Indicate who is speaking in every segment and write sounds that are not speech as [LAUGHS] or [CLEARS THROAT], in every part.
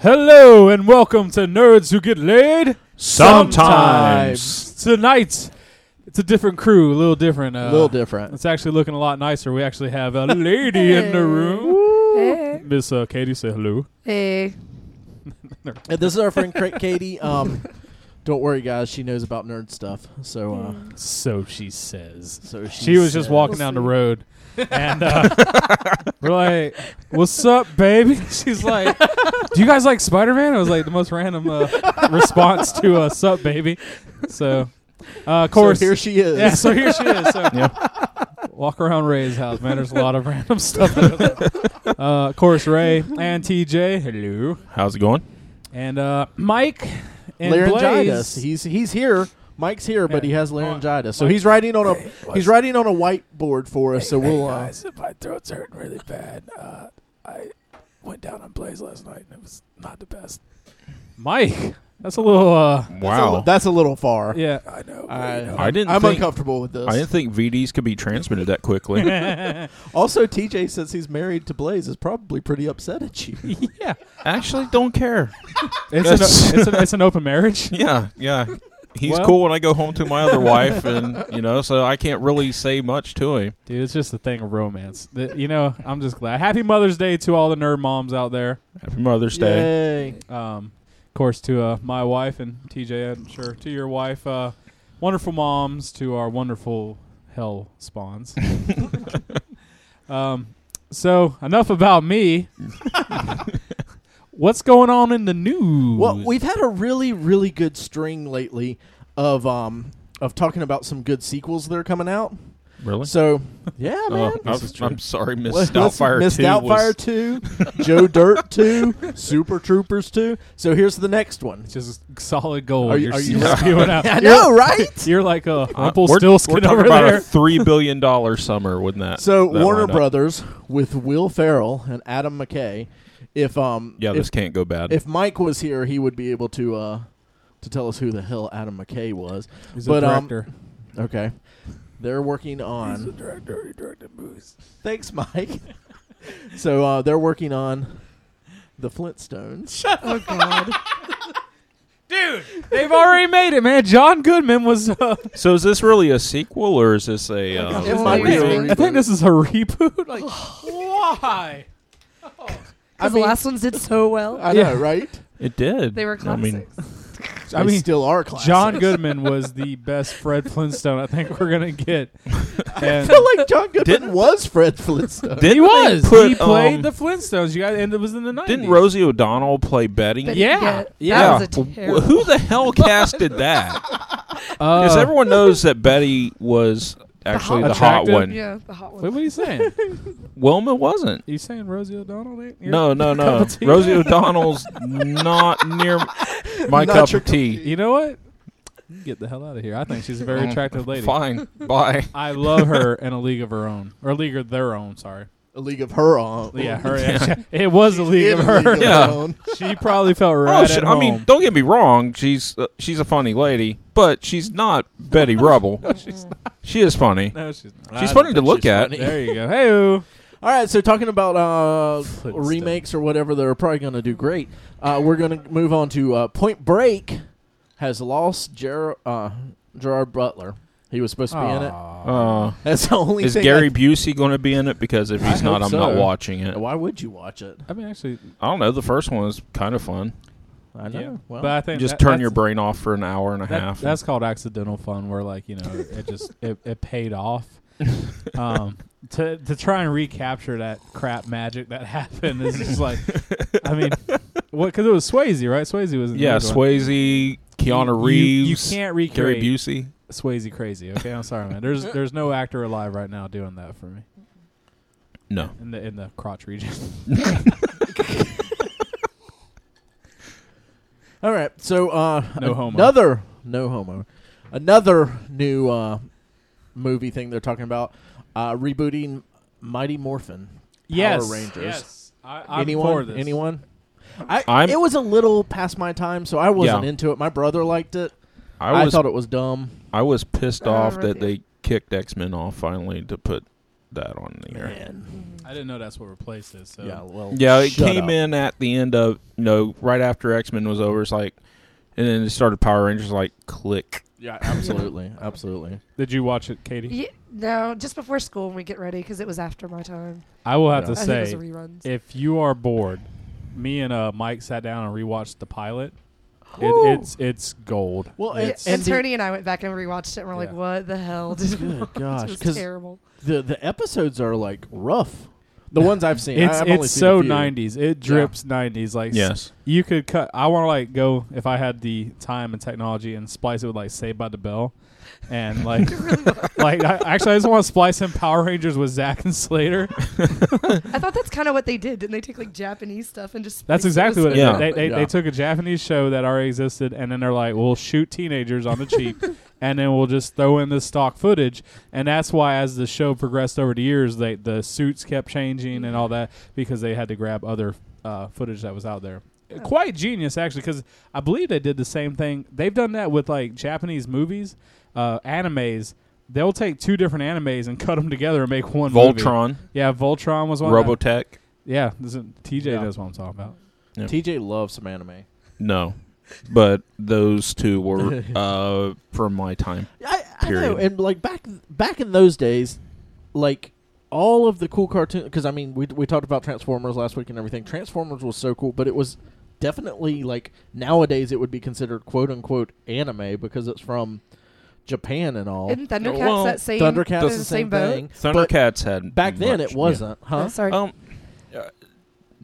Speaker 1: Hello and welcome to Nerds Who Get Laid
Speaker 2: Sometimes.
Speaker 1: Tonight, it's a different crew, a little different. Uh,
Speaker 2: a little different.
Speaker 1: It's actually looking a lot nicer. We actually have
Speaker 2: [LAUGHS]
Speaker 1: a lady in the room. Miss uh, Katie, say hello.
Speaker 3: Hey.
Speaker 2: And this is our friend Cra-
Speaker 3: [LAUGHS]
Speaker 2: Katie.
Speaker 1: [LAUGHS]
Speaker 2: Um, don't worry, guys. She knows about nerd stuff. So, uh,
Speaker 1: So she says.
Speaker 2: so she,
Speaker 1: She, was just
Speaker 2: said-
Speaker 1: walking down the road, and uh, we're like, "What's up, baby?" [LAUGHS] She's like, "Do you guys like Spider Man?" It was like the most random uh, response to uh, "Sup, baby." So, uh, of
Speaker 2: So
Speaker 1: course,
Speaker 2: here she
Speaker 1: [LAUGHS]
Speaker 2: is.
Speaker 1: Yeah, so here she is.
Speaker 4: [LAUGHS]
Speaker 1: So. Walk around Ray's house, man. There's a lot of random stuff. [LAUGHS] uh, of course, Ray and TJ. Hello.
Speaker 4: How's it going?
Speaker 1: And uh, Mike and Blaze.
Speaker 2: laryngitis. He's he's here. Mike's here, but
Speaker 1: Yeah.
Speaker 2: he has laryngitis. So he's writing on a he's writing on a whiteboard for us. [LAUGHS] So we'll uh,
Speaker 4: my throat's hurting really bad. Uh, I went down on Blaze last night, and it was not the best.
Speaker 1: Mike. That's a little. Uh,
Speaker 2: that's a li-
Speaker 4: Wow,
Speaker 2: that's a little far.
Speaker 1: yeah. Uh,
Speaker 4: I know.
Speaker 2: I,
Speaker 4: I didn't.
Speaker 2: I'm
Speaker 4: think,
Speaker 2: uncomfortable with this.
Speaker 4: I didn't think VDs could be transmitted that quickly. [LAUGHS]
Speaker 2: Also, TJ, since he's married to Blaze, is probably pretty upset at you.
Speaker 4: [LAUGHS]
Speaker 1: Yeah.
Speaker 4: Actually, don't care.
Speaker 1: It's,
Speaker 4: Yes. [LAUGHS]
Speaker 1: an, it's, an, it's an open marriage.
Speaker 4: Yeah, yeah. He's
Speaker 1: Well-
Speaker 4: cool when I go home to my other wife, and you know, so I can't really say much to him.
Speaker 1: Dude, it's just a thing of romance. That- you know, I'm just glad. Happy Mother's Day to all the nerd moms out there.
Speaker 4: Happy Mother's Day.
Speaker 2: Yay.
Speaker 1: um, of course, to uh, my wife and TJ, I'm sure to your wife, uh, wonderful moms, to our wonderful hell
Speaker 4: [LAUGHS]
Speaker 1: spawns. um, so enough about
Speaker 4: [LAUGHS]
Speaker 1: me. What's going on in the news?
Speaker 2: Well, we've had a really, really good string lately of um of talking about some good sequels that are coming out.
Speaker 4: Really?
Speaker 2: So yeah,
Speaker 4: Oh,
Speaker 2: man.
Speaker 4: I'm, I'm sorry, Miss
Speaker 2: Let's- let's-
Speaker 4: Doubtfire.
Speaker 2: Miss
Speaker 4: 2 was-
Speaker 2: Doubtfire two,
Speaker 4: [LAUGHS]
Speaker 2: Joe Dirt two, Super Troopers two. So here's the next one.
Speaker 1: it's just solid gold.
Speaker 2: Are you-
Speaker 1: you're
Speaker 2: are you- [LAUGHS]
Speaker 1: spewing out.
Speaker 2: I know, right?
Speaker 1: You're like a
Speaker 4: Uh,
Speaker 1: Rumpelstiltskin
Speaker 4: we're, we're talking
Speaker 1: over
Speaker 4: about
Speaker 1: there.
Speaker 4: a three billion dollar summer, wouldn't that?
Speaker 2: So
Speaker 4: that
Speaker 2: Warner
Speaker 4: lineup?
Speaker 2: Brothers with Will Ferrell and Adam McKay. If um
Speaker 4: Yeah,
Speaker 2: if,
Speaker 4: this can't go bad.
Speaker 2: if Mike was here, he would be able to uh to tell us who the hell Adam McKay was.
Speaker 1: He's
Speaker 2: but,
Speaker 1: a
Speaker 2: um,
Speaker 1: director.
Speaker 2: Okay. They're working on. He's the director. He directed movies. [LAUGHS] Thanks, Mike. [LAUGHS] so uh, they're working on the Flintstones.
Speaker 3: Oh God.
Speaker 1: They've already made it, man. John Goodman was. Uh,
Speaker 4: so is this really a sequel or is this a? Uh,
Speaker 2: It
Speaker 4: a
Speaker 2: might be a
Speaker 4: real-
Speaker 2: reboot.
Speaker 1: I think this is a reboot. Like, why?
Speaker 2: I
Speaker 3: I
Speaker 2: mean-
Speaker 3: the last ones did so well.
Speaker 2: I
Speaker 1: Yeah.
Speaker 2: know, right?
Speaker 4: It did.
Speaker 3: they were
Speaker 4: I
Speaker 3: classics.
Speaker 4: mean, [LAUGHS]
Speaker 1: I
Speaker 2: They
Speaker 1: mean,
Speaker 2: still are classics.
Speaker 1: John Goodman was the best Fred Flintstone I think we're gonna get.
Speaker 4: [LAUGHS]
Speaker 1: And
Speaker 2: I feel like John Goodman
Speaker 4: Didn't-
Speaker 2: was Fred Flintstone.
Speaker 4: didn't
Speaker 1: he was.
Speaker 4: They put,
Speaker 1: he played
Speaker 4: um,
Speaker 1: the Flintstones. You guys, and it was in the 90s.
Speaker 4: Didn't Rosie O'Donnell play Betty?
Speaker 3: But
Speaker 1: Yeah.
Speaker 3: That
Speaker 1: Yeah.
Speaker 3: was a
Speaker 4: Wh-
Speaker 3: terrible.
Speaker 4: Who the hell casted that?
Speaker 1: Uh,
Speaker 4: Because everyone knows that Betty was actually
Speaker 1: hot
Speaker 4: the hot
Speaker 1: Attractive?
Speaker 4: one.
Speaker 3: Yeah, the hot
Speaker 1: Wait,
Speaker 3: one.
Speaker 1: what
Speaker 3: Mm-hmm.
Speaker 1: are you [LAUGHS] saying?
Speaker 4: Wilma wasn't.
Speaker 1: you saying Rosie O'Donnell? ain't your-
Speaker 4: No, no,
Speaker 1: cup
Speaker 4: no.
Speaker 1: of tea? [LAUGHS]
Speaker 4: Rosie O'Donnell's not near my
Speaker 2: Not
Speaker 4: cup
Speaker 2: your
Speaker 4: of tea.
Speaker 1: You know what? Get the hell out of here. I think she's a very
Speaker 4: Mm,
Speaker 1: attractive lady.
Speaker 4: Fine. Bye.
Speaker 1: I love her in a league of her own, or a league of their own. Sorry.
Speaker 2: A League of Her Own.
Speaker 1: Yeah, her. It [LAUGHS] was a league
Speaker 2: In
Speaker 1: of
Speaker 2: A League
Speaker 1: her.
Speaker 2: of
Speaker 4: Yeah.
Speaker 2: Her Own.
Speaker 1: She probably felt
Speaker 4: [LAUGHS] Oh,
Speaker 1: right
Speaker 4: shit.
Speaker 1: at
Speaker 4: I mean,
Speaker 1: home.
Speaker 4: don't get me wrong. She's uh, she's a funny lady, but she's not Betty Rubble. She is funny.
Speaker 1: no, she's not.
Speaker 4: She's funny to
Speaker 2: think
Speaker 4: look
Speaker 2: she's
Speaker 4: at.
Speaker 1: There you [LAUGHS] go. Hey.
Speaker 2: [LAUGHS] All right, so talking about uh,
Speaker 1: Flintstone.
Speaker 2: remakes or whatever, they're probably going to do great. Uh, we're going to move on to uh, Point Break has lost Ger- uh, Gerard Butler. He was supposed to be in it.
Speaker 4: Uh,
Speaker 2: That's the only
Speaker 4: is
Speaker 2: thing I
Speaker 4: Gary Busey going to be in it? Because if
Speaker 2: I
Speaker 4: he's not,
Speaker 2: hope
Speaker 4: I'm not
Speaker 2: so.
Speaker 4: watching it.
Speaker 2: Why would you watch it?
Speaker 1: I mean, actually,
Speaker 4: I don't know. The first one was kind of fun.
Speaker 2: I know.
Speaker 1: yeah.
Speaker 2: Well,
Speaker 1: but I think
Speaker 4: Just
Speaker 1: that-
Speaker 4: turn
Speaker 1: that's-
Speaker 4: your brain off for an hour and a
Speaker 1: that-
Speaker 4: half.
Speaker 1: That's called accidental fun, where like you know it just it, it paid
Speaker 4: [LAUGHS]
Speaker 1: off. Um, to to try and recapture that crap magic that [LAUGHS] happened is just like, I mean, what? Because it was Swayze, right? Swayze was in the
Speaker 4: yeah,
Speaker 1: other one.
Speaker 4: Swayze,
Speaker 1: You-
Speaker 4: Keanu
Speaker 1: you-
Speaker 4: Reeves,
Speaker 1: You, can't
Speaker 4: Gary
Speaker 1: recreate
Speaker 4: Busey.
Speaker 1: Swayze crazy. Okay, I'm sorry, man. There's there's no actor alive right now doing that for me
Speaker 4: No,
Speaker 1: in the in the crotch region.
Speaker 2: all right. So uh,
Speaker 1: No homo.
Speaker 2: Another no homo. Another new uh, movie thing they're talking about uh, rebooting Mighty Morphin.
Speaker 1: yes,
Speaker 2: Power Rangers.
Speaker 1: Yes. I, I'm
Speaker 2: anyone?
Speaker 1: for this.
Speaker 2: Anyone? I,
Speaker 4: I'm-
Speaker 2: it was a little past my time, so I wasn't
Speaker 4: Yeah.
Speaker 2: into it. My brother liked it. I,
Speaker 4: I was I,
Speaker 2: thought it was dumb.
Speaker 4: was pissed
Speaker 3: I
Speaker 4: off
Speaker 3: remember
Speaker 4: that they kicked X Men off finally to put that on the air.
Speaker 2: Man.
Speaker 1: I didn't know that's what replaced it. So
Speaker 2: Yeah, well.
Speaker 4: Yeah, it
Speaker 2: shut
Speaker 4: came
Speaker 2: up.
Speaker 4: in at the end of you know, right after X Men was over. It's like, and then it started Power Rangers. Like, click.
Speaker 2: Yeah,
Speaker 1: [LAUGHS]
Speaker 2: absolutely. absolutely.
Speaker 1: did you watch it, Katie?
Speaker 3: Ye- no, just before school when we get ready because it was after my time.
Speaker 1: I will have
Speaker 2: Yeah.
Speaker 1: to
Speaker 3: I
Speaker 1: say,
Speaker 3: think it was reruns.
Speaker 1: if you are bored, me and uh, Mike sat down and rewatched the pilot. It,
Speaker 3: Woo!
Speaker 1: it's it's gold.
Speaker 2: Well,
Speaker 3: Yeah,
Speaker 1: it's,
Speaker 3: and
Speaker 2: the-
Speaker 3: Tony and I went back and rewatched it, and we're like,
Speaker 1: Yeah.
Speaker 3: "What the
Speaker 1: [LAUGHS]
Speaker 3: hell?" [LAUGHS] Did we
Speaker 2: [LAUGHS] Good
Speaker 3: watch?
Speaker 2: gosh,
Speaker 3: it
Speaker 2: 'cause-
Speaker 3: was terrible. [LAUGHS]
Speaker 2: The the episodes are like rough. The ones I've seen. I-
Speaker 1: it's,
Speaker 2: I've only
Speaker 1: it's
Speaker 2: seen
Speaker 1: so
Speaker 2: a few.
Speaker 1: '90s. It drips '90s. Like s-
Speaker 4: Yes.
Speaker 1: you could cut. I want to like go if I had the time and technology and splice it with like Saved by the Bell, and
Speaker 3: [LAUGHS]
Speaker 1: like like I, actually I just want to splice in Power Rangers with Zack and Slater.
Speaker 3: I thought that's kind of what they did. Didn't they take like Japanese stuff and just?
Speaker 1: That's
Speaker 3: mix
Speaker 1: exactly what
Speaker 3: with
Speaker 1: it,
Speaker 4: Yeah.
Speaker 1: they they,
Speaker 2: Yeah.
Speaker 1: they took a Japanese show that already existed, and then they're like, "We'll shoot teenagers on the
Speaker 2: [LAUGHS]
Speaker 1: cheap, and then we'll just throw in the stock footage." And that's why, as the show progressed over the years, they the suits kept changing and all that because they had to grab other uh, footage that was out there. Quite genius, actually, because I believe they did the same thing. They've done that with like Japanese movies, uh, animes. They'll take two different animes and cut them together and make one movie.
Speaker 4: Voltron,
Speaker 1: Yeah, Voltron was one. of that.
Speaker 4: Robotech.
Speaker 1: Yeah, this is- TJ
Speaker 2: Yeah.
Speaker 1: knows what I'm talking about.
Speaker 4: Yeah.
Speaker 2: TJ loves some anime.
Speaker 4: No, but those two were
Speaker 2: [LAUGHS]
Speaker 4: uh, from my time.
Speaker 2: I, I know,
Speaker 4: Period.
Speaker 2: and like back back in those days, like all of the cool cartoon. Because I mean, we we talked about Transformers last week and everything. Transformers was so cool, but it was definitely like nowadays it would be considered quote unquote anime because it's from Japan and all.
Speaker 3: Isn't Thundercats
Speaker 4: Well,
Speaker 3: that same?
Speaker 2: Thundercats
Speaker 3: they're
Speaker 2: is the same,
Speaker 3: boat?
Speaker 2: thing. but
Speaker 4: Thundercats had
Speaker 2: back then
Speaker 4: much-
Speaker 2: it wasn't, huh?
Speaker 3: Oh, sorry.
Speaker 4: Um, uh,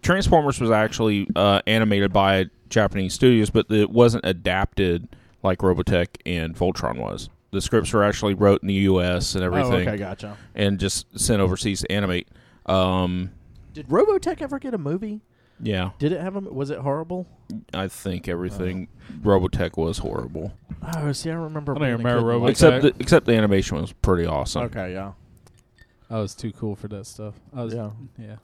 Speaker 4: Transformers was actually uh, animated by Japanese studios, but it wasn't adapted like Robotech and Voltron was. The scripts were actually wrote in the U.S. and everything,
Speaker 2: Oh, okay, gotcha.
Speaker 4: and just sent overseas to animate. Um,
Speaker 2: Did Robotech ever get a movie?
Speaker 4: yeah,
Speaker 2: Did it have a? Was it horrible?
Speaker 4: I think everything Robotech was horrible,
Speaker 2: Oh, see, I remember.
Speaker 1: I don't
Speaker 2: being a
Speaker 1: remember
Speaker 2: kid
Speaker 1: Robotech.
Speaker 2: and like-
Speaker 4: except the, except the animation was pretty awesome.
Speaker 2: Okay, yeah,
Speaker 1: I was too cool for that stuff. I was, yeah.
Speaker 2: yeah.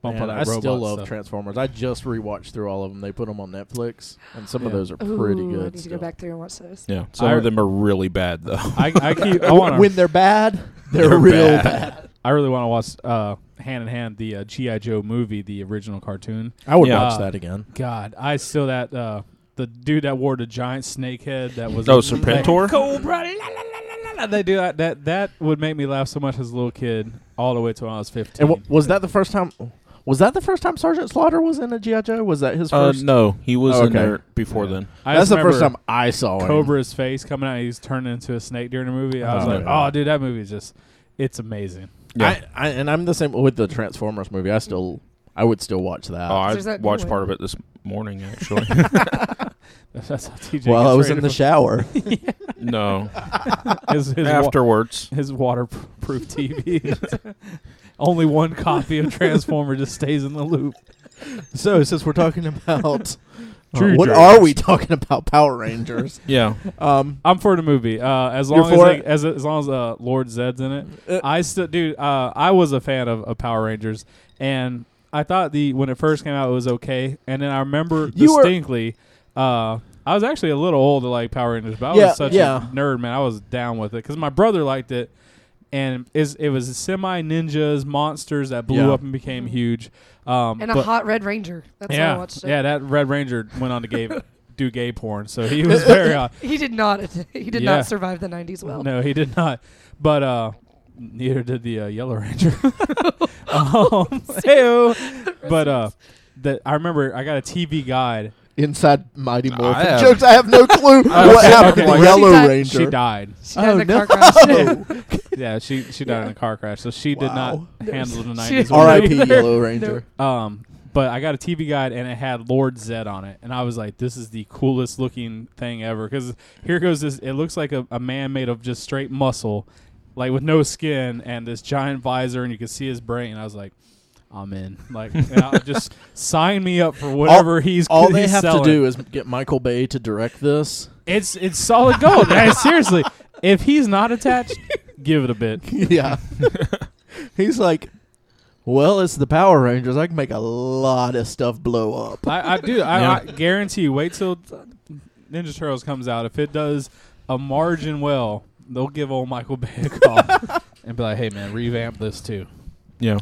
Speaker 1: Bump
Speaker 2: Man,
Speaker 1: on that
Speaker 2: I
Speaker 1: robot
Speaker 2: still love
Speaker 1: stuff.
Speaker 2: Transformers. I just rewatched through all of them. They put them on Netflix, and some of
Speaker 1: Yeah.
Speaker 2: those are
Speaker 3: Ooh,
Speaker 2: pretty
Speaker 3: I
Speaker 2: good.
Speaker 3: need to
Speaker 2: still.
Speaker 3: go back through and watch those.
Speaker 4: Yeah, some
Speaker 1: I-
Speaker 4: of them are really bad though. [LAUGHS]
Speaker 1: I, I keep. I
Speaker 2: [LAUGHS] When-
Speaker 1: want
Speaker 2: when
Speaker 1: to.
Speaker 2: they're bad, they're,
Speaker 4: They're
Speaker 2: real
Speaker 4: bad.
Speaker 2: bad.
Speaker 1: I really want to watch uh, Hand in Hand, the uh, GI Joe movie, the original cartoon.
Speaker 2: I would
Speaker 4: Yeah.
Speaker 2: watch
Speaker 1: Uh,
Speaker 2: that again.
Speaker 1: God, I still that uh, the dude that wore the giant snake head that was.
Speaker 4: Oh, Serpentor?
Speaker 1: Cobra. La, la, la, la, la, la. They do that. That that would make me laugh so much as a little kid, all the way to when I was fifteen.
Speaker 2: And w- was that the first time? Was that the first time Sergeant Slaughter was in a GI Joe? Was that his
Speaker 4: Uh,
Speaker 2: first?
Speaker 4: no, he was
Speaker 2: Oh,
Speaker 4: in
Speaker 2: okay.
Speaker 4: there before then.
Speaker 1: I
Speaker 2: that's
Speaker 1: just
Speaker 2: the first time
Speaker 1: remember
Speaker 2: I saw him.
Speaker 1: Cobra's face coming out. He's turned into a snake during the movie. I was
Speaker 2: Oh,
Speaker 1: like,
Speaker 2: yeah.
Speaker 1: oh, dude, that movie is just. It's amazing. [LAUGHS]
Speaker 4: Yeah.
Speaker 2: I, I, and I'm the same with the Transformers movie. I still, I would still watch that.
Speaker 4: Oh,
Speaker 3: There's
Speaker 4: I
Speaker 3: that new
Speaker 4: watched
Speaker 3: one.
Speaker 4: part of it this
Speaker 2: [LAUGHS]
Speaker 4: morning actually.
Speaker 1: That's how TJ.
Speaker 2: While
Speaker 1: gets
Speaker 2: I was
Speaker 1: ready
Speaker 2: in the
Speaker 1: for-
Speaker 2: shower.
Speaker 4: no,
Speaker 1: his, his wa-
Speaker 4: afterwards.
Speaker 1: his waterproof TV. [LAUGHS] Only one copy of Transformer just stays in the loop.
Speaker 2: so since we're talking about,
Speaker 1: True
Speaker 2: what
Speaker 1: Jokers.
Speaker 2: are we talking about? Power
Speaker 4: [LAUGHS]
Speaker 2: Rangers.
Speaker 4: Yeah,
Speaker 2: um,
Speaker 1: I'm for the movie. Uh, as
Speaker 2: You're
Speaker 1: long as
Speaker 2: for
Speaker 1: they,
Speaker 2: it?
Speaker 1: as as long as uh, Lord Zed's in it,
Speaker 2: Uh,
Speaker 1: I still dude. Uh, I was a fan of, of Power Rangers, and I thought the when it first came out it was okay, and then I remember
Speaker 2: You were-
Speaker 1: distinctly. uh, I was actually a little old to like Power Rangers, but I
Speaker 2: Yeah,
Speaker 1: was such
Speaker 2: yeah.
Speaker 1: a nerd, man. I was down with it because my brother liked it, and is it was semi ninjas, monsters that blew
Speaker 2: Yeah.
Speaker 1: up and became huge. Um,
Speaker 3: And a
Speaker 1: but-
Speaker 3: hot red ranger. That's
Speaker 1: yeah,
Speaker 3: how I watched it.
Speaker 1: Yeah, that Red Ranger went on to gay, do gay porn, so he was very. Uh,
Speaker 3: [LAUGHS] He did not. [LAUGHS] He did
Speaker 1: Yeah.
Speaker 3: not survive the '90s [LAUGHS] well.
Speaker 1: No, he did not. But uh, neither did the uh, Yellow Ranger. [LAUGHS]
Speaker 3: [LAUGHS]
Speaker 1: um, hey-o. But uh, the, I remember I got a TV guide.
Speaker 2: inside Mighty Morphin
Speaker 4: have-
Speaker 2: jokes. I have [LAUGHS] no clue what
Speaker 1: okay,
Speaker 2: happened
Speaker 1: okay.
Speaker 2: to Yellow
Speaker 3: She died-
Speaker 2: Ranger.
Speaker 1: She
Speaker 2: [LAUGHS]
Speaker 1: died.
Speaker 3: She died
Speaker 2: Oh,
Speaker 3: in a
Speaker 2: no. [LAUGHS]
Speaker 3: car crash.
Speaker 1: [LAUGHS] Yeah, she she died in a car crash, so she did
Speaker 2: Wow.
Speaker 1: not handle the
Speaker 3: She- [LAUGHS]
Speaker 1: nineties.
Speaker 2: R.I.P. Yellow Ranger.
Speaker 1: Um, but I got a TV guide and it had Lord Zed on it, and I was like, "This is the coolest looking thing ever." Because here goes this. It looks like a, a man made of just straight muscle, like with no skin, and this giant visor, and you can see his brain. And I was like, "I'm in." Like, and I, [LAUGHS] just sign me up for whatever he's.
Speaker 2: All they
Speaker 1: he's
Speaker 2: have
Speaker 1: selling.
Speaker 2: to do is get Michael Bay to direct this.
Speaker 1: it's it's solid gold, man. Seriously, if he's not
Speaker 2: [LAUGHS]
Speaker 1: attached, give it a bit.
Speaker 2: [LAUGHS] yeah. [LAUGHS] He's like, well, it's the Power Rangers. I can make a lot of stuff blow up.
Speaker 1: I, I do. I,
Speaker 4: Yeah.
Speaker 1: I guarantee. you, Wait till Ninja [LAUGHS] Turtles comes out. If it does a margin well, they'll give old Michael Bay a call. and be like, "Hey, man, revamp this too."
Speaker 4: Yeah.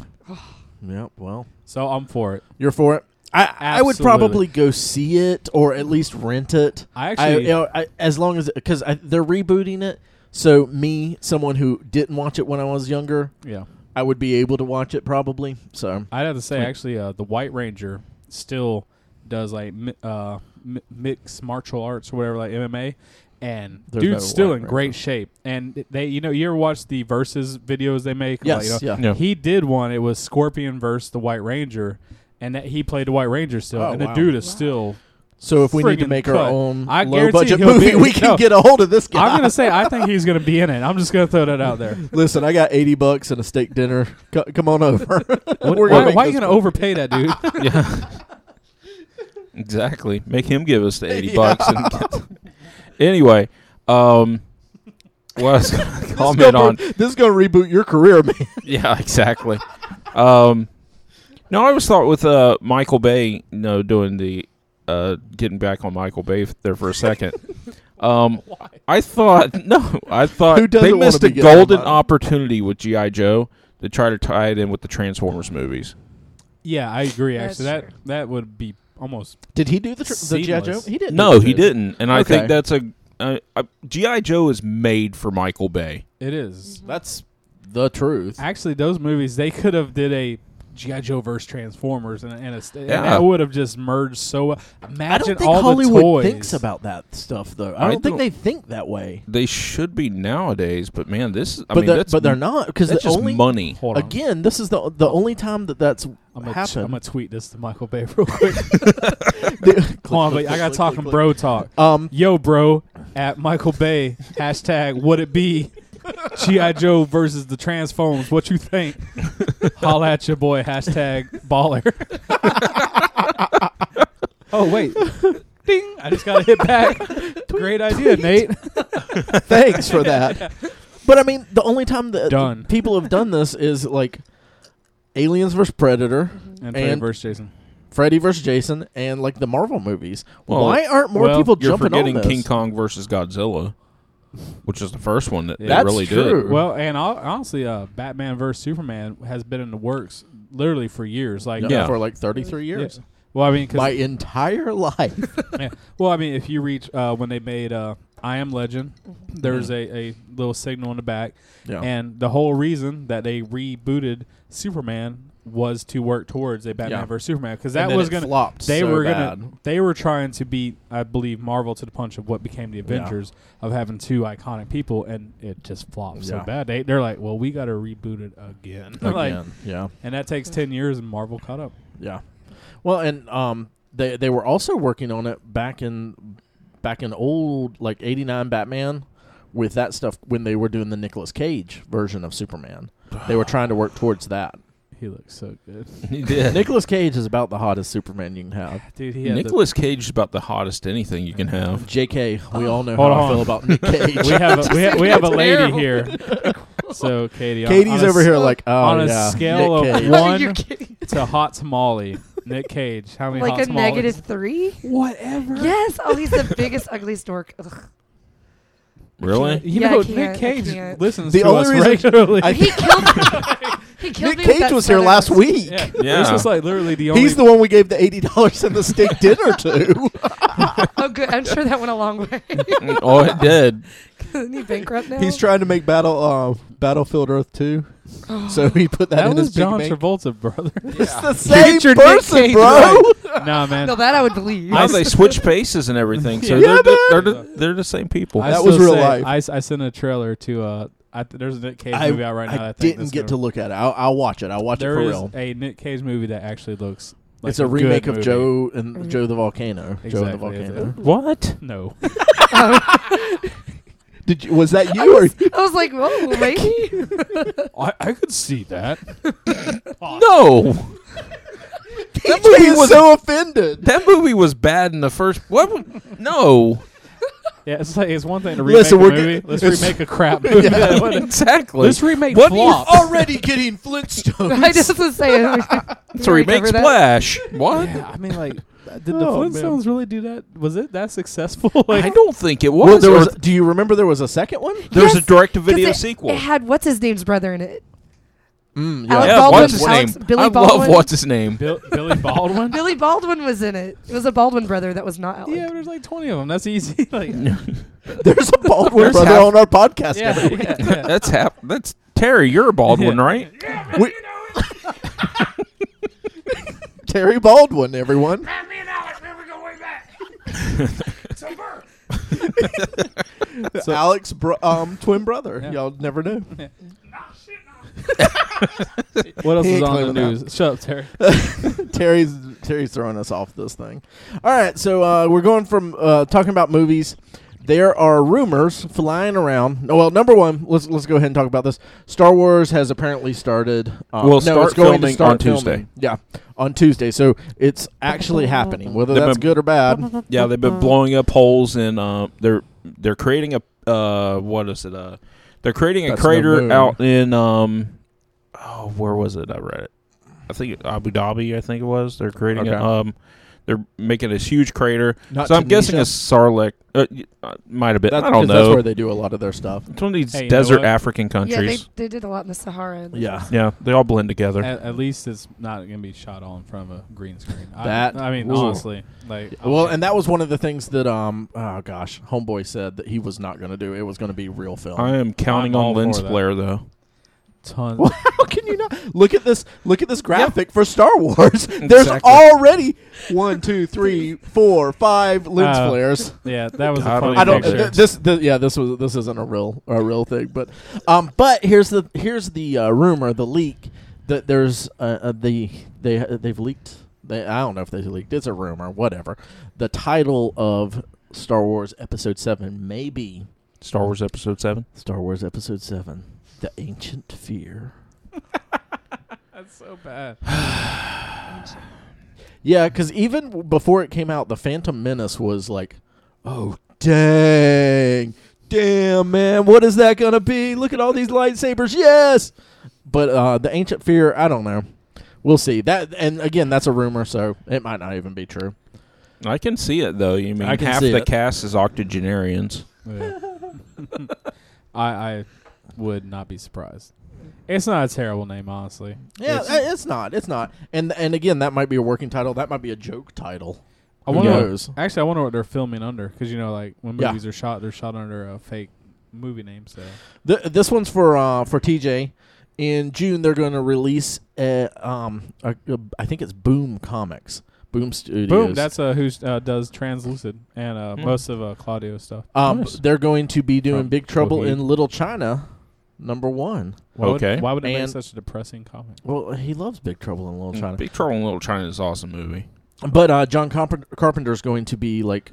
Speaker 2: Yep. Well,
Speaker 1: So I'm for it.
Speaker 2: you're for it. I, I would
Speaker 1: Absolutely.
Speaker 2: probably go see it or at least rent it.
Speaker 1: I
Speaker 2: I, you
Speaker 1: actually,
Speaker 2: know, I, as long as because they're rebooting it, so me, someone who didn't watch it when I was younger,
Speaker 1: yeah,
Speaker 2: I would be able to watch it probably. So
Speaker 1: I'd have to say
Speaker 4: Like-
Speaker 1: actually, uh, the White Ranger still does like mi- uh, mi- mixed martial arts or whatever, like MMA, and
Speaker 2: There's no
Speaker 1: dude's still
Speaker 2: White
Speaker 1: in
Speaker 2: Ranger.
Speaker 1: great shape. And they, you know, you ever watch the versus videos they make? Like,
Speaker 2: yes,
Speaker 1: you know,
Speaker 2: yeah.
Speaker 4: Yeah.
Speaker 1: He did one. It was Scorpion versus the White Ranger, and that he played the White Ranger still,
Speaker 2: Oh,
Speaker 1: and
Speaker 2: wow.
Speaker 1: the dude is still.
Speaker 3: [LAUGHS]
Speaker 2: So if we need to
Speaker 1: Friggin'
Speaker 2: make our
Speaker 1: cut.
Speaker 2: own
Speaker 1: I
Speaker 2: low budget
Speaker 1: guarantee he'll
Speaker 2: movie,
Speaker 1: be-
Speaker 2: [LAUGHS] we can
Speaker 1: no.
Speaker 2: get a hold of this guy.
Speaker 1: I'm gonna say I think he's gonna be in it. I'm just gonna throw that out there.
Speaker 2: [LAUGHS] Listen, I got eighty bucks and a steak dinner. Co- come on over.
Speaker 1: What-
Speaker 2: [LAUGHS] We're
Speaker 1: why
Speaker 2: gonna make
Speaker 1: why are you
Speaker 2: this
Speaker 1: gonna
Speaker 2: movie.
Speaker 1: overpay that
Speaker 2: [LAUGHS]
Speaker 1: dude?
Speaker 4: Yeah. [LAUGHS] exactly. Make him give us the eighty
Speaker 2: [LAUGHS] Yeah.
Speaker 4: bucks. And anyway, um, what I
Speaker 2: [LAUGHS]
Speaker 4: was going to
Speaker 2: This is
Speaker 4: comment
Speaker 2: gonna-
Speaker 4: on?
Speaker 2: This is gonna reboot your career, man.
Speaker 4: [LAUGHS] Yeah, exactly. Um, no, I always thought with uh Michael Bay, you know, doing the uh getting back on Michael Bay f- there for
Speaker 2: [LAUGHS]
Speaker 4: a second. Um, I thought [LAUGHS] no, I thought
Speaker 2: Who doesn't
Speaker 4: they
Speaker 2: wanna
Speaker 4: missed
Speaker 2: be
Speaker 4: a
Speaker 2: getting on
Speaker 4: golden
Speaker 2: Michael?
Speaker 4: opportunity with GI Joe to try to tie it in with the Transformers movies.
Speaker 1: yeah, I agree.
Speaker 3: That's
Speaker 1: Actually, that
Speaker 3: true.
Speaker 1: that would be almost.
Speaker 2: Did he do the, tr- the GI Joe?
Speaker 1: Seamless.
Speaker 2: He didn't.
Speaker 4: No,
Speaker 2: do the
Speaker 4: he
Speaker 2: G.I. Joe.
Speaker 4: didn't, and I
Speaker 2: Okay.
Speaker 4: think that's a uh, uh, GI Joe is made for Michael Bay.
Speaker 1: It is
Speaker 3: Mm-hmm.
Speaker 2: That's the truth.
Speaker 1: actually those movies they could have did a. GI Joe versus Transformers and, and, a, st- and
Speaker 4: Yeah.
Speaker 1: that would have just merged so well. Imagine
Speaker 2: I don't think
Speaker 1: all the
Speaker 2: Hollywood
Speaker 1: toys.
Speaker 2: thinks about that stuff, though. I
Speaker 4: I
Speaker 2: don't think
Speaker 4: don't-
Speaker 2: they think that way.
Speaker 4: They should be nowadays, but man, this is, I
Speaker 2: but
Speaker 4: mean,
Speaker 2: they're,
Speaker 4: that's
Speaker 2: but they're not because
Speaker 4: that's
Speaker 2: the
Speaker 4: just
Speaker 2: only
Speaker 4: money.
Speaker 1: Hold on.
Speaker 2: again. This is the the only time that that's
Speaker 1: I'm gonna, t- I'm
Speaker 2: happened.
Speaker 1: gonna tweet this to Michael Bay real quick.
Speaker 2: The-
Speaker 1: Come on, but I got talking bro talk.
Speaker 2: Um,
Speaker 1: Yo, bro, at Michael Bay, hashtag would it be G.I. Joe versus the Transformers? What you think? Holla at your boy, hashtag
Speaker 2: [LAUGHS]
Speaker 1: baller. oh, wait. Ding. I just got to hit
Speaker 2: [LAUGHS]
Speaker 1: back. Great idea, Nate.
Speaker 2: thanks
Speaker 1: [LAUGHS]
Speaker 2: for that. But I mean, the only time that
Speaker 1: Done.
Speaker 2: people have done this is like Aliens versus Predator,
Speaker 3: Mm-hmm.
Speaker 1: And Freddy
Speaker 2: And-
Speaker 1: versus Jason.
Speaker 2: Freddy versus Jason, and like the Marvel movies.
Speaker 4: Well,
Speaker 2: Why aren't more
Speaker 1: well,
Speaker 2: people
Speaker 4: You're
Speaker 2: jumping on
Speaker 4: forgetting
Speaker 2: this?
Speaker 4: King Kong versus Godzilla, which is the first one that
Speaker 1: That's
Speaker 4: they really
Speaker 2: true.
Speaker 4: did.
Speaker 1: Well, and hon- honestly, uh, Batman versus Superman has been in the works literally for years. Like, uh,
Speaker 2: Yeah,
Speaker 4: Yeah.
Speaker 2: for like thirty three
Speaker 1: yeah.
Speaker 2: years,
Speaker 1: Well, I mean, 'cause-
Speaker 2: my entire life.
Speaker 1: yeah. Well, I mean, if you reach uh, when they made uh, "I Am Legend," there's a, a little signal in the back,
Speaker 2: Mm-hmm. Yeah.
Speaker 1: and the whole reason that they rebooted Superman was to work towards a Batman
Speaker 2: Yeah.
Speaker 1: versus Superman because [LAUGHS]
Speaker 2: And
Speaker 1: that
Speaker 2: then
Speaker 1: was
Speaker 2: it
Speaker 1: gonna
Speaker 2: flopped
Speaker 1: they
Speaker 2: so
Speaker 1: were
Speaker 2: bad.
Speaker 1: gonna they were trying to beat I believe Marvel to the punch of what became the Avengers of having two iconic people, and it just flopped so
Speaker 2: Yeah.
Speaker 1: bad. They they're like, well, we got to reboot it again, [LAUGHS] Like,
Speaker 2: Again, yeah.
Speaker 1: and that takes ten years, and Marvel caught up.
Speaker 2: Yeah. Well, and um, they they were also working on it back in back in old like '89 Batman with that stuff when they were doing the Nicolas Cage version of Superman. They were trying to work towards that.
Speaker 1: [SIGHS] He looks so good,
Speaker 4: He did.
Speaker 2: Nicolas Cage is about the hottest Superman you can have.
Speaker 1: dude. He had the-
Speaker 4: Nicholas Cage is about the hottest anything you can have.
Speaker 2: J.K. We all know
Speaker 1: Hold
Speaker 2: how I
Speaker 1: on.
Speaker 2: feel
Speaker 1: [LAUGHS]
Speaker 2: about Nick Cage.
Speaker 4: [LAUGHS]
Speaker 1: we
Speaker 2: [LAUGHS]
Speaker 1: have a, we, have, we have a lady
Speaker 3: Terrible.
Speaker 1: here. So Katie, on-
Speaker 2: Katie's
Speaker 1: on a
Speaker 2: over
Speaker 1: s-
Speaker 2: here like, oh
Speaker 1: on a
Speaker 2: yeah,
Speaker 1: scale
Speaker 2: Nick
Speaker 1: of
Speaker 3: [LAUGHS]
Speaker 2: Cage.
Speaker 1: one- One-
Speaker 3: You're kidding.
Speaker 1: to hot tamale. Nick Cage, how many hot
Speaker 3: Like a
Speaker 1: tamales?
Speaker 3: negative three?
Speaker 1: Whatever.
Speaker 3: Yes. Oh,
Speaker 2: [LAUGHS]
Speaker 3: he's the biggest, ugliest dork. Ugh.
Speaker 4: [LAUGHS]
Speaker 1: [LAUGHS]
Speaker 4: Really?
Speaker 1: You
Speaker 3: Yeah, I
Speaker 1: know,
Speaker 3: can't,
Speaker 1: Nick
Speaker 3: I
Speaker 1: Cage
Speaker 3: can't.
Speaker 1: listens
Speaker 2: The
Speaker 1: to
Speaker 2: only
Speaker 1: us
Speaker 2: reason-
Speaker 1: regularly.
Speaker 2: I-
Speaker 3: He killed. he
Speaker 2: Nick
Speaker 3: killed me with that
Speaker 2: Cage was here
Speaker 3: southern [LAUGHS]
Speaker 2: last
Speaker 3: accent.
Speaker 2: week.
Speaker 1: [LAUGHS] yeah,
Speaker 4: Yeah.
Speaker 1: This is like literally the only.
Speaker 2: He's the one we gave the eighty dollars and the steak
Speaker 1: [LAUGHS]
Speaker 2: dinner to.
Speaker 3: Oh, good. I'm sure that went a long way. [LAUGHS]
Speaker 4: oh,
Speaker 1: [LAUGHS]
Speaker 4: it did.
Speaker 3: Isn't he bankrupt now?
Speaker 2: He's trying to make Battle uh, Battlefield Earth two,
Speaker 3: [GASPS]
Speaker 2: so he put that,
Speaker 1: that
Speaker 2: in
Speaker 1: was
Speaker 2: his big
Speaker 1: John
Speaker 2: bank.
Speaker 1: Travolta, brother.
Speaker 3: [LAUGHS]
Speaker 2: It's the
Speaker 1: Get your
Speaker 2: same
Speaker 1: Nick
Speaker 2: person,
Speaker 1: Cage
Speaker 2: bro.
Speaker 1: nah, man.
Speaker 3: No, that I would believe.
Speaker 4: Now they switch faces and everything,
Speaker 1: [LAUGHS]
Speaker 4: so
Speaker 2: Yeah,
Speaker 4: they're, the,
Speaker 2: man.
Speaker 4: they're, the, they're the same people.
Speaker 1: I
Speaker 2: That
Speaker 1: still
Speaker 2: was real
Speaker 1: say-
Speaker 2: life.
Speaker 1: I, s- I sent a trailer to. Uh, I th- there's a Nick Cage movie out right now.
Speaker 2: I
Speaker 1: that I think
Speaker 2: didn't
Speaker 1: that's
Speaker 2: get to
Speaker 1: gonna-
Speaker 2: look at it. I'll, I'll watch it. I'll watch it
Speaker 1: There
Speaker 2: for
Speaker 1: is
Speaker 2: real.
Speaker 1: a Nick Cage movie that actually looks. Like
Speaker 2: it's a,
Speaker 1: good
Speaker 2: remake of
Speaker 1: movie.
Speaker 2: Joe and Joe the Volcano. Joe and the
Speaker 1: Exactly, it's a-
Speaker 2: Volcano.
Speaker 4: what?
Speaker 1: [LAUGHS] No.
Speaker 2: Did you,
Speaker 1: [LAUGHS]
Speaker 2: was that you [LAUGHS] or
Speaker 3: I was like, whoa, maybe.
Speaker 1: I, I could see that.
Speaker 4: No.
Speaker 2: that movie was
Speaker 1: [LAUGHS]
Speaker 2: so offended? [LAUGHS]
Speaker 4: That movie was bad in the first. What? w- No.
Speaker 1: Yeah, it's like it's one thing to remake
Speaker 2: Listen,
Speaker 1: a
Speaker 2: we're
Speaker 1: movie.
Speaker 2: get-
Speaker 1: Let's
Speaker 2: it's-
Speaker 1: remake a
Speaker 2: [LAUGHS]
Speaker 1: crap movie.
Speaker 4: [LAUGHS]
Speaker 1: [LAUGHS]
Speaker 4: Yeah,
Speaker 1: What-
Speaker 4: exactly.
Speaker 1: Let's remake
Speaker 4: What do you-
Speaker 1: Flop.
Speaker 2: Already getting Flintstones. [LAUGHS]
Speaker 3: [LAUGHS] I just was saying. [LAUGHS]
Speaker 4: It's a remake
Speaker 3: Remember that?
Speaker 4: [LAUGHS] Splash. What?
Speaker 1: Yeah, I mean, like Did the
Speaker 2: Oh, man.
Speaker 1: Flintstones really do that? Was it that successful? [LAUGHS] like,
Speaker 4: I don't think it was.
Speaker 2: Well, there
Speaker 4: or
Speaker 2: was,
Speaker 4: th-
Speaker 2: do you remember there was a second one?
Speaker 4: there was
Speaker 3: Yes,
Speaker 4: a direct-to-video
Speaker 3: 'Cause it-
Speaker 4: sequel.
Speaker 3: It had what's his name's brother in it.
Speaker 2: Mm,
Speaker 3: Alec
Speaker 4: yeah,
Speaker 3: Baldwin-
Speaker 4: what's his
Speaker 3: Alex-
Speaker 4: name?
Speaker 3: Billy
Speaker 4: I love
Speaker 3: Baldwin?
Speaker 4: what's his name. [LAUGHS]
Speaker 1: Bill, Billy Baldwin.
Speaker 3: Billy Baldwin was in it. It was a Baldwin brother that was not
Speaker 1: [LAUGHS]
Speaker 3: Alec.
Speaker 1: yeah, there's like 20 of them. That's easy. [LAUGHS] like,
Speaker 2: [LAUGHS] There's a Baldwin
Speaker 4: There's
Speaker 2: brother
Speaker 4: half-
Speaker 2: on our podcast.
Speaker 1: yeah,
Speaker 2: [LAUGHS] every week.
Speaker 1: yeah,
Speaker 4: That's hap- That's Terry. You're a Baldwin,
Speaker 1: Yeah.
Speaker 4: right?
Speaker 2: We- Terry Baldwin, everyone. [LAUGHS]
Speaker 1: So-
Speaker 2: Alex, bro- um, twin brother.
Speaker 1: Yeah.
Speaker 2: Y'all never knew. [LAUGHS]
Speaker 1: What else
Speaker 2: He
Speaker 1: is
Speaker 2: ain't
Speaker 1: on the
Speaker 2: claiming
Speaker 1: news? Shut up, Terry.
Speaker 2: Terry's Terry's throwing us off this thing. All right, so uh, we're going from uh, talking about movies. There are rumors flying around. Oh, Well, number one, let's let's go ahead and talk about this. Star Wars has apparently started. Um,
Speaker 4: Will
Speaker 2: no,
Speaker 4: start
Speaker 2: it's going to
Speaker 4: filming
Speaker 2: start
Speaker 4: on
Speaker 2: filming.
Speaker 4: Tuesday.
Speaker 2: Yeah, on Tuesday. So it's actually happening, whether
Speaker 4: They've
Speaker 2: that's
Speaker 4: been-
Speaker 2: good or
Speaker 4: [LAUGHS]
Speaker 2: bad.
Speaker 4: Yeah, they've been blowing up holes and uh, they're they're creating a uh, what is it? Uh, they're creating a
Speaker 2: That's no
Speaker 4: crater
Speaker 2: moon.
Speaker 4: out in um, oh, where was it? I read it. I think it- Abu Dhabi. I think it was. They're creating a,
Speaker 2: Okay.
Speaker 4: um, they're making this huge crater.
Speaker 2: Not
Speaker 4: so I'm
Speaker 2: Tunisia.
Speaker 4: guessing a Sarlacc. Uh, y- uh, might have been.
Speaker 2: That's
Speaker 4: I don't
Speaker 2: 'cause That's
Speaker 4: know.
Speaker 2: where they do a lot of their stuff.
Speaker 4: It's one of these
Speaker 1: Hey, you know
Speaker 4: desert
Speaker 1: what?
Speaker 4: African
Speaker 3: Yeah, they,
Speaker 4: countries.
Speaker 3: they did a lot in the Sahara. and-
Speaker 2: Yeah.
Speaker 4: yeah, they all blend together.
Speaker 1: At, at least it's not going to be shot all in front of a green screen. I,
Speaker 2: That-
Speaker 1: I mean,
Speaker 2: ooh.
Speaker 1: honestly, like,
Speaker 4: Oh,
Speaker 1: oh,
Speaker 2: Well, and that was one of the things that um oh gosh, homeboy said that he was not going to do. It was going to be real film.
Speaker 4: I am counting
Speaker 1: I'm all
Speaker 4: on lens
Speaker 1: for that.
Speaker 4: flare though.
Speaker 1: tons.
Speaker 2: [LAUGHS] Well, how can you not look at this? Look at this graphic for Star Wars. [LAUGHS] There's
Speaker 4: Exactly.
Speaker 2: already one, two, three, four, five lens
Speaker 1: Uh,
Speaker 2: flares.
Speaker 1: Yeah, that was
Speaker 4: I
Speaker 1: a funny
Speaker 4: don't
Speaker 2: I don't.
Speaker 1: picture.
Speaker 2: Th- this, th- yeah, this was this isn't a real a real thing, but um, but here's the here's the uh, rumor, the leak that there's uh, uh, the they they've leaked. They, I don't know if they leaked. It's a rumor, whatever. The title of Star Wars Episode Seven may be
Speaker 4: Star Wars Episode Seven.
Speaker 2: Star Wars Episode Seven: The Ancient Fear.
Speaker 1: That's so bad.
Speaker 2: Yeah, because even w- before it came out, the Phantom Menace was like, oh, dang. Damn, man. What is that going to be? Look at all these lightsabers. Yes. But uh, the Ancient Fear, I don't know. We'll see. That And again, that's a rumor, so it might not even be true.
Speaker 4: I can see it though. You mean
Speaker 2: I can
Speaker 4: half
Speaker 2: see
Speaker 4: the
Speaker 2: it.
Speaker 4: cast is octogenarians?
Speaker 1: Yeah. [LAUGHS] I I would not be surprised. It's not a terrible name, honestly.
Speaker 2: Yeah, uh,
Speaker 1: It's-
Speaker 2: it's, it's not. It's not. And and again, that might be a working title. That might be a joke title.
Speaker 1: I
Speaker 2: Who
Speaker 1: wonder.
Speaker 2: knows?
Speaker 1: Actually, I wonder what they're filming under because you know, like when
Speaker 2: Yeah.
Speaker 1: movies are shot, they're shot under a fake movie name. So
Speaker 2: Th- this one's for uh, for TJ. In June, they're going to release a, um, a, a, I think it's Boom Comics, Boom Studios.
Speaker 1: boom, that's uh, who uh, does Translucid and uh,
Speaker 4: Hmm.
Speaker 1: most of uh, Claudio stuff.
Speaker 2: Um,
Speaker 4: Nice.
Speaker 2: They're going to be doing
Speaker 1: From
Speaker 2: Big Trouble
Speaker 1: Wahid.
Speaker 2: in Little China, number one.
Speaker 1: Why would-
Speaker 4: Okay.
Speaker 1: why would it make
Speaker 2: And-
Speaker 1: such a depressing comment?
Speaker 2: Well, he loves Big Trouble in Little China.
Speaker 4: Mm, Big Trouble in Little China is an awesome movie.
Speaker 2: But uh, John Carp- Carpenter's going to be like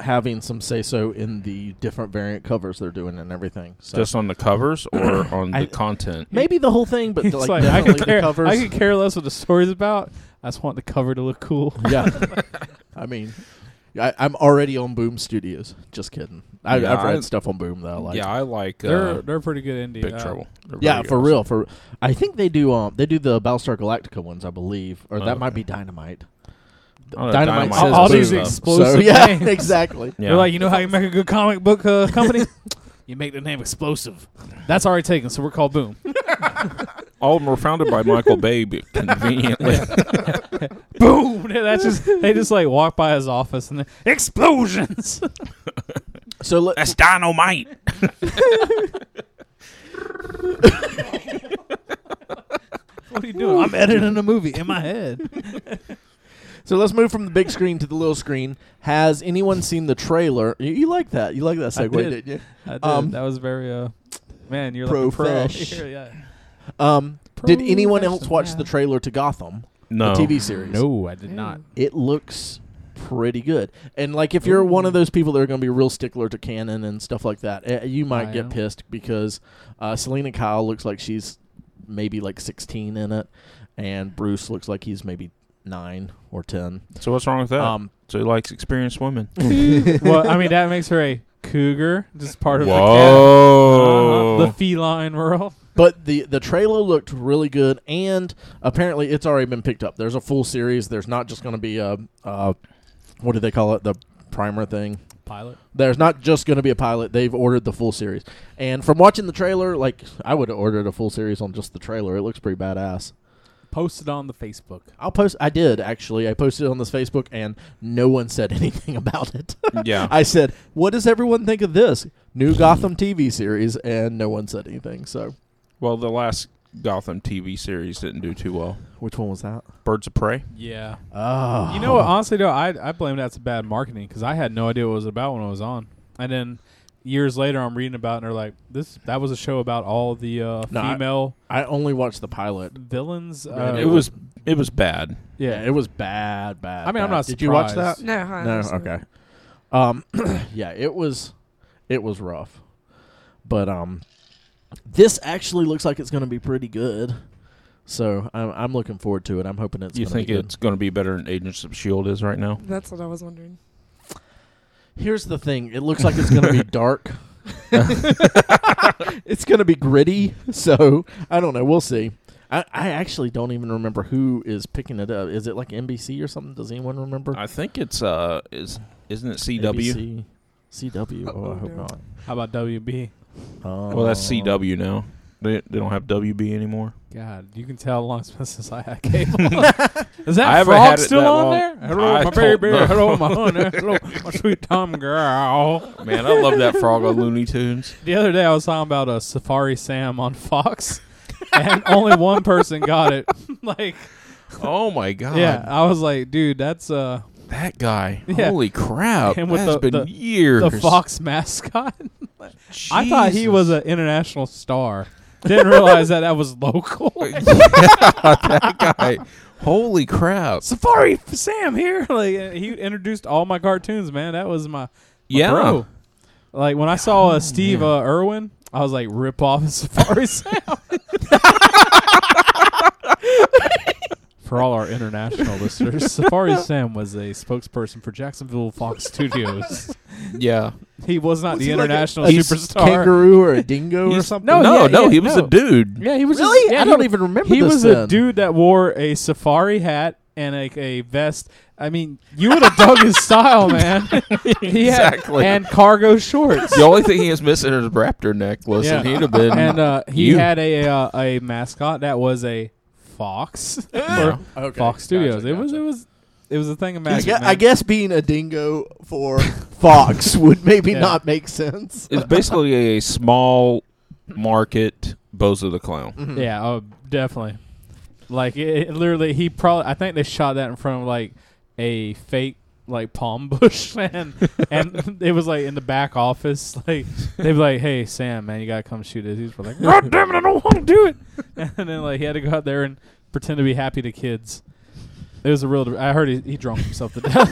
Speaker 2: having some say so in the different variant covers they're doing and everything. So
Speaker 4: Just on the covers or on the
Speaker 2: I-
Speaker 4: content?
Speaker 2: maybe the whole thing, [LAUGHS] but
Speaker 1: It's
Speaker 2: like,
Speaker 1: like, I
Speaker 2: definitely
Speaker 1: could
Speaker 2: the
Speaker 1: care.
Speaker 2: covers.
Speaker 1: I could care less what the story's about. I just want the cover to look
Speaker 2: [LAUGHS]
Speaker 1: cool.
Speaker 4: [LAUGHS]
Speaker 2: yeah, I mean. I, I'm already on Boom Studios. Just kidding. I,
Speaker 4: Yeah,
Speaker 2: I've read
Speaker 4: I-
Speaker 2: stuff on Boom that I like.
Speaker 4: yeah, I like
Speaker 1: They're
Speaker 4: uh,
Speaker 1: they're pretty good indie.
Speaker 4: Big
Speaker 1: uh,
Speaker 4: Trouble. They're
Speaker 2: Yeah,
Speaker 4: very
Speaker 2: for
Speaker 4: good.
Speaker 2: real. For I think they do. Um, they do the Battlestar Galactica ones, I believe, or that
Speaker 4: Oh,
Speaker 2: might
Speaker 4: okay.
Speaker 2: be Dynamite.
Speaker 4: Oh, no,
Speaker 2: Dynamite,
Speaker 4: Dynamite
Speaker 2: says
Speaker 1: all, all these
Speaker 4: boom.
Speaker 1: explosive
Speaker 2: So, yeah,
Speaker 1: names.
Speaker 2: [LAUGHS] exactly.
Speaker 4: Yeah.
Speaker 1: They're like, you know how you make a good comic book uh, company?
Speaker 2: [LAUGHS]
Speaker 1: you make the name explosive. That's already taken, so we're called Boom.
Speaker 4: all of them were founded by Michael Bay, but conveniently.
Speaker 1: [LAUGHS] Boom! [LAUGHS] That's just they just like walk by his office and they, explosions. [LAUGHS]
Speaker 2: So let,
Speaker 4: That's dynamite.
Speaker 1: what are you doing? I'm editing a movie in my head. [LAUGHS]
Speaker 2: so let's move from the big screen to the little screen. Has anyone seen the trailer? You, you like that? You like that
Speaker 1: I
Speaker 2: [LAUGHS] segue,
Speaker 1: did.
Speaker 2: not you?
Speaker 1: I did.
Speaker 2: Um,
Speaker 1: that was very uh, man. [LAUGHS] You're like a pro.
Speaker 2: Profesh.
Speaker 1: Here, yeah.
Speaker 2: Um, did anyone else watch the
Speaker 3: Professional.
Speaker 2: trailer to Gotham,
Speaker 4: No.
Speaker 2: the TV series?
Speaker 1: No, I did
Speaker 3: not.
Speaker 1: not.
Speaker 2: It looks pretty good. And like, if you're one of those people that are going to be real stickler to canon and stuff like that, eh, you might
Speaker 1: I
Speaker 2: get
Speaker 1: am.
Speaker 2: pissed because uh, Selena Kyle looks like she's maybe like 16 in it, and Bruce looks like he's maybe nine or ten.
Speaker 4: So what's wrong with that?
Speaker 2: Um,
Speaker 4: so he likes experienced women.
Speaker 1: [LAUGHS] well, I mean that makes her a cougar, just part of the cat. Uh-huh.
Speaker 4: Whoa.
Speaker 1: the feline world.
Speaker 2: But the the trailer looked really good, and apparently it's already been picked up. There's a full series. There's not just going to be a, uh, what do they call it? The primer thing.
Speaker 1: Pilot.
Speaker 2: There's not just going to be a pilot. They've ordered the full series. And from watching the trailer, like I would have ordered a full series on just the trailer. It looks pretty badass.
Speaker 1: Posted on the Facebook.
Speaker 2: I'll post. I did actually. I posted it on this Facebook, and no one said [LAUGHS] anything about it.
Speaker 4: Yeah.
Speaker 2: I said, "What does everyone think of this new Gotham TV series?" And no one said anything. So,
Speaker 4: well, the last Gotham TV series didn't do too well.
Speaker 2: which one was that?
Speaker 4: Birds of Prey.
Speaker 1: Yeah.
Speaker 2: Oh,
Speaker 1: You know what? Honestly, though, I I blame that to bad marketing because I had no idea what it was about when I was on, and then years later, I'm reading about, it and they're like, "This that was a show about all the uh,
Speaker 2: No, I-
Speaker 1: female
Speaker 2: I only watched the pilot.
Speaker 1: villains."
Speaker 2: Yeah,
Speaker 1: Uh,
Speaker 4: it was it was bad.
Speaker 1: yeah.
Speaker 2: it was bad, bad.
Speaker 1: I mean, I'm
Speaker 2: bad.
Speaker 1: not
Speaker 2: Did you watch that?
Speaker 1: surprised.
Speaker 3: No, huh?
Speaker 2: No.
Speaker 3: That's-
Speaker 2: Okay. Um, [CLEARS THROAT] yeah, it was, it was rough, but um, this actually looks like it's going to be pretty good. So I'm I'm looking forward to it. I'm hoping it's.
Speaker 4: you
Speaker 2: gonna
Speaker 4: think
Speaker 2: be good.
Speaker 4: it's going to be better than Agents of Shield E is right now?
Speaker 3: That's what I was wondering.
Speaker 2: Here's the thing. It looks like it's going to
Speaker 4: [LAUGHS]
Speaker 2: be dark. [LAUGHS] it's going to be gritty. So I don't know. We'll see. I, I actually don't even remember who is picking it up. Is it like NBC or something? Does anyone remember?
Speaker 4: I think it's uh is isn't it CW?
Speaker 2: ABC. CW. Oh, I
Speaker 3: Uh-oh,
Speaker 2: hope
Speaker 3: no.
Speaker 2: not.
Speaker 1: How about WB?
Speaker 4: Well, that's CW now. They they don't have WB anymore.
Speaker 1: God, you can tell how long it's been [LAUGHS] since I had cable. Is that
Speaker 4: I haven't
Speaker 1: frog
Speaker 4: had it
Speaker 1: still
Speaker 4: that
Speaker 1: on
Speaker 4: long.
Speaker 1: there? Hello,
Speaker 4: I
Speaker 1: my baby.
Speaker 4: don't know.
Speaker 1: Hello, my honey.
Speaker 4: [LAUGHS]
Speaker 1: Hello, my sweet Tom girl.
Speaker 4: Man, I love that frog on Looney Tunes. [LAUGHS]
Speaker 1: The other day, I was talking about a Safari Sam on Fox, and only one person got it. [LAUGHS]
Speaker 4: [LAUGHS]
Speaker 1: like,
Speaker 4: Oh my god.
Speaker 1: yeah, I was like, dude, that's uh
Speaker 4: That [LAUGHS] guy.
Speaker 1: Yeah.
Speaker 4: Holy crap.
Speaker 1: And
Speaker 4: And
Speaker 1: with
Speaker 4: has
Speaker 1: the-
Speaker 4: been
Speaker 1: the-
Speaker 4: years.
Speaker 1: the Fox mascot. [LAUGHS] I thought he was
Speaker 4: [LAUGHS]
Speaker 1: an international star. Didn't realize that that was local.
Speaker 4: guy. Holy [LAUGHS] crap.
Speaker 1: Safari Sam here. [LAUGHS] Like uh, he introduced all my cartoons, man. That was my, my
Speaker 4: Yeah.
Speaker 1: bro. Like when I saw uh, Steve uh, Irwin, I was like, rip off of Safari
Speaker 2: [LAUGHS]
Speaker 1: Sam. For all our international listeners, Safari Sam was a spokesperson for Jacksonville Fox Studios.
Speaker 2: [LAUGHS]
Speaker 4: Yeah.
Speaker 1: He was not the
Speaker 2: he like a-
Speaker 1: international
Speaker 2: a
Speaker 1: superstar.
Speaker 2: Kangaroo or a dingo or
Speaker 1: He's-
Speaker 2: something?
Speaker 1: No,
Speaker 4: no,
Speaker 1: yeah,
Speaker 4: no,
Speaker 1: yeah,
Speaker 4: he was
Speaker 1: no.
Speaker 4: a dude.
Speaker 1: Yeah, he was just-
Speaker 2: Really?
Speaker 1: yeah,
Speaker 2: I
Speaker 1: he
Speaker 2: don't
Speaker 1: was-
Speaker 2: even remember
Speaker 1: He
Speaker 2: this
Speaker 1: was a
Speaker 2: then.
Speaker 1: dude that wore a safari hat and a, a vest. I mean, you would have dug his style,
Speaker 2: [LAUGHS]
Speaker 1: man. He had-
Speaker 4: Exactly.
Speaker 1: and cargo shorts.
Speaker 4: The only thing he is missing is a raptor necklace,
Speaker 1: Yeah.
Speaker 4: and he'd have been.
Speaker 1: and uh, he
Speaker 4: You.
Speaker 1: had a uh, a mascot that was a
Speaker 2: [LAUGHS]
Speaker 1: fox.
Speaker 4: Yeah.
Speaker 2: Okay,
Speaker 1: Fox Studios.
Speaker 2: gotcha,
Speaker 1: It was
Speaker 2: gotcha.
Speaker 1: it was it was a thing of
Speaker 2: I,
Speaker 1: magic.
Speaker 2: gue-
Speaker 1: man.
Speaker 2: I guess being a dingo for [LAUGHS] Fox would maybe
Speaker 1: Yeah.
Speaker 2: not make sense.
Speaker 4: it's basically a small market Bozo the Clown.
Speaker 2: Hmm.
Speaker 1: Yeah, oh, definitely. Like it, it literally, he probably. I think they shot that in front of like a fake like palm [LAUGHS] bush, and and [LAUGHS] it was like in the back office. [LAUGHS] Like they were like, "Hey Sam, man, you gotta come shoot this." He's like, "God damn it, I don't want to do it." [LAUGHS] And then like he had to go out there and pretend to be happy to kids. It was a real. I heard he, he drunk himself to death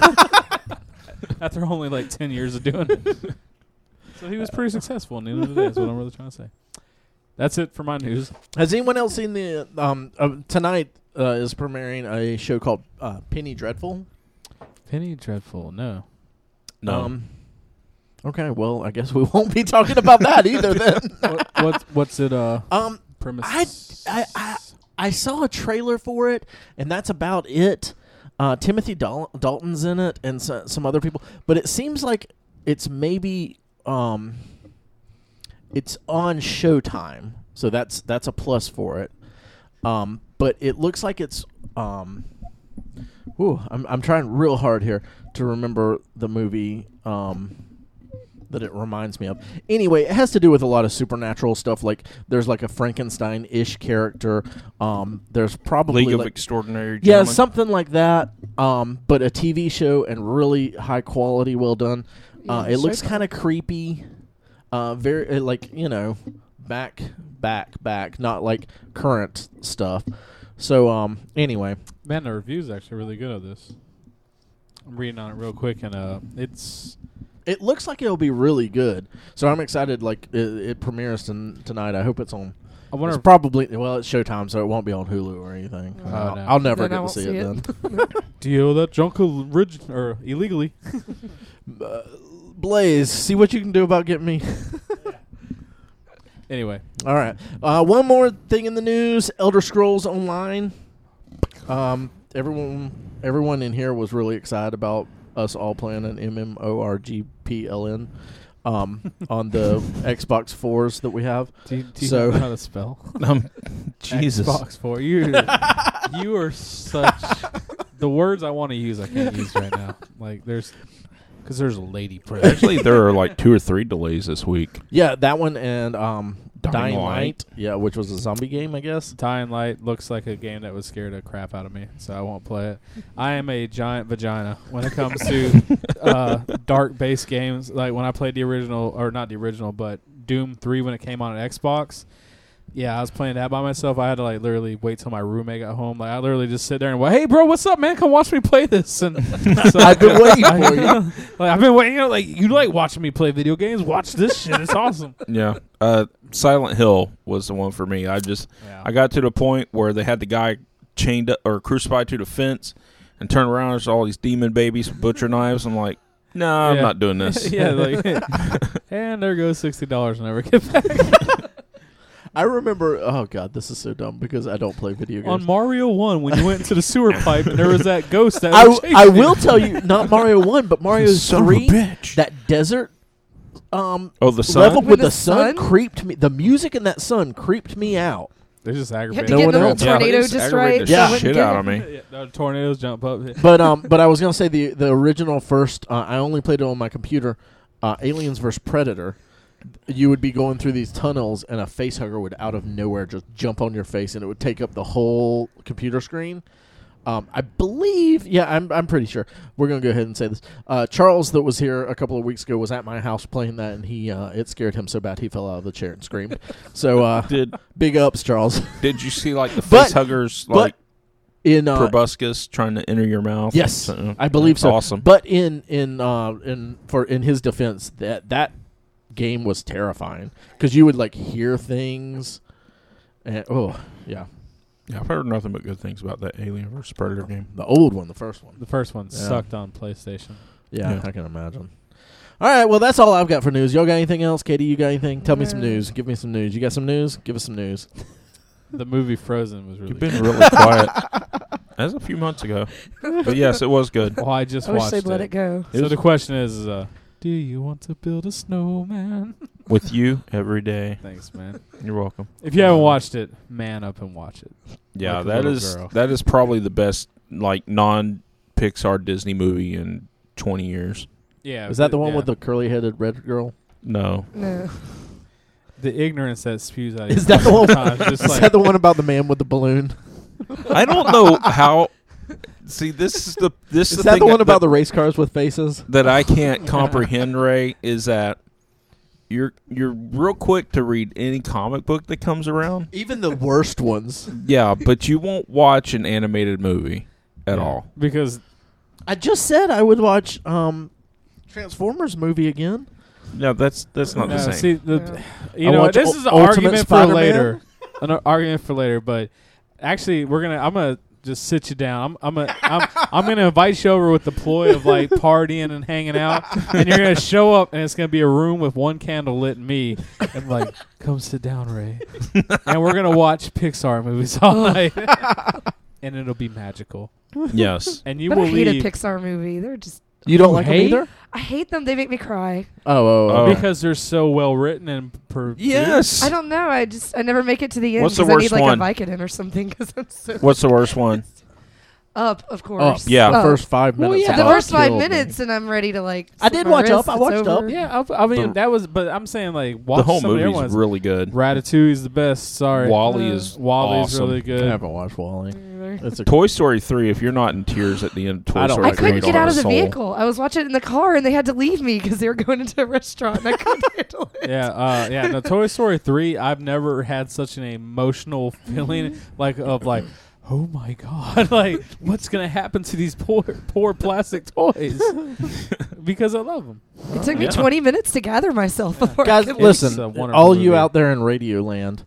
Speaker 1: [LAUGHS] after only like ten years of doing it. So he was pretty successful. At the end of the day, is what I'm really trying to say. That's it for my news.
Speaker 2: Has anyone else seen the um, um tonight uh, is premiering a show called uh, Penny Dreadful?
Speaker 1: Penny Dreadful, no.
Speaker 4: No.
Speaker 2: Um, okay, well, I guess we [LAUGHS] won't be talking about that either then.
Speaker 1: what, what's what's it uh
Speaker 2: Um,
Speaker 1: premise?
Speaker 2: I- I- I saw a trailer for it, and that's about it. Uh, Timothy Dal- Dalton's in it, and so, some other people. But it seems like it's maybe um, it's on Showtime, so that's that's a plus for it. Um, but it looks like it's um, whew, I'm I'm trying real hard here to remember the movie. Um, that it reminds me of. Anyway, it has to do with a lot of supernatural stuff. Like there's like a Frankenstein ish character. Um, there's probably
Speaker 4: League of
Speaker 2: like-
Speaker 4: Extraordinary
Speaker 2: yeah,
Speaker 4: Gentlemen.
Speaker 2: something like that. Um, but a TV show and really high quality, well done. Uh,
Speaker 3: Yeah,
Speaker 2: it looks
Speaker 3: Showtime.
Speaker 2: kind of creepy. Uh, very uh, like you know, back, back, back. Not like current stuff. So um, anyway,
Speaker 1: Man, the review's actually really good of this. I'm reading on it real quick, and uh, it's
Speaker 2: it looks like it'll be really good. So I'm excited. Like it, it premieres ton- tonight. I hope it's on.
Speaker 1: I wonder
Speaker 2: It's
Speaker 1: if,
Speaker 2: probably well, it's Showtime, so it won't be on Hulu or anything.
Speaker 3: Oh,
Speaker 2: I'll,
Speaker 1: no.
Speaker 2: I'll never get
Speaker 3: Then I
Speaker 2: to
Speaker 3: won't
Speaker 2: see,
Speaker 3: see
Speaker 2: it,
Speaker 3: it.
Speaker 2: then.
Speaker 3: [LAUGHS]
Speaker 1: deal that junk orig- or illegally.
Speaker 2: [LAUGHS] Uh, Blaze, see what you can do about getting me.
Speaker 1: Anyway,
Speaker 2: All right. Uh, one more thing in the news: Elder Scrolls Online. Um, everyone, everyone in here was really excited about us all playing an MMORGPLN
Speaker 1: [LAUGHS]
Speaker 2: um, on the Xbox fours that we have.
Speaker 1: do you, do you
Speaker 2: So-
Speaker 1: know how to spell? [LAUGHS]
Speaker 4: Um, Jesus.
Speaker 1: Xbox Four. You, you are such. The words I want to use, I can't use right now. Like there's, because there's a lady
Speaker 4: [LAUGHS]
Speaker 1: present.
Speaker 4: Actually, there are like two or three delays this week.
Speaker 2: [LAUGHS] Yeah, that one and um,
Speaker 4: Dying
Speaker 2: Dying,
Speaker 4: Light.
Speaker 2: Light. Yeah, which was a zombie game, I guess.
Speaker 1: Dying Light looks like a game that would scare the crap out of me, so I won't play it. I am a giant vagina when it comes to uh, dark based games. Like when I played the original, or not the original, but Doom 3 when it came on an Xbox. Yeah, I was playing that by myself. I had to like literally wait till my roommate got home. Like I literally just sit there and wait, hey bro, what's up, man? Come watch me play this.
Speaker 2: [LAUGHS]
Speaker 1: And so,
Speaker 2: I've
Speaker 1: [LAUGHS]
Speaker 2: been waiting
Speaker 1: I-
Speaker 2: for you.
Speaker 1: like I've been waiting. You know, like you like watching me play video games. Watch this shit. It's
Speaker 2: [LAUGHS]
Speaker 1: awesome.
Speaker 4: Yeah. Uh, Silent Hill was the one for me. I just
Speaker 1: Yeah.
Speaker 4: I got to the point where they had the guy chained up or crucified to the fence, and turned around. There's all these demon babies with butcher knives. I'm like, no, nah, I'm
Speaker 1: Yeah.
Speaker 4: not doing
Speaker 1: [LAUGHS]
Speaker 4: this. [LAUGHS]
Speaker 1: yeah, like, and there goes sixty dollars. Never get back
Speaker 2: I remember. Oh god, this is so dumb because I don't play video games.
Speaker 1: on Mario One when you went into the [LAUGHS] sewer pipe and there was that ghost that
Speaker 2: I,
Speaker 1: was chasing
Speaker 2: I
Speaker 1: you. [LAUGHS]
Speaker 2: will tell you, not Mario one, but Mario
Speaker 4: Son of a
Speaker 2: three.
Speaker 4: bitch.
Speaker 2: That desert um,
Speaker 4: oh, the sun.
Speaker 2: level with,
Speaker 3: With
Speaker 2: the,
Speaker 3: the
Speaker 2: sun,
Speaker 3: sun?
Speaker 2: creeped me. The music in that sun creeped me out.
Speaker 1: They just
Speaker 3: You had
Speaker 1: aggravated.
Speaker 3: to
Speaker 2: No
Speaker 3: get
Speaker 2: one
Speaker 3: the little
Speaker 2: else.
Speaker 4: Yeah, they
Speaker 3: tornado
Speaker 4: just
Speaker 3: just
Speaker 4: aggravated
Speaker 3: right.
Speaker 4: the
Speaker 3: so I wouldn't
Speaker 4: shit
Speaker 3: get
Speaker 4: out
Speaker 3: it. [LAUGHS]
Speaker 4: of me.
Speaker 1: Yeah, the tornadoes jump up.
Speaker 2: But um, but I was gonna say the the original first. Uh, I only played it on my computer. Uh, Aliens vs Predator. You would be going through these tunnels, and a facehugger would out of nowhere just jump on your face, and it would take up the whole computer screen. Um, I believe, yeah, I'm, I'm pretty sure. We're gonna go ahead and say this. Uh, Charles, that was here a couple of weeks ago, was at my house playing that, and he uh, it scared him so bad he fell out of the chair and
Speaker 4: [LAUGHS]
Speaker 2: screamed. So uh,
Speaker 4: Did
Speaker 2: big ups, Charles.
Speaker 4: Did you see like the
Speaker 2: [LAUGHS] But-
Speaker 4: face huggers
Speaker 2: but-
Speaker 4: like
Speaker 2: In uh,
Speaker 4: proboscis trying to enter your mouth?
Speaker 2: Yes,
Speaker 4: So- uh,
Speaker 2: I believe
Speaker 4: That's
Speaker 2: so.
Speaker 4: Awesome.
Speaker 2: But in in uh, in for in his defense, that that game was terrifying because you would like hear things, and oh yeah,
Speaker 4: Yeah, I've heard nothing but good things about that Alien vs Predator game.
Speaker 2: the old one, the first one.
Speaker 1: The first one
Speaker 2: Yeah.
Speaker 1: sucked on PlayStation.
Speaker 2: Yeah,
Speaker 4: Yeah.
Speaker 2: I can imagine. All right, well that's all I've got for news. Y'all got anything else, Katie? You got anything? Tell me some
Speaker 3: No.
Speaker 2: news. Give me some news. You got some news? Give us some news.
Speaker 1: The movie Frozen was really.
Speaker 4: You've been really quiet. [LAUGHS] That was a few months ago, but yes, it was good.
Speaker 1: good. Well, I just
Speaker 3: I wish
Speaker 1: watched
Speaker 3: they'd let it go.
Speaker 1: So the question is, uh, do you want to build a snowman?
Speaker 4: With you every day.
Speaker 1: Thanks, man.
Speaker 4: You're welcome.
Speaker 1: [LAUGHS] If you haven't watched it, man up and watch it.
Speaker 4: Yeah,
Speaker 1: Like a
Speaker 4: that
Speaker 1: little
Speaker 4: is
Speaker 1: girl.
Speaker 4: that is probably the best like non Pixar Disney movie in 20 years.
Speaker 1: Yeah,
Speaker 2: Is that the one
Speaker 1: yeah.
Speaker 2: with the curly headed red girl?
Speaker 4: No,
Speaker 3: [LAUGHS] No.
Speaker 1: the ignorance that spews out? of
Speaker 2: Is
Speaker 1: your [LAUGHS]
Speaker 2: that the
Speaker 1: mouth
Speaker 2: one?
Speaker 1: sometimes, Uh, just
Speaker 2: [LAUGHS] is
Speaker 1: like-
Speaker 2: that the one about the man with the balloon?
Speaker 4: I don't know how. See, this is the this
Speaker 2: Is
Speaker 4: is the
Speaker 2: that
Speaker 4: thing
Speaker 2: the one
Speaker 4: that-
Speaker 2: about the race cars with faces?
Speaker 3: [LAUGHS]
Speaker 4: that I can't comprehend, Ray, is that you're you're real quick to read any comic book that comes around.
Speaker 2: Even the worst ones.
Speaker 4: Yeah, but you won't watch an animated movie at
Speaker 1: Yeah.
Speaker 4: all.
Speaker 1: Because
Speaker 2: I just said I would watch um, Transformers movie again.
Speaker 4: No, that's that's not
Speaker 1: no,
Speaker 4: the same. [LAUGHS]
Speaker 1: see, the,
Speaker 3: No.
Speaker 1: you
Speaker 2: I
Speaker 1: know,
Speaker 2: watch
Speaker 1: this
Speaker 2: U-
Speaker 1: is an
Speaker 2: Ultimate
Speaker 1: argument
Speaker 2: Spider-Man.
Speaker 1: for later. an ar- argument for later, but actually, we're gonna. I'm gonna just sit you down. I'm I'm a, I'm, I'm gonna invite you over with the ploy of like partying and hanging out, and you're gonna show up, and it's gonna be a room with one candle lit and me, and like, come sit down,
Speaker 4: [LAUGHS]
Speaker 1: Ray, and we're gonna watch Pixar movies all night,
Speaker 3: [LAUGHS]
Speaker 1: and it'll be magical,
Speaker 4: yes.
Speaker 1: and you
Speaker 3: But
Speaker 1: will
Speaker 3: I hate a
Speaker 1: leave
Speaker 3: Pixar movie. They're just.
Speaker 2: You don't
Speaker 1: You
Speaker 2: like 'em
Speaker 1: hate?
Speaker 2: either?
Speaker 3: I hate them. They make me cry.
Speaker 2: Oh, oh,
Speaker 4: Oh.
Speaker 1: because they're so well written and per-
Speaker 4: Yes. [LAUGHS]
Speaker 3: I don't know. I just I never make it to the end.
Speaker 4: What's the
Speaker 3: 'cause I
Speaker 4: worst
Speaker 3: need like
Speaker 4: one?
Speaker 3: a Vicodin or something [LAUGHS] because I'm so
Speaker 4: What's the worst one?
Speaker 3: up. Of course.
Speaker 4: yeah.
Speaker 2: The
Speaker 3: Up.
Speaker 2: first five minutes.
Speaker 3: Well, yeah,
Speaker 2: of
Speaker 3: the
Speaker 2: Up
Speaker 3: first five
Speaker 2: killed me.
Speaker 3: minutes, and I'm ready to like.
Speaker 2: I
Speaker 3: slip
Speaker 2: did
Speaker 3: my
Speaker 2: watch Up.
Speaker 3: wrist,
Speaker 2: I
Speaker 3: it's
Speaker 2: watched
Speaker 3: over.
Speaker 1: Yeah, I, I mean
Speaker 4: The-
Speaker 1: that was, but I'm saying like watch
Speaker 4: The whole
Speaker 1: some of
Speaker 4: movie
Speaker 1: their
Speaker 4: is
Speaker 1: ones.
Speaker 4: really good.
Speaker 1: Ratatouille is the best. Sorry,
Speaker 4: Wally
Speaker 3: Uh,
Speaker 4: is
Speaker 1: Wally's
Speaker 4: awesome.
Speaker 1: really
Speaker 2: I
Speaker 1: good.
Speaker 2: haven't watched Wally. It's a
Speaker 4: Toy Story three. If you're not in tears at the end, of Toy
Speaker 2: I don't-
Speaker 4: Story
Speaker 3: I
Speaker 2: Like,
Speaker 3: couldn't
Speaker 4: you don't
Speaker 3: get out
Speaker 4: have
Speaker 3: of
Speaker 4: a
Speaker 3: the
Speaker 4: soul.
Speaker 3: vehicle. I was watching it in the car, and they had to leave me because they were going into a restaurant, and I couldn't handle it.
Speaker 1: Yeah, uh, yeah. No, Toy Story three. I've never had such an emotional
Speaker 4: [LAUGHS]
Speaker 1: feeling like of like, oh my god, [LAUGHS] like what's gonna happen to these poor poor plastic
Speaker 4: [LAUGHS]
Speaker 1: toys? because I love them.
Speaker 3: It took me
Speaker 4: Yeah.
Speaker 3: 20 minutes to gather myself before.
Speaker 2: Guys,
Speaker 3: I could
Speaker 1: It's
Speaker 2: listen,
Speaker 1: a wonderful
Speaker 2: all you
Speaker 1: movie.
Speaker 2: out there in Radio Land,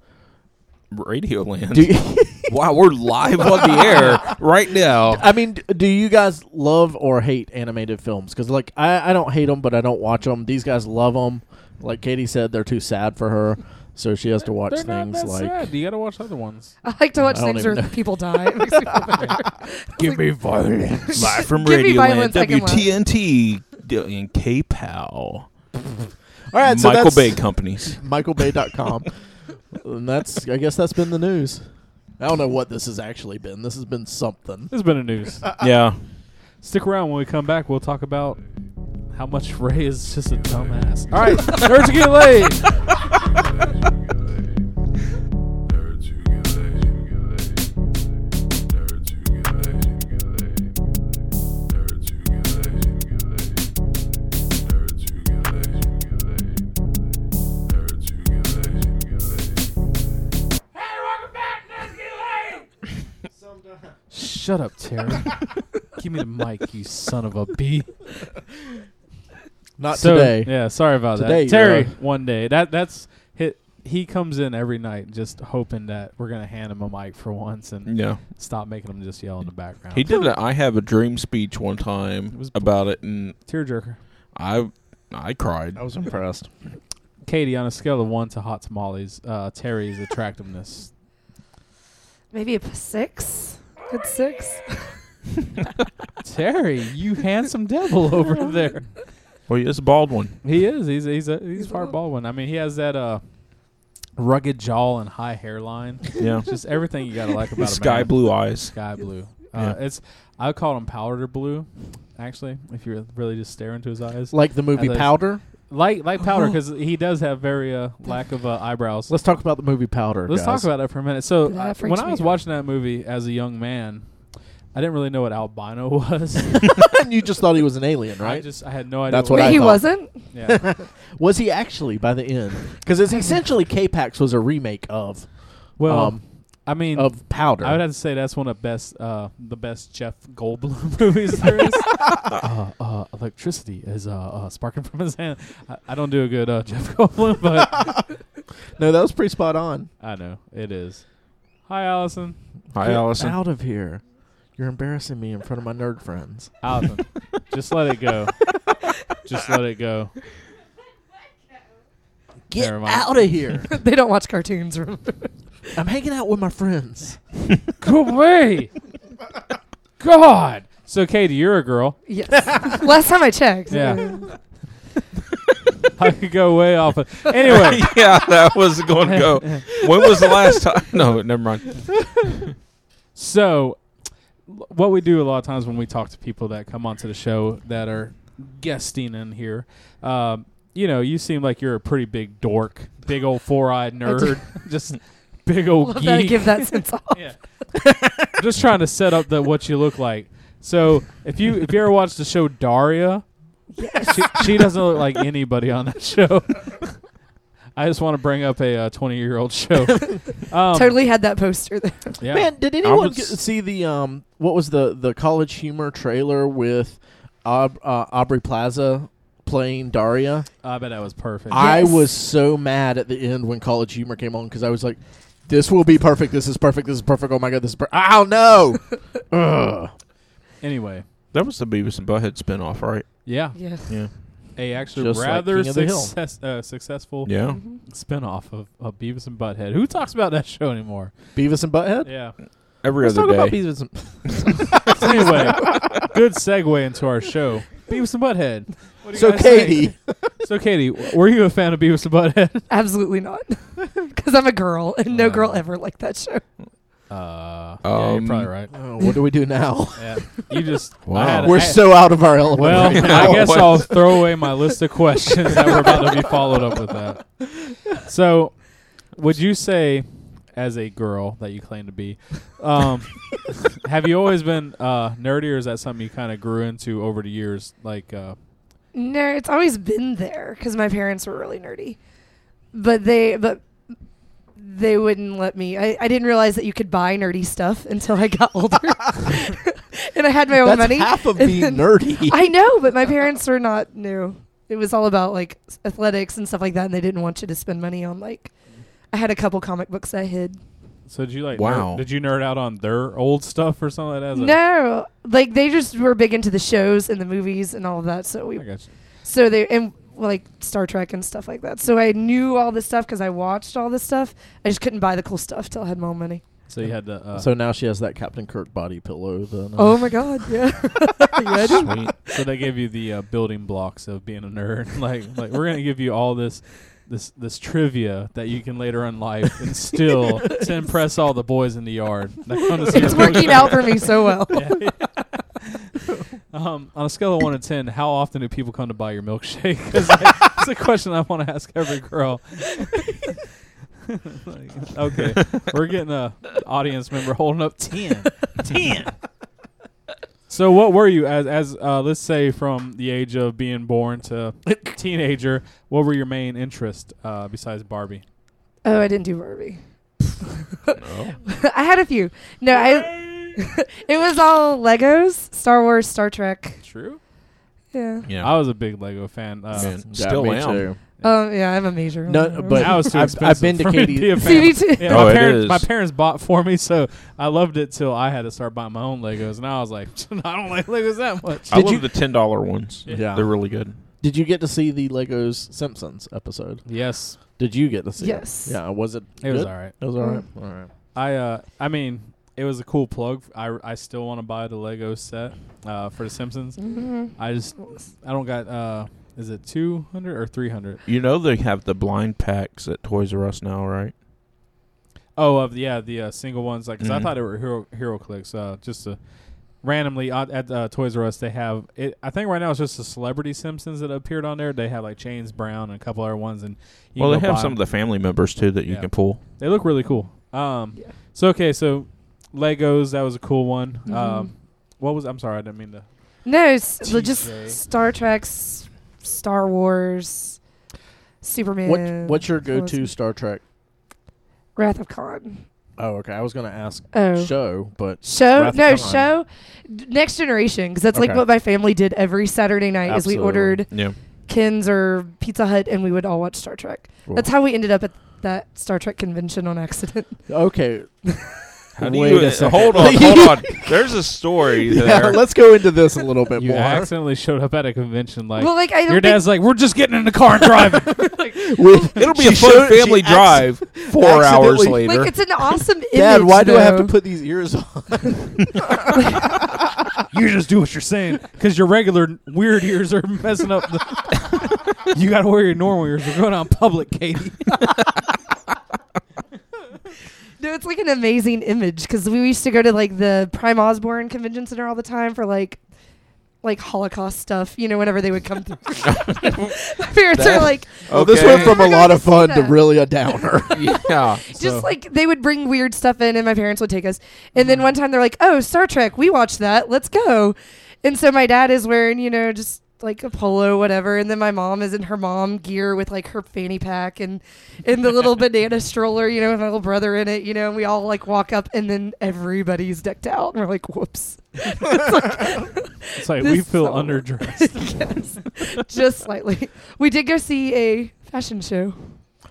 Speaker 4: Radio Land.
Speaker 2: do you,
Speaker 4: [LAUGHS]
Speaker 2: [LAUGHS]
Speaker 4: wow, we're live on the
Speaker 3: [LAUGHS]
Speaker 4: air right now.
Speaker 2: I mean, d- do you guys love or hate animated films? Because like I, I don't hate them, but I don't watch them. These guys love them. Like Katie said, they're too sad for her. so she has to watch
Speaker 1: They're not
Speaker 2: things
Speaker 1: that
Speaker 2: like
Speaker 1: sad. You got to watch other ones.
Speaker 3: I like to watch
Speaker 2: I don't
Speaker 3: things where
Speaker 2: even know.
Speaker 3: people die. It makes me feel better.
Speaker 2: "Give me violence."
Speaker 4: Live from
Speaker 3: Give me
Speaker 4: Radioland,
Speaker 3: violence, I can laugh.
Speaker 4: WTNT, in K-Pow,
Speaker 2: All right, so
Speaker 4: Michael
Speaker 2: that's
Speaker 4: Bay Companies. [LAUGHS]
Speaker 2: MichaelBay.com, and that's I guess that's been the news. I don't know what this has actually been. This has been something.
Speaker 1: This has been a
Speaker 4: [LAUGHS]
Speaker 1: news.
Speaker 4: yeah.
Speaker 1: Stick around when we come back. We'll talk about how much Ray is just a
Speaker 4: [LAUGHS]
Speaker 1: dumbass. All right, nerds to get laid.
Speaker 5: Nerds who get lazy, get lazy. Nerds who get lazy, get lazy. Nerds who get lazy, get lazy. Nerds who get lazy, get lazy. Nerds who get lazy, get lazy.
Speaker 1: Shut up, Terry. Give me the mic, you son of a b.
Speaker 2: Not
Speaker 1: So-
Speaker 2: today.
Speaker 1: Yeah, sorry about
Speaker 2: Today,
Speaker 1: that. Terry,
Speaker 2: you're
Speaker 1: one day. That that's hit. He comes in every night just hoping that we're gonna hand him a mic for once and
Speaker 4: Yeah.
Speaker 1: stop making him just yell in the background.
Speaker 4: He did an I Have a Dream speech one
Speaker 1: It
Speaker 4: time
Speaker 1: was-
Speaker 4: about it, and
Speaker 1: tearjerker.
Speaker 4: I I cried.
Speaker 2: I was impressed.
Speaker 1: Katie, on a scale of one to hot tamales, uh, Terry's attractiveness.
Speaker 3: Maybe a p- six. Good six.
Speaker 1: Terry, you handsome devil over there.
Speaker 4: Well, he is a bald one.
Speaker 1: He is. He's he's a he's,
Speaker 3: He's
Speaker 1: part
Speaker 3: a-
Speaker 1: bald one. I mean, he has that uh rugged jaw and high hairline.
Speaker 4: Yeah.
Speaker 1: It's just everything you gotta like about a
Speaker 4: Sky
Speaker 1: man.
Speaker 4: blue eyes.
Speaker 1: Sky blue. Uh, It's I call him powder blue. Actually, if you really just stare into his eyes,
Speaker 2: Like the movie
Speaker 1: As I-
Speaker 2: Powder.
Speaker 1: like like
Speaker 2: [LAUGHS]
Speaker 1: powder, because he does have very uh, lack of uh, eyebrows.
Speaker 2: Let's talk about the movie Powder.
Speaker 1: Let's
Speaker 2: guys.
Speaker 1: talk
Speaker 2: [LAUGHS]
Speaker 1: about that for a minute. So
Speaker 3: That
Speaker 1: I- when
Speaker 3: freaks
Speaker 1: I
Speaker 3: me
Speaker 1: was
Speaker 3: out.
Speaker 1: watching that movie as a young man, I didn't really know what albino [LAUGHS] was.
Speaker 2: and you just thought he was an alien,
Speaker 1: I
Speaker 2: right? [LAUGHS]
Speaker 1: just I had no idea.
Speaker 2: That's
Speaker 1: what,
Speaker 2: what I
Speaker 3: Wait, he
Speaker 2: thought.
Speaker 3: wasn't. [LAUGHS]
Speaker 1: I,
Speaker 2: [LAUGHS]
Speaker 1: yeah.
Speaker 2: was he actually by the end? Because it's essentially K-Pax was a remake of
Speaker 1: Well,
Speaker 2: um,
Speaker 1: I mean,
Speaker 2: of Powder.
Speaker 1: I would have to say that's one of the best, uh, the best Jeff Goldblum [LAUGHS] movies there is. uh, uh, electricity is uh, uh, sparking from his hand. I, I don't do a good uh, [LAUGHS] Jeff Goldblum, but
Speaker 2: no, that was pretty spot on.
Speaker 1: I know it is. Hi, Allison.
Speaker 4: Hi,
Speaker 2: Get
Speaker 4: Allison. [LAUGHS]
Speaker 2: out of here! You're embarrassing me in front of my nerd friends.
Speaker 1: Allison, just let it go. Just let it go.
Speaker 2: Get
Speaker 1: Never mind.
Speaker 2: out of here!
Speaker 3: they don't watch cartoons. [LAUGHS] Remember?
Speaker 2: I'm hanging out with my friends.
Speaker 1: Go [LAUGHS] away. God. So, Katie, you're a girl.
Speaker 3: Yes. Last time I checked.
Speaker 1: Yeah. I could go way off. Of, [LAUGHS]
Speaker 2: [LAUGHS]
Speaker 1: anyway,
Speaker 4: yeah, that was going to go. When was the last time? [LAUGHS] No, never mind.
Speaker 1: So, l- what we do a lot of times when we talk to people that come onto the show that are guesting in here, um, you know, you seem like you're a pretty big dork, big old four-eyed
Speaker 3: [LAUGHS]
Speaker 1: nerd, just big old
Speaker 3: Love that. I
Speaker 1: geek.
Speaker 3: Give that sense off.
Speaker 1: Yeah. just trying to set up the what you look like. So, if you if you ever watch the show Daria, she, she doesn't look like anybody on that show. [LAUGHS] I just want to bring up a twenty-year-old
Speaker 3: [LAUGHS]
Speaker 1: show. Um,
Speaker 3: totally had that poster there.
Speaker 1: yeah.
Speaker 2: Man, did
Speaker 3: [LAUGHS]
Speaker 2: anyone
Speaker 4: was-
Speaker 2: get, see the um? What was the the college humor trailer with Aub uh, Aubrey Plaza playing Daria?
Speaker 1: I bet that was perfect.
Speaker 2: I
Speaker 3: Yes.
Speaker 2: was so mad at the end when College Humor came on because I was like, "This will be perfect. This is perfect. This is perfect. Oh my god, this is perfect. Oh no!" Ugh.
Speaker 1: anyway,
Speaker 4: That was the Beavis and Butthead spinoff, right?
Speaker 1: yeah.
Speaker 3: Yeah.
Speaker 4: Yeah.
Speaker 1: a actually
Speaker 2: Just like
Speaker 1: rather
Speaker 2: King of the Hill.
Speaker 1: success, uh, successful
Speaker 4: Yeah.
Speaker 3: Mm-hmm.
Speaker 1: spinoff of, of Beavis and Butthead. Who talks about that show
Speaker 2: [LAUGHS]
Speaker 1: anymore?
Speaker 2: Beavis and Butthead.
Speaker 1: Yeah.
Speaker 4: Every
Speaker 2: Let's talk
Speaker 4: other
Speaker 2: about
Speaker 4: day.
Speaker 2: Beavis and
Speaker 1: anyway, good segue into our show. Beavis and Butthead. What do you
Speaker 2: so
Speaker 1: guys think?
Speaker 2: Katie.
Speaker 1: So Katie, w- were you a fan of Beavis and Butthead?
Speaker 3: Absolutely not. [LAUGHS] Because I'm a girl, and no
Speaker 1: Uh.
Speaker 3: girl ever liked that show.
Speaker 1: Uh, yeah,
Speaker 4: yeah,
Speaker 1: you're
Speaker 4: you're
Speaker 1: probably
Speaker 4: probably
Speaker 1: right.
Speaker 2: Oh, what do we do now?
Speaker 1: Yeah. You just
Speaker 4: Wow.
Speaker 1: I had a-
Speaker 2: We're
Speaker 1: I-
Speaker 2: so out of our
Speaker 1: [LAUGHS]
Speaker 2: element.
Speaker 1: well.
Speaker 2: right
Speaker 1: I
Speaker 2: now.
Speaker 1: guess
Speaker 4: What?
Speaker 1: I'll throw away my list of questions that were about to be followed up with that.
Speaker 2: [LAUGHS]
Speaker 1: So, would you say, as a girl that you claim to be,
Speaker 2: [LAUGHS]
Speaker 1: um, have you always been uh, nerdy, or is that something you kind of grew into over the years? Like, uh,
Speaker 3: No, it's always been there because my parents were really nerdy, but they but they wouldn't let me. I, I didn't realize that you could buy nerdy stuff until I got older, [LAUGHS] and I had my own
Speaker 2: That's
Speaker 3: money.
Speaker 2: half of
Speaker 3: and
Speaker 2: being
Speaker 3: then-
Speaker 2: nerdy.
Speaker 3: I know, but my parents were not new. It was all about like s- athletics and stuff like that, and they didn't want you to spend money on like. I had a couple comic books I hid.
Speaker 1: so did you like?
Speaker 4: Wow.
Speaker 1: nerd- did you nerd out on their old stuff or something like that? As a-
Speaker 3: No, like they just were big into the shows and the movies and all of that. So we
Speaker 1: I got you.
Speaker 3: So they and like Star Trek and stuff like that. So I knew all this stuff because I watched all this stuff. I just couldn't buy the cool stuff till I had my own money.
Speaker 1: So you had to. Uh,
Speaker 2: so now she has that Captain Kirk body pillow. Then uh,
Speaker 3: Oh my god, yeah. You ready?
Speaker 1: Sweet. so they gave you the uh, building blocks of being a nerd. [LAUGHS] like, like we're gonna give you all this, this, this trivia that you can later in life
Speaker 3: [LAUGHS]
Speaker 1: and still to impress all the boys in the yard. That come to see
Speaker 3: It's
Speaker 1: your
Speaker 3: working out for me so well. [LAUGHS]
Speaker 1: Yeah. [LAUGHS] um, on a scale of one to ten, how often do people come to buy your milkshake? [LAUGHS] 'Cause, like, it's a question I want to ask every girl. [LAUGHS] Like, okay, we're getting a audience member holding up ten. Ten. [LAUGHS] So what were you as as uh, let's say from the age of being born to teenager? What were your main interests uh, besides Barbie?
Speaker 3: Oh, I didn't do Barbie. [LAUGHS] I had a few. No, I. [LAUGHS] it was all Legos, Star Wars, Star Trek.
Speaker 1: True.
Speaker 3: Yeah.
Speaker 4: Yeah.
Speaker 1: I was a big Lego fan. Uh,
Speaker 3: [LAUGHS]
Speaker 4: Man.
Speaker 2: yeah,
Speaker 4: Still
Speaker 2: me
Speaker 4: am.
Speaker 2: too.
Speaker 3: Um. Yeah, I'm a major.
Speaker 2: No, but
Speaker 1: That was too
Speaker 2: I've, I've
Speaker 1: expensive
Speaker 2: been to
Speaker 1: for me to be
Speaker 2: Katie.
Speaker 1: a fan.
Speaker 3: See, me too.
Speaker 1: Yeah,
Speaker 4: Oh,
Speaker 1: my
Speaker 4: it
Speaker 1: parents
Speaker 4: is.
Speaker 1: my parents bought for me, so I loved it till I had to start buying my own Legos, and I was like, [LAUGHS] I don't like Legos that much.
Speaker 4: I
Speaker 2: Did
Speaker 4: love
Speaker 2: you-
Speaker 4: the ten dollar ones.
Speaker 2: Yeah.
Speaker 4: They're really good.
Speaker 2: Did you get to see the Legos Simpsons episode?
Speaker 1: Yes,
Speaker 2: Did you get to see? it?
Speaker 3: Yes. Mm.
Speaker 2: Yeah. Was it?
Speaker 1: it was
Speaker 2: good?
Speaker 1: all right.
Speaker 2: It was all right. All right.
Speaker 1: I uh, I mean, it was a cool plug. I I still want to buy the Lego set uh, for the Simpsons.
Speaker 3: Mhm.
Speaker 1: I just I don't got uh, is it two hundred or three hundred?
Speaker 4: You know they have the blind packs at Toys R Us now, right?
Speaker 1: Oh, of yeah, the uh, single ones, like because I
Speaker 4: Mhm.
Speaker 1: thought they were hero hero clicks. Uh, just uh randomly uh, at uh, Toys R Us, they have it. I think right now it's just the celebrity Simpsons that appeared on there. They have like James Brown and a couple other ones, and you
Speaker 4: well,
Speaker 1: can
Speaker 4: they
Speaker 1: go
Speaker 4: have
Speaker 1: buy
Speaker 4: some of the family members too that you
Speaker 1: Yeah.
Speaker 4: can pull.
Speaker 1: They look really cool. Um,
Speaker 3: Yeah.
Speaker 1: so okay, so Legos that was a cool one.
Speaker 3: Mhm.
Speaker 1: Um, what was I'm sorry, I didn't mean to.
Speaker 3: No, it's l-
Speaker 1: TJ.
Speaker 3: just Star Trek, S- Star Wars, Superman.
Speaker 2: What What's your
Speaker 3: Well,
Speaker 2: go-to
Speaker 3: it's-
Speaker 2: Star Trek?
Speaker 3: Wrath of Khan?
Speaker 2: Oh, okay. I was gonna ask
Speaker 3: Oh.
Speaker 2: show, but
Speaker 3: Show
Speaker 2: Wrath of
Speaker 3: no
Speaker 2: Khan.
Speaker 3: show, D- Next Generation because that's like
Speaker 2: Okay.
Speaker 3: what my family did every Saturday night is
Speaker 2: Absolutely.
Speaker 3: we ordered
Speaker 4: Yeah.
Speaker 3: Kins or Pizza Hut and we would all watch Star Trek.
Speaker 2: Cool.
Speaker 3: That's how we ended up at that Star Trek convention on accident.
Speaker 2: okay.
Speaker 4: How do
Speaker 2: Wait
Speaker 4: you,
Speaker 2: a
Speaker 4: uh,
Speaker 2: second.
Speaker 4: hold on,
Speaker 2: [LAUGHS]
Speaker 4: hold on. There's a story
Speaker 2: yeah,
Speaker 4: there.
Speaker 2: let's go into this a little bit
Speaker 1: You
Speaker 2: more.
Speaker 1: accidentally [LAUGHS] showed up at a convention like.
Speaker 3: well, like I
Speaker 1: your
Speaker 3: don't think-
Speaker 1: dad's like, we're just getting in the car and
Speaker 3: [LAUGHS]
Speaker 1: driving.
Speaker 2: [LAUGHS]
Speaker 1: [LAUGHS]
Speaker 2: We-
Speaker 4: It'll be
Speaker 2: She
Speaker 4: a fun
Speaker 2: showed- she
Speaker 4: family
Speaker 2: acc- [LAUGHS]
Speaker 4: drive four hours
Speaker 2: accidentally-
Speaker 4: later.
Speaker 3: like it's an awesome image.
Speaker 2: [LAUGHS] Dad, why do I have to
Speaker 3: though.
Speaker 2: put these ears on?
Speaker 1: you just do what you're saying because your regular weird ears are messing up. The [LAUGHS] you got to wear your normal ears. We're going out in public, Katie.
Speaker 3: No, it's like an amazing image because we used to go to like the Prime Osborne Convention Center all the time for like like Holocaust stuff. You know, whenever they would come through, [LAUGHS] my parents
Speaker 4: That-
Speaker 3: are like
Speaker 2: Oh, this went from a
Speaker 3: We're
Speaker 2: lot
Speaker 3: gonna
Speaker 2: of fun
Speaker 3: see
Speaker 2: to
Speaker 3: that.
Speaker 2: really a downer.
Speaker 4: [LAUGHS]
Speaker 2: [LAUGHS]
Speaker 4: yeah.
Speaker 1: So-
Speaker 3: just like they would bring weird stuff in, and my parents would take us. And then one time they're like, "Oh, Star Trek, we watched that. Let's go." And so my dad is wearing, you know, just like a polo, whatever. And then my mom is in her mom gear with like her fanny pack and and the little banana stroller, you know, with my little brother in it, you know. And we all like walk up, and then everybody's decked out, and we're like, "Whoops." [LAUGHS]
Speaker 1: It's like we
Speaker 3: This
Speaker 1: feel
Speaker 3: summer.
Speaker 1: underdressed.
Speaker 3: yes, just slightly. We did go see a fashion show.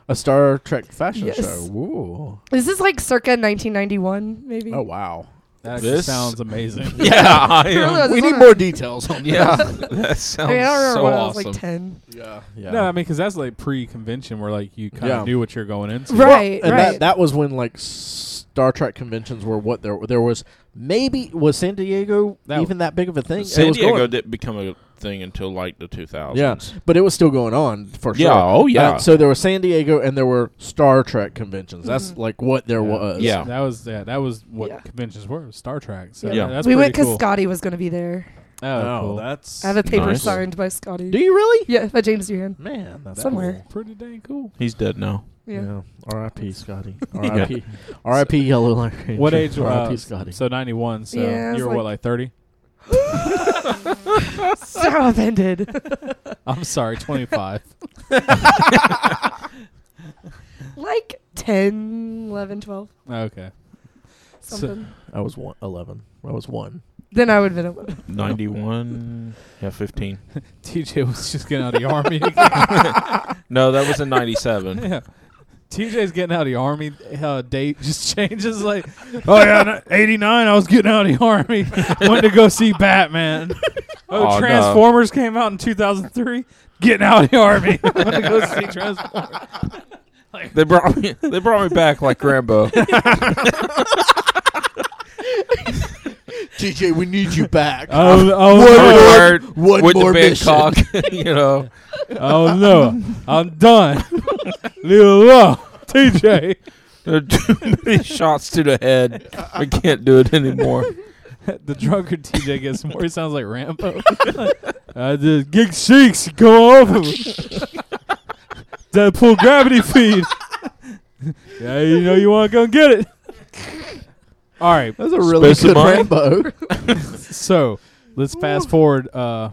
Speaker 2: a Star Trek fashion
Speaker 3: Yes.
Speaker 2: show. Ooh.
Speaker 3: This is like circa 1991, maybe.
Speaker 2: Oh wow.
Speaker 1: That
Speaker 4: This-
Speaker 1: sounds amazing.
Speaker 4: Yeah. I
Speaker 3: Really
Speaker 4: am.
Speaker 3: was-
Speaker 2: We
Speaker 3: this
Speaker 2: need
Speaker 3: one-
Speaker 2: more
Speaker 4: [LAUGHS]
Speaker 2: details on
Speaker 4: Yeah. That sounds
Speaker 3: I mean, I don't remember
Speaker 4: so
Speaker 3: when I was
Speaker 4: awesome.
Speaker 3: like 10.
Speaker 2: Yeah. Yeah.
Speaker 1: No, I mean, because that's like pre-convention where like you kind of
Speaker 2: Yeah.
Speaker 1: knew what you're going into.
Speaker 3: Right,
Speaker 2: and
Speaker 3: right.
Speaker 2: that, that was when like Star Trek conventions were what there there was maybe was San Diego
Speaker 1: That-
Speaker 2: even that big of a thing? it
Speaker 4: San
Speaker 2: was
Speaker 4: Diego
Speaker 2: going,
Speaker 4: didn't become a thing until like the 2000s.
Speaker 2: Yeah, but it was still going on for
Speaker 4: Yeah,
Speaker 2: sure.
Speaker 4: oh, yeah.
Speaker 2: Uh, so there was San Diego and there were Star Trek conventions. That's
Speaker 3: Mm-hmm.
Speaker 2: like what there was.
Speaker 4: Yeah.
Speaker 1: That was yeah, that was what
Speaker 3: Yeah.
Speaker 1: conventions were Star Trek. So
Speaker 4: Yeah.
Speaker 1: yeah, that's
Speaker 3: we went
Speaker 1: pretty
Speaker 3: because
Speaker 1: cool.
Speaker 3: Scotty was going to be there.
Speaker 1: Oh,
Speaker 2: Oh,
Speaker 1: cool.
Speaker 2: that's.
Speaker 3: I have a paper
Speaker 4: Nice.
Speaker 3: signed by Scotty.
Speaker 2: Do you really?
Speaker 3: yeah, by James Duhan.
Speaker 2: Man, that's
Speaker 3: Somewhere.
Speaker 1: pretty dang cool.
Speaker 4: He's dead now.
Speaker 2: cool.
Speaker 3: Yeah.
Speaker 2: Yeah. R.I.P.
Speaker 3: [LAUGHS]
Speaker 2: Scotty. R.I.P. R.I.P. Yellow Line.
Speaker 1: What age?
Speaker 2: R.I.P.
Speaker 1: Uh,
Speaker 2: Scotty.
Speaker 1: so ninety one. So
Speaker 3: Yeah, I
Speaker 1: you
Speaker 3: was
Speaker 1: were what,
Speaker 3: like-
Speaker 1: like thirty? [LAUGHS]
Speaker 3: [LAUGHS] so offended. [LAUGHS]
Speaker 1: I'm sorry, twenty five.
Speaker 3: like 10, 11, 12,
Speaker 1: okay. So-
Speaker 3: something.
Speaker 2: I was one, eleven. I was one.
Speaker 3: then I would have been 11.
Speaker 4: [LAUGHS] 91.
Speaker 2: [LAUGHS]
Speaker 4: yeah, 15.
Speaker 1: TJ was just getting out of the army.
Speaker 3: [LAUGHS]
Speaker 1: again.
Speaker 4: No, that was in
Speaker 2: [LAUGHS]
Speaker 4: 97.
Speaker 1: yeah. TJ's getting out of the army. Uh, date just [LAUGHS] changes. Like, oh yeah, eighty nine. I was getting out of the army. [LAUGHS] Went to go see Batman. Oh,
Speaker 4: Oh, no.
Speaker 1: Transformers came out in two thousand three. getting out of the army. [LAUGHS] I'm gonna go see Transformers.
Speaker 4: They brought me. They brought me back like
Speaker 2: [LAUGHS]
Speaker 4: Rambo.
Speaker 2: TJ, we need you
Speaker 4: [LAUGHS]
Speaker 2: back.
Speaker 1: Oh,
Speaker 4: uh,
Speaker 1: oh,
Speaker 4: Hard
Speaker 2: one
Speaker 4: with
Speaker 2: more
Speaker 4: the big
Speaker 2: mission.
Speaker 4: cock.
Speaker 2: [LAUGHS]
Speaker 4: [LAUGHS] you know.
Speaker 1: no. oh no, I'm [LAUGHS] done. Leave it alone, TJ.
Speaker 4: There are too many shots to the head. I can't do it anymore.
Speaker 1: The drunker TJ [LAUGHS] gets more. He sounds like Rambo. [LAUGHS] I just gig six go over. Deadpool gravity feed. yeah, you know you want to go get it. All right,
Speaker 2: That's a really
Speaker 4: Space
Speaker 2: good
Speaker 4: Marine. [LAUGHS]
Speaker 2: Rambo.
Speaker 1: so let's fast forward. Uh,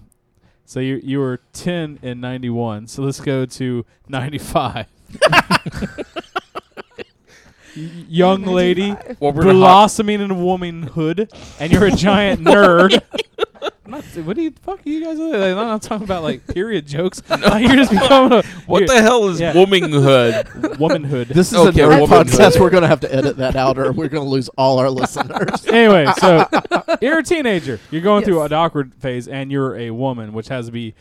Speaker 1: so you you were ten in ninety one. So let's go to ninety [LAUGHS] five. [LAUGHS] Young lady
Speaker 3: 95.
Speaker 4: Well, we're in a hot-
Speaker 1: blossoming in womanhood, and you're a giant
Speaker 4: [LAUGHS]
Speaker 1: nerd. I'm [LAUGHS] not- what do you fuck are you guys? Like, I'm not talking about like period
Speaker 4: [LAUGHS]
Speaker 1: jokes. Like, you're just becoming a
Speaker 4: What the hell is
Speaker 1: Yeah.
Speaker 4: womanhood?
Speaker 1: the womanhood.
Speaker 2: This is
Speaker 4: Okay,
Speaker 2: a nerd
Speaker 4: womanhood.
Speaker 2: podcast. We're going to have to edit that out, or we're going to lose all our
Speaker 3: [LAUGHS]
Speaker 2: listeners.
Speaker 1: [LAUGHS]
Speaker 4: [LAUGHS]
Speaker 1: anyway, so you're a teenager. You're going through
Speaker 3: Yes.
Speaker 1: an awkward phase, and you're a woman, which has to be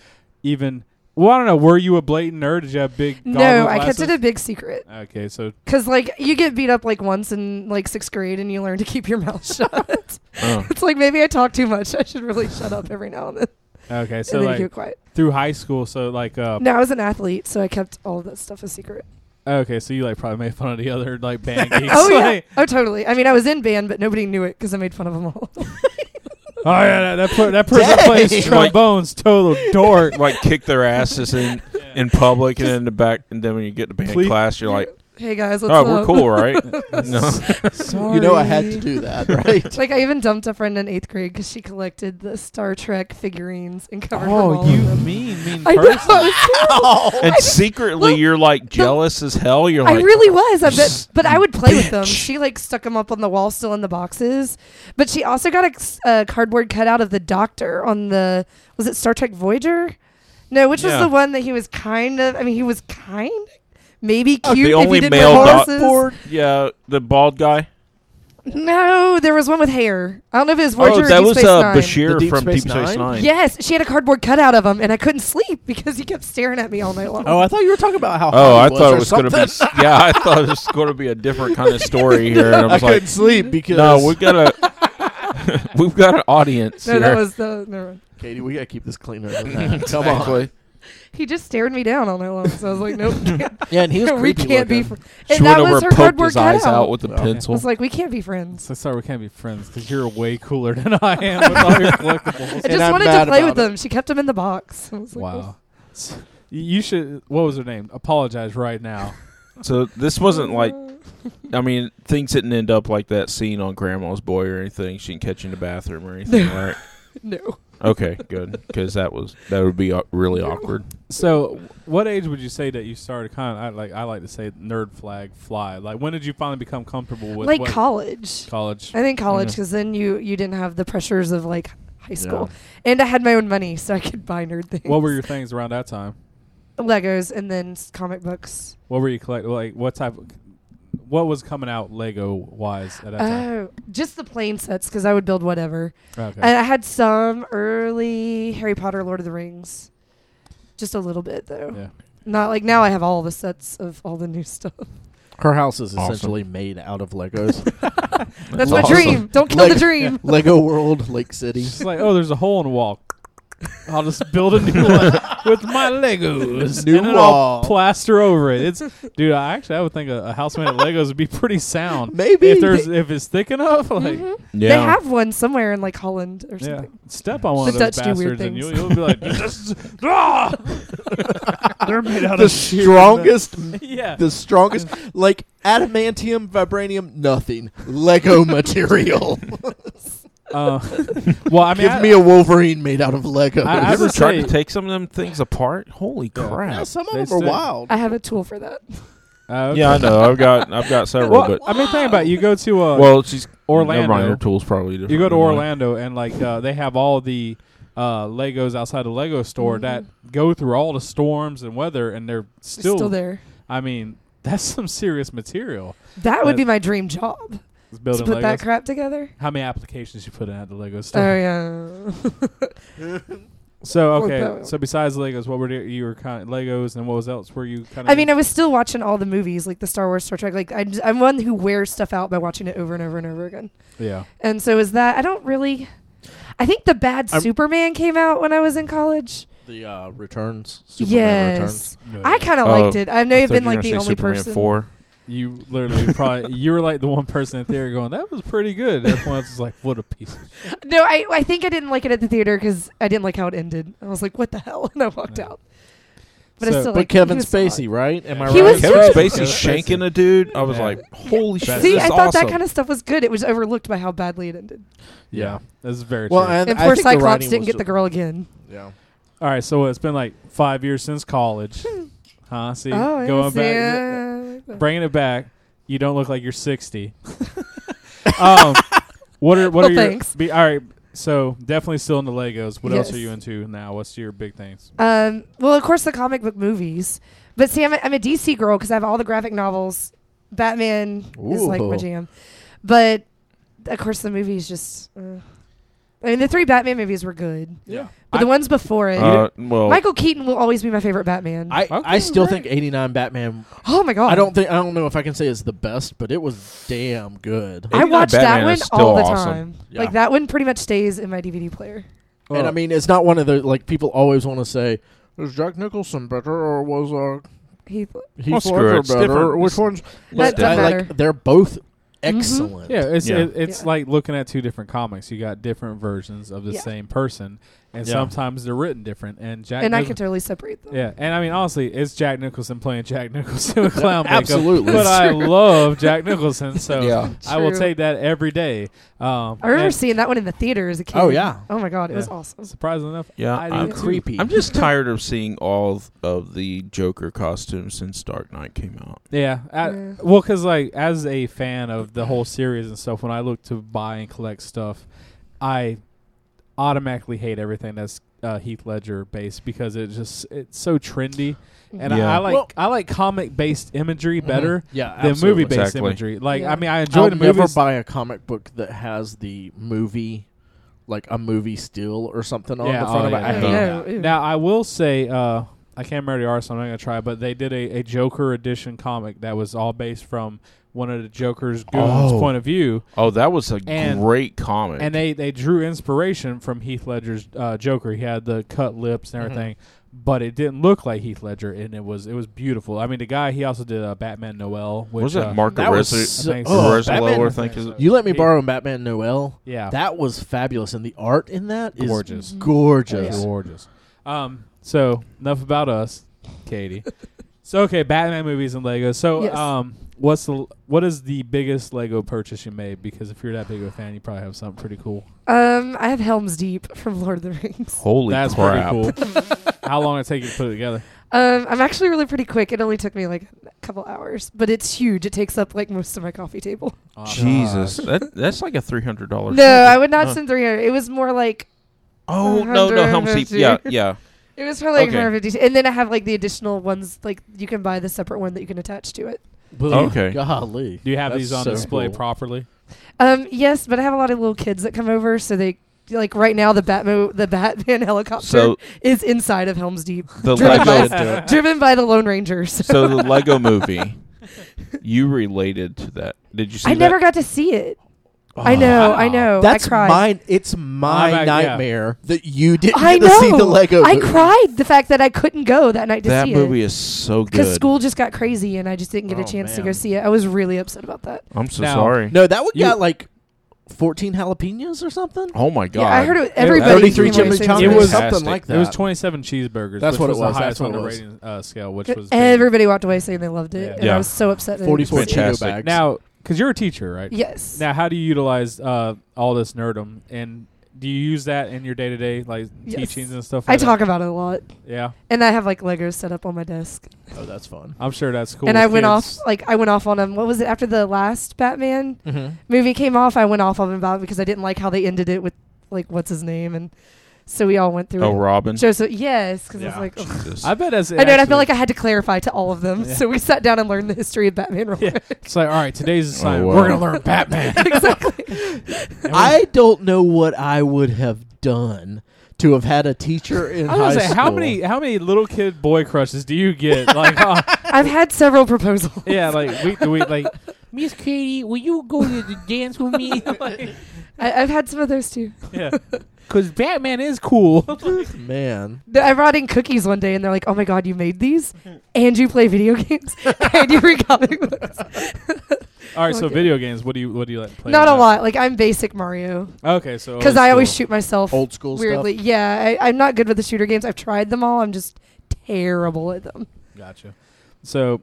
Speaker 1: even. Well, I don't know. Were you a blatant nerd? Did you have big?
Speaker 3: No,
Speaker 1: goggle
Speaker 3: I kept
Speaker 1: glasses?
Speaker 3: it a big secret.
Speaker 1: Okay, so
Speaker 3: Cause like you get beat up like once in like sixth grade, and you learn to keep your mouth [LAUGHS] shut.
Speaker 4: Oh.
Speaker 3: it's like maybe I talk too much. I should really shut up every now and then,
Speaker 1: okay, so
Speaker 3: and then you
Speaker 1: like
Speaker 3: get quiet.
Speaker 1: through high school, so like uh,
Speaker 3: No, I was an athlete, so I kept all of that stuff a secret.
Speaker 1: okay, so you like probably made fun of the other
Speaker 3: [LAUGHS]
Speaker 1: like band geeks.
Speaker 3: oh
Speaker 1: [LAUGHS]
Speaker 3: yeah,
Speaker 1: Like,
Speaker 3: oh totally. I mean, I was in band, but nobody knew it because I made fun of them all. [LAUGHS]
Speaker 1: oh yeah, that that, per- that person
Speaker 2: Dang.
Speaker 1: plays trombones, total dork.
Speaker 4: Like kick their asses in in public and in the back, and then when you get to band
Speaker 1: Please-
Speaker 4: class, you're like,
Speaker 3: hey guys, what's
Speaker 4: "Oh,
Speaker 3: up?
Speaker 4: we're cool, right?" no,
Speaker 1: Sorry.
Speaker 2: You know, I had to do
Speaker 4: [LAUGHS]
Speaker 2: that, right?
Speaker 3: [LAUGHS] Like I even dumped a friend in eighth grade because she collected the Star Trek figurines and covered her
Speaker 1: Oh,
Speaker 3: wall
Speaker 1: you
Speaker 3: with
Speaker 1: [LAUGHS]
Speaker 3: them. [LAUGHS]
Speaker 1: mean mean
Speaker 3: I know.
Speaker 1: person.
Speaker 4: and secretly
Speaker 3: look,
Speaker 4: you're like jealous as hell. You're
Speaker 3: I
Speaker 4: [LAUGHS] like,
Speaker 3: really was. I
Speaker 4: [LAUGHS]
Speaker 3: bet, but I would play with them.
Speaker 4: bitch.
Speaker 3: She like stuck them up on the wall, still in the boxes. But she also got a s- a, cardboard cutout of the Doctor on the was it Star Trek Voyager? No, which
Speaker 4: Yeah.
Speaker 3: was the one that he was kind of. I mean, he was kind, maybe cute.
Speaker 4: Oh, the
Speaker 3: if
Speaker 4: only
Speaker 3: he didn't
Speaker 4: male
Speaker 3: wear
Speaker 4: doc-
Speaker 3: glasses.
Speaker 4: yeah, the bald guy.
Speaker 3: No, there was one with hair. I don't know if it was Voyager
Speaker 4: oh,
Speaker 3: or
Speaker 4: that
Speaker 3: Deep
Speaker 4: was
Speaker 3: Space
Speaker 4: uh,
Speaker 3: Nine.
Speaker 4: Bashir
Speaker 2: The Deep
Speaker 4: from
Speaker 2: Space
Speaker 4: Deep Space
Speaker 2: Nine?
Speaker 4: Nine.
Speaker 3: Yes, she had a cardboard cutout of him, and I couldn't sleep because he kept staring at me all night long.
Speaker 2: Oh, I thought you were talking about how.
Speaker 4: Oh,
Speaker 2: hot
Speaker 4: I
Speaker 2: he
Speaker 4: thought
Speaker 2: or
Speaker 4: it
Speaker 2: [LAUGHS]
Speaker 4: was going to be.
Speaker 2: something.
Speaker 4: s- Yeah, I thought it was going to be a different kind of story here. And
Speaker 2: [LAUGHS]
Speaker 4: I
Speaker 2: I
Speaker 4: was like, "Mm,
Speaker 2: couldn't sleep because
Speaker 4: "No, we've got a, [LAUGHS] we've got an audience
Speaker 3: no,
Speaker 4: here."
Speaker 3: that was the. Never mind.
Speaker 2: [LAUGHS] Katie, we got to keep this cleaner than
Speaker 4: [LAUGHS]
Speaker 2: that. Come on.
Speaker 4: Exactly.
Speaker 3: He just stared me down all night long, so I was like, nope. can't-
Speaker 2: Yeah, and he was
Speaker 3: [LAUGHS] we
Speaker 2: creepy
Speaker 3: can't be
Speaker 2: looking.
Speaker 3: friends.
Speaker 4: She
Speaker 3: And
Speaker 4: went
Speaker 3: that
Speaker 4: over
Speaker 3: was
Speaker 4: and
Speaker 3: her
Speaker 4: poked
Speaker 3: cardboard
Speaker 4: his eyes
Speaker 3: cutout.
Speaker 4: out with a
Speaker 2: Okay.
Speaker 3: I
Speaker 4: pencil.
Speaker 3: was like, we can't be friends.
Speaker 1: So sorry, we can't be friends because you're way cooler than I am with all your
Speaker 3: [LAUGHS]
Speaker 1: collectibles.
Speaker 3: I
Speaker 2: And
Speaker 3: just
Speaker 2: I'm
Speaker 3: wanted to
Speaker 2: mad
Speaker 3: play
Speaker 2: about
Speaker 3: with
Speaker 2: it.
Speaker 3: them. She kept them in the box. [LAUGHS] I was like,
Speaker 1: Wow. S- You should. What was her name? Apologize right now.
Speaker 4: So this wasn't like I mean things didn't end up like that scene on Grandma's Boy or anything. She didn't catch you in the bathroom or
Speaker 3: [LAUGHS]
Speaker 4: anything, right?
Speaker 3: no.
Speaker 4: Okay, good because that was that would be au- really awkward.
Speaker 1: So, what age would you say that you started kind of I, like I like to say nerd flag fly? Like, when did you finally become comfortable with
Speaker 3: Like
Speaker 1: what-
Speaker 3: college.
Speaker 1: college? Mm-hmm.
Speaker 3: I think college,
Speaker 4: Mhm.
Speaker 3: because then you you didn't have the pressures of like high school, and I had my own money, so I could buy nerd things.
Speaker 1: What were your things around that time?
Speaker 3: Legos and then s- comic books?
Speaker 1: What were you collect? Like, what type? Of, what was coming out Lego wise at that time?
Speaker 3: Oh, just the plain sets because I would build whatever.
Speaker 1: Okay.
Speaker 3: And I had some early Harry Potter, Lord of the Rings, just a little bit though.
Speaker 1: yeah.
Speaker 3: Not like now I have all the sets of all the new stuff.
Speaker 2: Her house is
Speaker 4: Awesome.
Speaker 2: essentially made out of Legos.
Speaker 4: [LAUGHS]
Speaker 3: That's my
Speaker 4: Well, also-
Speaker 3: dream. Don't kill
Speaker 2: Like-
Speaker 3: the dream.
Speaker 2: Lego World, Lake City.
Speaker 1: It's just like, oh, there's a hole in the wall. I'll just build a new one with my Legos.
Speaker 2: New
Speaker 1: and then
Speaker 2: wall.
Speaker 1: I'll plaster over it. It's dude, I actually I would think a, a house made of Legos would be pretty sound.
Speaker 2: Maybe
Speaker 1: if there's if it's thick enough, like
Speaker 3: Mhm.
Speaker 4: Yeah,
Speaker 3: They have one somewhere in like Holland or
Speaker 1: yeah,
Speaker 3: something.
Speaker 1: step on one of
Speaker 3: The
Speaker 1: those
Speaker 3: Dutch do
Speaker 1: bastards and
Speaker 3: weird things.
Speaker 1: you'll, you'll be like, [LAUGHS] this is- ah! they're made out
Speaker 2: the
Speaker 1: of sheer-
Speaker 2: strongest,
Speaker 1: [LAUGHS] Yeah,
Speaker 2: the strongest, like adamantium, vibranium, nothing.
Speaker 1: [LAUGHS]
Speaker 2: Lego material.
Speaker 1: uh, well, I mean,
Speaker 2: Give
Speaker 1: I,
Speaker 2: me a Wolverine made out of Lego.
Speaker 1: I- I
Speaker 4: you ever
Speaker 1: would
Speaker 4: tried to
Speaker 1: say-
Speaker 4: take some of them things apart? Holy crap!
Speaker 2: some
Speaker 1: They
Speaker 2: of them are
Speaker 1: still-
Speaker 2: wild.
Speaker 3: I have a tool for that.
Speaker 1: uh, okay.
Speaker 4: Yeah, I know. I've got I've got several,
Speaker 1: Well,
Speaker 4: but
Speaker 1: I mean, think about it. you go to uh,
Speaker 4: well, she's
Speaker 1: Orlando.
Speaker 4: Never mind, her tools probably different
Speaker 1: you go to
Speaker 4: than mine.
Speaker 1: Orlando and like uh, they have all the uh, Legos outside the Lego store that go through all the storms and weather, and they're
Speaker 3: Mm-hmm. It's Still,
Speaker 1: still,
Speaker 3: there.
Speaker 1: I mean, [LAUGHS] that's some serious material.
Speaker 3: That
Speaker 1: Uh,
Speaker 3: would be my dream job.
Speaker 1: is
Speaker 3: To
Speaker 1: Building
Speaker 3: put that
Speaker 1: Legos.
Speaker 3: crap together. [LAUGHS]
Speaker 1: How many applications you put in at the Lego
Speaker 3: Oh
Speaker 1: store?
Speaker 3: yeah.
Speaker 1: So
Speaker 3: Or
Speaker 1: okay.
Speaker 3: both.
Speaker 1: So besides Legos, what were the- you were kind of Legos and what was else? Were you kind of?
Speaker 3: I mean, um, I was still watching all the movies, like the Star Wars, Star Trek. Like I, am one who wears stuff out by watching it over and over and over again.
Speaker 1: yeah.
Speaker 3: And so is that. I don't really. I think the Bad
Speaker 2: I'm-
Speaker 3: Superman came out when I was in college.
Speaker 2: The uh, returns.
Speaker 3: yes, I kind of
Speaker 4: Oh,
Speaker 3: liked it. I know
Speaker 4: I
Speaker 3: you've
Speaker 4: thought
Speaker 3: been
Speaker 4: you were
Speaker 3: like
Speaker 4: gonna
Speaker 3: the
Speaker 4: say
Speaker 3: only
Speaker 4: Superman
Speaker 3: person.
Speaker 4: Four.
Speaker 1: You literally probably you were like the one person in theater going that was pretty good. Everyone else was like what a piece. of shit."
Speaker 3: [LAUGHS] No, I I think I didn't like it at the theater because I didn't like how it ended. I was like, what the hell, [LAUGHS] and I walked
Speaker 1: Yeah.
Speaker 3: out. But I
Speaker 1: So-
Speaker 3: still
Speaker 2: But
Speaker 3: like,
Speaker 2: Kevin
Speaker 3: he was solid.
Speaker 2: Spacey, right? Am I
Speaker 1: He
Speaker 2: right?
Speaker 3: was
Speaker 4: Kevin
Speaker 3: good.
Speaker 4: Spacey
Speaker 1: Spacey.
Speaker 4: shanking a dude. I was
Speaker 1: Yeah.
Speaker 4: like, holy shit!
Speaker 1: Best.
Speaker 3: See,
Speaker 4: this
Speaker 3: I
Speaker 4: is
Speaker 3: thought
Speaker 4: awesome.
Speaker 3: that kind of stuff was good. It was overlooked by how badly it ended.
Speaker 1: Yeah, that's very
Speaker 2: Well,
Speaker 1: true.
Speaker 2: and,
Speaker 3: And
Speaker 2: I
Speaker 3: poor
Speaker 2: think the
Speaker 3: Cyclops
Speaker 2: writing
Speaker 3: didn't
Speaker 2: was
Speaker 3: get
Speaker 2: ju-
Speaker 3: the girl again.
Speaker 2: Yeah.
Speaker 1: All right, so it's been like five years since
Speaker 3: [LAUGHS]
Speaker 1: college, huh? See,
Speaker 3: oh,
Speaker 1: going
Speaker 3: yeah, see,
Speaker 1: back,
Speaker 3: uh,
Speaker 1: bringing it back. You don't look like you're sixty. [LAUGHS] um, what are what
Speaker 3: Well,
Speaker 1: are your?
Speaker 3: thanks.
Speaker 1: Be, all right, so definitely still into Legos. What else
Speaker 3: Yes.
Speaker 1: are you into now? What's your big things?
Speaker 3: Um, well, of course, the comic book movies. But see, I'm a, I'm a DC girl because I have all the graphic novels. Batman is like my
Speaker 2: Ooh.
Speaker 3: jam. But of course, the movies just. Uh, I mean, the three Batman movies were good,
Speaker 1: Yeah,
Speaker 3: but the ones before it,
Speaker 4: Uh, well,
Speaker 3: Michael Keaton will always be my favorite Batman.
Speaker 2: I,
Speaker 1: Okay,
Speaker 2: I still
Speaker 1: right.
Speaker 2: think 89 Batman
Speaker 3: oh my god!
Speaker 2: I don't think I don't know if I can say it's the best, but it was damn good.
Speaker 3: I
Speaker 4: 89
Speaker 3: watch that
Speaker 4: Batman
Speaker 3: one
Speaker 4: is still
Speaker 3: all the
Speaker 4: awesome.
Speaker 3: time.
Speaker 2: Yeah.
Speaker 3: Like that one pretty much stays in my DVD player.
Speaker 1: Oh.
Speaker 2: and I mean, it's not one of the like people always want to say was Jack Nicholson better or was uh
Speaker 3: He,
Speaker 4: Well,
Speaker 2: Heath
Speaker 4: screw
Speaker 2: Ledger
Speaker 4: it, it's
Speaker 2: better?
Speaker 4: different.
Speaker 2: Which one's?
Speaker 3: That
Speaker 2: I,
Speaker 3: doesn't
Speaker 2: like
Speaker 3: matter.
Speaker 2: they're both excellent.
Speaker 1: Mm-hmm. Yeah, it's
Speaker 4: Yeah.
Speaker 1: It, it's
Speaker 3: Yeah.
Speaker 1: like looking at two different comics. You got different versions of the
Speaker 3: Yeah.
Speaker 1: same person, and
Speaker 2: Yeah.
Speaker 1: sometimes they're written different. And Jack
Speaker 3: and I
Speaker 1: Nichol-
Speaker 3: can totally separate
Speaker 1: [LAUGHS]
Speaker 3: them.
Speaker 1: yeah, and I mean honestly, it's Jack Nicholson playing Jack [LAUGHS] Nicholson with clown makeup.
Speaker 2: Absolutely.
Speaker 1: but I
Speaker 3: True.
Speaker 1: love Jack Nicholson, so [LAUGHS]
Speaker 4: Yeah.
Speaker 1: I will
Speaker 3: True.
Speaker 1: take that every day. Um,
Speaker 3: I remember
Speaker 1: and
Speaker 3: seeing that one in the theater as a kid.
Speaker 2: Oh, yeah.
Speaker 3: Oh my god, it was
Speaker 1: Yeah.
Speaker 3: awesome.
Speaker 1: surprisingly enough,
Speaker 4: Yeah,
Speaker 1: I
Speaker 4: I'm
Speaker 1: do too.
Speaker 2: creepy.
Speaker 4: I'm just tired of seeing all th- of the Joker costumes since Dark Knight came out.
Speaker 1: Yeah, I,
Speaker 3: Yeah.
Speaker 1: well, because like as a fan of the whole series and stuff, when I look to buy and collect stuff, I automatically hate everything that's uh, Heath Ledger based because it just it's so trendy, and
Speaker 4: Yeah.
Speaker 1: I, I like
Speaker 2: Well-
Speaker 1: I like comic based imagery better
Speaker 2: Mm-hmm. Yeah,
Speaker 1: than movie based
Speaker 4: Exactly.
Speaker 1: imagery. Like
Speaker 3: Yeah.
Speaker 1: I mean, I enjoy
Speaker 2: I'll
Speaker 1: the
Speaker 2: never
Speaker 1: movies.
Speaker 2: buy a comic book that has the movie, like a movie still or something on
Speaker 1: Yeah,
Speaker 2: the front
Speaker 1: oh,
Speaker 2: of it.
Speaker 1: yeah,
Speaker 2: I
Speaker 3: no.
Speaker 2: hate
Speaker 3: Yeah.
Speaker 2: that.
Speaker 3: Ew.
Speaker 1: now I will say. uh I can't remember the artist, so I'm not gonna try. But they did a, a Joker edition comic that was all based from one of the Joker's goons'
Speaker 4: Oh.
Speaker 1: point of view,
Speaker 4: Oh, that was a
Speaker 1: And-
Speaker 4: great comic.
Speaker 1: and they they drew inspiration from Heath Ledger's uh, Joker. He had the cut lips and
Speaker 4: Mm-hmm.
Speaker 2: Mhm.
Speaker 1: everything, but it didn't look like Heath Ledger, and it was it was beautiful. I mean, the guy he also did uh, Batman Noel. Which,
Speaker 4: was that
Speaker 1: uh,
Speaker 4: Mark
Speaker 2: that was
Speaker 4: Arezzo-
Speaker 2: so-
Speaker 1: I think so.
Speaker 2: oh,
Speaker 4: Arezzo-
Speaker 2: Batman-
Speaker 4: I think is
Speaker 2: You let me
Speaker 1: He-
Speaker 2: borrow Batman Noel.
Speaker 1: Yeah,
Speaker 2: That was fabulous, and the art in that is
Speaker 1: gorgeous,
Speaker 2: gorgeous.
Speaker 1: gorgeous. Um, so enough about us,
Speaker 2: [LAUGHS]
Speaker 1: Katie. so okay, Batman movies and Lego. So
Speaker 3: Yes.
Speaker 1: um, what's the what is the biggest Lego purchase you made? Because if you're that big of a fan, you probably have something pretty cool.
Speaker 3: Um, I have Helm's Deep from Lord of the Rings.
Speaker 4: Holy
Speaker 1: That's
Speaker 4: crap!
Speaker 1: pretty cool.
Speaker 4: [LAUGHS]
Speaker 1: How long did it take you to put it together?
Speaker 3: Um, I'm actually really pretty quick. It only took me like a couple hours, but it's huge. It takes up like most of my coffee table.
Speaker 1: Oh,
Speaker 4: Jesus, that that's like a three hundred dollars.
Speaker 3: No, I would not
Speaker 4: Huh.
Speaker 3: send 300. It was more like
Speaker 4: Oh no, no, Helm Seep.
Speaker 3: 150.
Speaker 4: Yeah, yeah.
Speaker 3: it was for like
Speaker 4: Okay.
Speaker 3: 150. And then I have like the additional ones like you can buy the separate one that you can attach to it.
Speaker 2: Blue.
Speaker 4: Okay.
Speaker 2: Golly.
Speaker 1: Uh, Do you have
Speaker 2: That's
Speaker 1: these on
Speaker 2: so
Speaker 1: display
Speaker 2: cool.
Speaker 1: properly?
Speaker 3: Um, yes, but I have a lot of little kids that come over, so they like right now the Batmo the Batman [LAUGHS] helicopter
Speaker 4: So
Speaker 3: is inside of Helm's Deep,
Speaker 4: the
Speaker 3: Driven by-
Speaker 4: Lego,
Speaker 3: driven by the Lone Rangers.
Speaker 4: so the Lego movie. You related to that? Did you
Speaker 3: [LAUGHS]
Speaker 4: see?
Speaker 3: I
Speaker 4: that?
Speaker 3: never got to see it.
Speaker 4: Oh,
Speaker 3: I know, I
Speaker 2: [GASPS]
Speaker 3: know.
Speaker 2: That's
Speaker 3: I cried.
Speaker 2: mine. It's my
Speaker 1: I'm not- Oh, yeah.
Speaker 2: nightmare that you didn't
Speaker 3: I
Speaker 2: get to
Speaker 3: know.
Speaker 2: see the Lego.
Speaker 3: I
Speaker 2: movie.
Speaker 3: cried the fact that I couldn't go that night to
Speaker 4: That
Speaker 3: see
Speaker 4: movie
Speaker 3: it
Speaker 4: is so
Speaker 3: because
Speaker 4: good.
Speaker 3: school just got crazy and I just didn't get
Speaker 2: Oh,
Speaker 3: a chance to
Speaker 2: man.
Speaker 3: go see it. I was really upset about that.
Speaker 4: I'm so
Speaker 1: Now-
Speaker 4: sorry.
Speaker 2: No, that one
Speaker 1: You-
Speaker 2: got like 14 jalapenos or something.
Speaker 4: Oh my god!
Speaker 3: Yeah, I heard it. Everybody
Speaker 2: 33
Speaker 3: came away saying
Speaker 2: chimichangas.
Speaker 1: It
Speaker 3: it
Speaker 1: was-
Speaker 2: something like that.
Speaker 1: It was 27 cheeseburgers.
Speaker 2: That's
Speaker 1: which
Speaker 2: what it
Speaker 1: was.
Speaker 2: was,
Speaker 1: The
Speaker 2: that's
Speaker 1: highest
Speaker 2: what
Speaker 1: on the
Speaker 2: it was.
Speaker 1: rating uh, scale, which was big.
Speaker 3: Everybody walked away saying they loved it, and
Speaker 1: Yeah.
Speaker 3: I was so upset. That I didn't
Speaker 2: 44
Speaker 3: see it.
Speaker 2: Cheeto
Speaker 4: Fantastic.
Speaker 2: bags.
Speaker 1: Now, because you're a teacher, right?
Speaker 3: Yes.
Speaker 1: Now, how do you utilize uh, all this nerdum, and do you use that in your day to day like
Speaker 3: Yes.
Speaker 1: teachings and stuff?
Speaker 3: I
Speaker 1: Like
Speaker 3: talk about it a lot,
Speaker 1: That? Yeah,
Speaker 3: and I have like Legos set up on my desk.
Speaker 2: oh, that's fun.
Speaker 1: I'm sure that's cool.
Speaker 3: and I
Speaker 1: with
Speaker 3: went
Speaker 1: kids.
Speaker 3: off like I went off on him. What was it after the last Batman
Speaker 2: Mm-hmm.
Speaker 3: movie came off? I went off on him about it because I didn't like how they ended it with like what's his name, and so we all went through.
Speaker 4: Oh,
Speaker 3: it.
Speaker 4: Robin.
Speaker 3: Joseph, yes, because
Speaker 1: Yeah.
Speaker 3: I was like, ugh.
Speaker 4: Jesus.
Speaker 1: I bet as it
Speaker 3: I know, and I
Speaker 1: actually-
Speaker 3: feel like I had to clarify to all of them.
Speaker 1: Yeah.
Speaker 3: So we sat down and learned the history of Batman. Real
Speaker 1: Yeah.
Speaker 3: quick.
Speaker 1: it's like all right. Today's
Speaker 2: Oh,
Speaker 1: assignment.
Speaker 4: wow.
Speaker 1: We're gonna learn Batman.
Speaker 3: [LAUGHS] exactly.
Speaker 1: And we-
Speaker 2: I don't know what I would have done to have had a
Speaker 1: [LAUGHS]
Speaker 2: teacher in
Speaker 1: I
Speaker 2: high
Speaker 1: was gonna say,
Speaker 2: school.
Speaker 1: how many how many little kid boy crushes do you get? [LAUGHS] Like, oh,
Speaker 3: I've had several proposals.
Speaker 1: yeah, like week to week, like
Speaker 6: Miss Katie, will you go to the dance with me?
Speaker 3: I, I've had some of those too.
Speaker 1: yeah,
Speaker 6: Because Batman is cool.
Speaker 2: man?
Speaker 3: Th- I brought in cookies one day, and they're like, "Oh my god, you made these,
Speaker 1: Mm-hmm.
Speaker 3: and you play
Speaker 1: [LAUGHS]
Speaker 3: video games, and you read comic books."
Speaker 1: [LAUGHS] All right, so
Speaker 3: Okay.
Speaker 1: video games. What do you what do you like? Play
Speaker 3: Not a
Speaker 1: now? Oh,
Speaker 3: lot. Like I'm basic Mario
Speaker 1: Okay, so
Speaker 3: because I always shoot myself.
Speaker 2: Old school
Speaker 3: weirdly, yeah, I, I'm not good with the shooter games. I've tried them all. I'm just terrible at them.
Speaker 1: Gotcha. So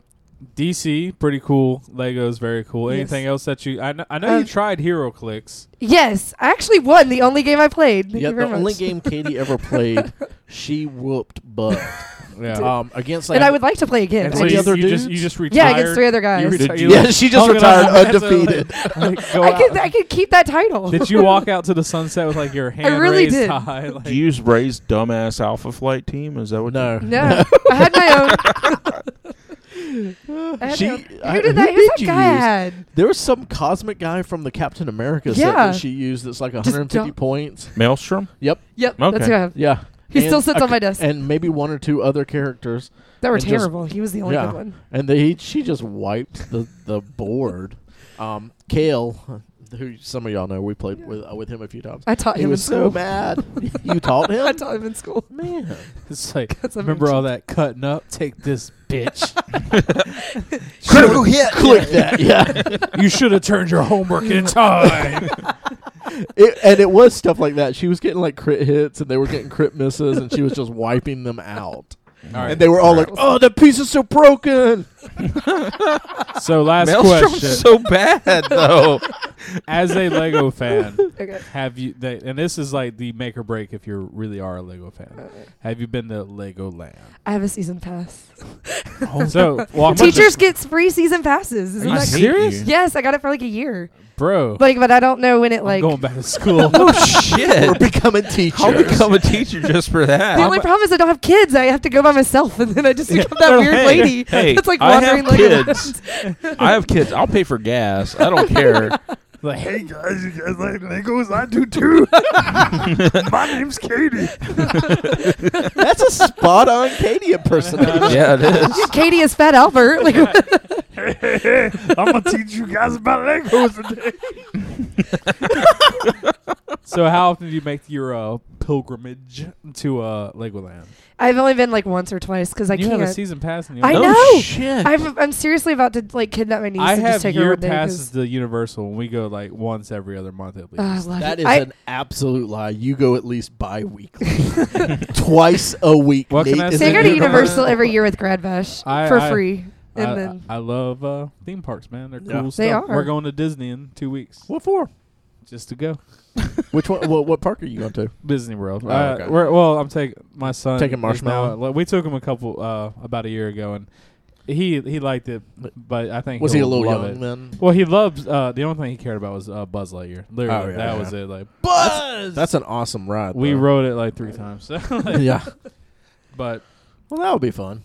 Speaker 1: DC, pretty cool. Legos, very cool.
Speaker 3: Yes.
Speaker 1: Anything else that you? I know, I know you
Speaker 3: Um,
Speaker 1: tried Hero Clicks.
Speaker 3: Yes, I actually won the only game I played.
Speaker 2: stuff.
Speaker 3: Thank
Speaker 2: Yeah,
Speaker 3: you very
Speaker 2: the only
Speaker 3: much.
Speaker 2: game Katie ever
Speaker 3: [LAUGHS]
Speaker 2: played, she whooped butt.
Speaker 1: Yeah. Oh,
Speaker 2: Um, against like
Speaker 3: and I would like to play again.
Speaker 1: and
Speaker 3: I
Speaker 1: so
Speaker 2: the
Speaker 3: just-
Speaker 1: you,
Speaker 2: other
Speaker 1: you just you
Speaker 2: dudes?
Speaker 1: just retired.
Speaker 3: yeah, against three other
Speaker 1: you
Speaker 3: guys.
Speaker 1: retired. you
Speaker 2: yeah,
Speaker 1: like,
Speaker 2: she just
Speaker 1: hung it
Speaker 2: retired
Speaker 1: up. That's what,
Speaker 2: undefeated.
Speaker 1: like, go
Speaker 3: [LAUGHS] I
Speaker 1: out.
Speaker 3: could I could keep that title.
Speaker 1: did you walk out to the sunset with like your hand
Speaker 3: really
Speaker 1: raised
Speaker 3: did.
Speaker 1: high? Like,
Speaker 4: Do you use Ray's dumbass Alpha Flight team? Is that what?
Speaker 2: Oh, no,
Speaker 3: [LAUGHS] No, I had my
Speaker 1: [LAUGHS]
Speaker 3: own. I had
Speaker 2: She-
Speaker 3: my own. Who
Speaker 2: I-
Speaker 3: did that?
Speaker 2: who did
Speaker 3: Who's that
Speaker 2: you
Speaker 3: guy I
Speaker 2: use?
Speaker 3: had?
Speaker 2: There was some cosmic guy from the Captain America set
Speaker 3: Yeah.
Speaker 2: that she used that's like
Speaker 3: don't-
Speaker 2: 150 points.
Speaker 4: You, Maelstrom.
Speaker 3: Yep,
Speaker 4: Okay.
Speaker 3: that's who I have.
Speaker 2: Yeah.
Speaker 3: He still sits
Speaker 2: a
Speaker 3: on my
Speaker 2: cou-
Speaker 3: desk.
Speaker 2: And maybe one or two other characters.
Speaker 3: That were
Speaker 2: and just-
Speaker 3: terrible. he was the only
Speaker 2: yeah.
Speaker 3: good one.
Speaker 2: And they she just wiped the, the board. Um, Kale, who some of y'all know, we played with uh, with him a few times.
Speaker 3: I taught
Speaker 2: He
Speaker 3: him in
Speaker 2: was so
Speaker 3: school. [LAUGHS]
Speaker 2: mad. you taught him?
Speaker 3: I taught him in school.
Speaker 2: Man.
Speaker 1: It's like
Speaker 3: That's
Speaker 1: remember all that cutting up. Take this,
Speaker 3: [LAUGHS]
Speaker 1: bitch.
Speaker 2: Critical hit. Click that. [LAUGHS] Yeah.
Speaker 1: you should have turned your homework in
Speaker 3: [LAUGHS]
Speaker 1: time.
Speaker 2: It, and it was stuff like that. She was getting like crit hits and they were getting crit misses and she was just wiping them out.
Speaker 1: all right.
Speaker 2: And they were all like, "Oh, that piece is so [LAUGHS] broken."
Speaker 1: so last
Speaker 4: Maelstrom's
Speaker 1: question. [LAUGHS]
Speaker 4: so bad though.
Speaker 1: As a Lego fan,
Speaker 3: Okay.
Speaker 1: Have you? They, and this is like the make or break if you really are a Lego
Speaker 3: Uh,
Speaker 1: fan. Have you been to
Speaker 3: [LAUGHS]
Speaker 1: Legoland?
Speaker 3: I have a season pass. Oh
Speaker 1: so well, I'm
Speaker 3: Teachers get free season passes.
Speaker 1: Are
Speaker 3: Isn't
Speaker 1: you
Speaker 3: that cool?
Speaker 1: serious,
Speaker 3: Yes, I got it for like a year.
Speaker 1: bro?
Speaker 3: Like, but I don't know when it
Speaker 1: I'm
Speaker 3: like.
Speaker 1: going back to school.
Speaker 3: [LAUGHS]
Speaker 4: oh
Speaker 2: We're
Speaker 4: [LAUGHS] shit!
Speaker 2: becoming teachers.
Speaker 4: I'll become a teacher just for
Speaker 3: The
Speaker 4: that.
Speaker 3: only problem is I don't have kids. I have to go by myself, and then I
Speaker 1: [LAUGHS]
Speaker 3: just become that
Speaker 4: Oh,
Speaker 3: weird
Speaker 4: hey,
Speaker 3: lady
Speaker 4: [LAUGHS] hey,
Speaker 3: that's like
Speaker 4: I
Speaker 3: wandering like
Speaker 4: have
Speaker 3: around.
Speaker 4: kids. I have kids. I'll pay for gas.
Speaker 1: [LAUGHS]
Speaker 4: I don't care.
Speaker 1: like, hey,
Speaker 5: guys, you guys like Legos? I do too. My name's Katie.
Speaker 2: That's a spot on Katie impersonation.
Speaker 4: yeah,
Speaker 1: [LAUGHS]
Speaker 4: it is.
Speaker 3: [LAUGHS] Katie is Fat Albert. Like,
Speaker 5: I'm gonna teach you guys about Legos today.
Speaker 1: so how often do you make your uh, pilgrimage to uh, Legoland?
Speaker 3: I've only been like once or twice because I
Speaker 1: you
Speaker 3: can't.
Speaker 1: have a season pass. And you
Speaker 3: [LAUGHS] I
Speaker 1: don't-
Speaker 3: know.
Speaker 4: Oh shit!
Speaker 3: I'm, I'm seriously about to like kidnap my niece
Speaker 1: I
Speaker 3: and
Speaker 1: have
Speaker 3: just take her
Speaker 1: year
Speaker 3: one day. 'cause-
Speaker 1: passes to Universal, and we go like once every other month at
Speaker 3: Oh, I
Speaker 1: least.
Speaker 3: love
Speaker 2: That
Speaker 3: it.
Speaker 2: is
Speaker 3: I-
Speaker 2: an absolute lie. You go at least bi-weekly, [LAUGHS] twice a week.
Speaker 1: What can
Speaker 2: Nate
Speaker 1: I
Speaker 2: is
Speaker 1: say?
Speaker 3: so
Speaker 2: in
Speaker 3: I go to
Speaker 1: Universal?
Speaker 3: Universal every year with Grad Bash
Speaker 1: I-
Speaker 3: for
Speaker 1: I-
Speaker 3: free,
Speaker 1: I,
Speaker 3: and then
Speaker 1: I love uh, theme parks, man. They're cool
Speaker 2: Yeah. They
Speaker 1: stuff.
Speaker 3: are.
Speaker 1: We're going to Disney in two weeks
Speaker 2: What for?
Speaker 1: just to go.
Speaker 2: Which one? What, what park are you going to?
Speaker 1: Disney World.
Speaker 2: Oh,
Speaker 1: uh,
Speaker 2: okay.
Speaker 1: we're, well, I'm taking my son.
Speaker 2: Taking
Speaker 1: is
Speaker 2: Marshmallow?
Speaker 1: now- like, we took him a couple uh, about a year ago, and he he liked it, but I think
Speaker 2: Was he a
Speaker 1: he'll
Speaker 2: little
Speaker 1: love
Speaker 2: young
Speaker 1: It.
Speaker 2: then?
Speaker 1: Well, he loves. Uh, the only thing he cared about was uh, Buzz Lightyear. Literally,
Speaker 2: Oh, yeah, Uh-huh.
Speaker 1: that
Speaker 2: yeah.
Speaker 1: was it. Like
Speaker 2: Buzz. That's an awesome ride.
Speaker 1: we
Speaker 2: though.
Speaker 1: rode it like three times. [LAUGHS] So, like,
Speaker 2: yeah.
Speaker 1: But
Speaker 2: Well, that would be fun.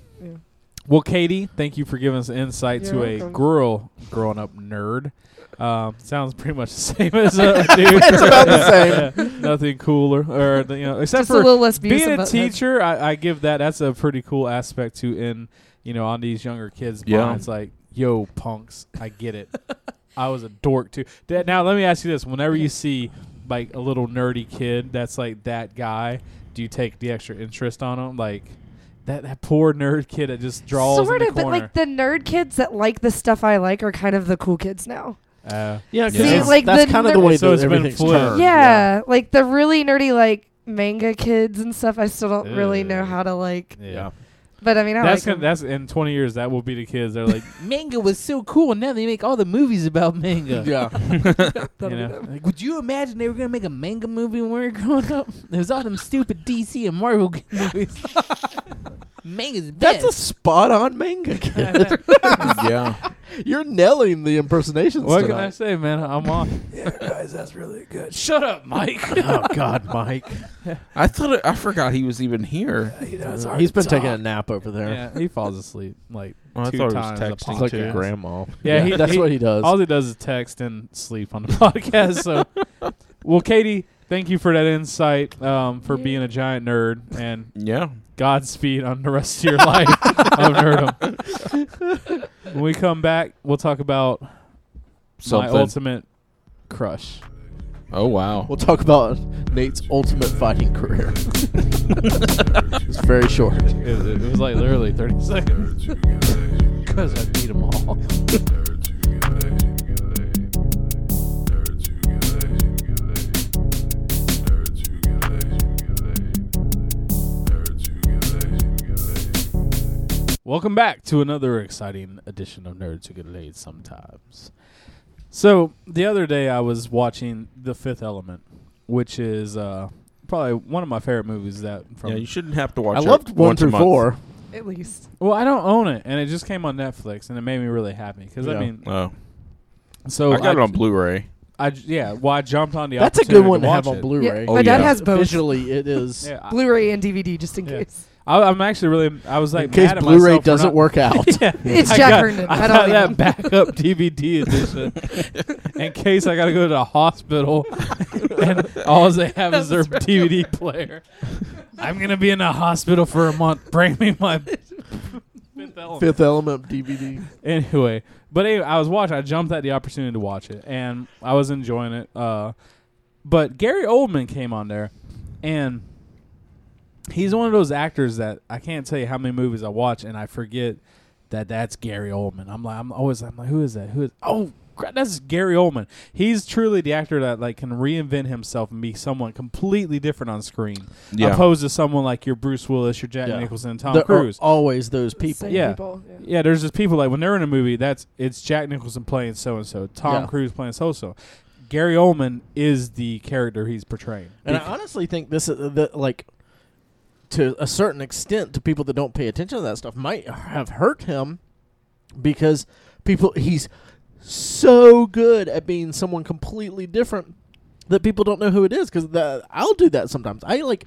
Speaker 1: well, Katie, thank you for giving us insight to
Speaker 3: You're
Speaker 1: a
Speaker 3: welcome.
Speaker 1: girl growing up nerd. Um, sounds pretty much the [LAUGHS] same as
Speaker 3: [LAUGHS]
Speaker 1: a dude.
Speaker 2: It's about the same.
Speaker 1: Yeah, [LAUGHS] nothing cooler, or the, you know, except
Speaker 3: just a
Speaker 1: for
Speaker 3: little less
Speaker 1: being a
Speaker 3: Beavis and Butthead.
Speaker 1: teacher, I, I give that. That's a pretty cool aspect to in you know on these younger kids'
Speaker 4: Yeah.
Speaker 1: minds. Like, yo, punks, I get it. [LAUGHS] I was a dork too. That, now let me ask you this: Whenever you see like a little nerdy kid that's like that guy, do you take the extra interest on him? Like that that poor nerd kid that just draws
Speaker 3: Sort
Speaker 1: in
Speaker 3: of,
Speaker 1: the
Speaker 3: but
Speaker 1: corner.
Speaker 3: like the nerd kids that like the stuff I like are kind of the cool kids now.
Speaker 1: uh,
Speaker 2: Yeah,
Speaker 4: See,
Speaker 2: that's,
Speaker 3: like,
Speaker 2: that's
Speaker 3: the-
Speaker 2: kind of
Speaker 3: the-
Speaker 2: the way
Speaker 1: So
Speaker 2: that
Speaker 1: it's been
Speaker 2: everything's
Speaker 1: flipped.
Speaker 2: turned.
Speaker 3: Yeah, like the really nerdy like manga kids and stuff. I still don't really know
Speaker 1: Ugh.
Speaker 3: how to like,
Speaker 1: yeah.
Speaker 2: Yeah.
Speaker 3: but I mean, Oh, I
Speaker 1: That's
Speaker 3: like
Speaker 1: gonna,
Speaker 3: 'em.
Speaker 1: that's in twenty years that will be the kids. They're like,
Speaker 6: manga was so cool. Now they make all the movies about manga.
Speaker 5: [LAUGHS]
Speaker 2: Yeah.
Speaker 3: [LAUGHS]
Speaker 1: you
Speaker 3: [LAUGHS] That'll be them.
Speaker 1: know,
Speaker 6: Like, would you imagine they were gonna make a manga movie when we were growing up? [LAUGHS] There's all them stupid DC and Marvel g-
Speaker 1: [LAUGHS]
Speaker 6: movies. Manga's best.
Speaker 2: That's a spot on manga
Speaker 3: [LAUGHS]
Speaker 2: kid.
Speaker 4: yeah.
Speaker 2: [LAUGHS] You're nailing the impersonations
Speaker 1: what can I
Speaker 2: tonight.
Speaker 1: say, man? I'm on.
Speaker 2: yeah, guys, that's really good.
Speaker 1: Shut up, Mike.
Speaker 2: [LAUGHS]
Speaker 1: [LAUGHS]
Speaker 2: oh God, Mike.
Speaker 4: I thought it, I forgot he was even here.
Speaker 2: He's been taking a nap over there.
Speaker 1: Yeah, he falls asleep like
Speaker 4: Well, I
Speaker 1: two
Speaker 4: thought it
Speaker 1: times.
Speaker 4: was texting,
Speaker 2: He's
Speaker 1: a
Speaker 2: like
Speaker 1: podcast.
Speaker 2: a grandma.
Speaker 1: Yeah, he-
Speaker 2: that's
Speaker 1: he-
Speaker 2: what he
Speaker 1: [LAUGHS]
Speaker 2: does.
Speaker 1: All he does is text and sleep on the podcast. So, well, Katie, Thank you for that insight, um, for
Speaker 3: Yeah.
Speaker 1: being a giant nerd, and
Speaker 4: Yeah.
Speaker 1: Godspeed on the rest of your life of nerdom. when we come back, we'll talk about
Speaker 4: Something.
Speaker 1: my ultimate crush.
Speaker 4: oh wow.
Speaker 2: We'll talk about Nate's ultimate fighting [LAUGHS] career. it's very short.
Speaker 1: It, it was like literally 30 seconds [LAUGHS] because I beat them all. Welcome back to another exciting edition of Nerds Who Get Laid Sometimes. So the other day I was watching The Fifth Element, which is uh, probably one of my favorite movies. That from
Speaker 4: Yeah, you shouldn't have to watch.
Speaker 2: I
Speaker 4: it
Speaker 2: loved one
Speaker 4: once a
Speaker 2: through
Speaker 4: month.
Speaker 2: four.
Speaker 3: At least.
Speaker 1: well, I don't own it, and it just came on Netflix, and it made me really happy because I
Speaker 2: Yeah.
Speaker 1: mean,
Speaker 4: Oh,
Speaker 1: so
Speaker 4: I got it on Blu-ray.
Speaker 1: I j- yeah, well, I jumped on the.
Speaker 2: That's a good
Speaker 1: opportunity
Speaker 2: one to
Speaker 1: watch
Speaker 2: have on
Speaker 1: it.
Speaker 2: Blu-ray.
Speaker 3: Yeah, my dad
Speaker 4: yeah.
Speaker 3: has both
Speaker 2: Visually, it [LAUGHS] is.
Speaker 1: Yeah, I-
Speaker 3: Blu-ray and DVD, just in
Speaker 1: Yeah.
Speaker 3: case.
Speaker 1: I, I'm actually really. I was like,
Speaker 2: in case
Speaker 1: mad at
Speaker 2: Blu-ray
Speaker 1: myself for
Speaker 2: doesn't
Speaker 1: not-
Speaker 2: work
Speaker 1: [LAUGHS]
Speaker 2: out. [LAUGHS]
Speaker 1: Yeah.
Speaker 3: It's
Speaker 1: I
Speaker 3: Jack
Speaker 1: got-
Speaker 3: Herndon.
Speaker 1: I
Speaker 3: I don't
Speaker 1: got
Speaker 3: need
Speaker 1: that
Speaker 3: him.
Speaker 1: backup DVD
Speaker 3: [LAUGHS]
Speaker 1: edition in case I got to go to the hospital and all they have is their DVD
Speaker 3: [LAUGHS]
Speaker 1: player. I'm gonna be in the hospital for a month. Bring me
Speaker 3: [LAUGHS]
Speaker 1: my fifth element.
Speaker 2: Fifth Element DVD.
Speaker 1: [LAUGHS] Anyway, but anyway, I was watching. I jumped at the opportunity to watch it, and I was enjoying it. Uh, but Gary Oldman came on there, and he's one of those actors that I can't tell you how many movies I watch, and I forget that that's Gary Oldman. I'm like, I'm always, I'm like, who is that? Who is? Oh, crap, that's Gary Oldman. He's truly the actor that like can reinvent himself and be someone completely different on screen,
Speaker 4: Yeah.
Speaker 1: opposed to someone like your Bruce Willis, your Jack
Speaker 2: Yeah. er,
Speaker 1: Nicholson, Tom
Speaker 2: there
Speaker 1: Cruise.
Speaker 2: are always those people.
Speaker 3: Same
Speaker 1: Yeah.
Speaker 3: people, yeah.
Speaker 1: Yeah, there's just people like when they're in a movie, that's it's Jack Nicholson playing so and so, Tom
Speaker 2: Yeah.
Speaker 1: Cruise playing so and so. Gary Oldman is the character he's portraying.
Speaker 2: And I honestly think this is the, like to a certain extent to people that don't pay attention to that stuff might have hurt him because people he's so good at being someone completely different that people don't know who it is cuz I'll do that sometimes. I like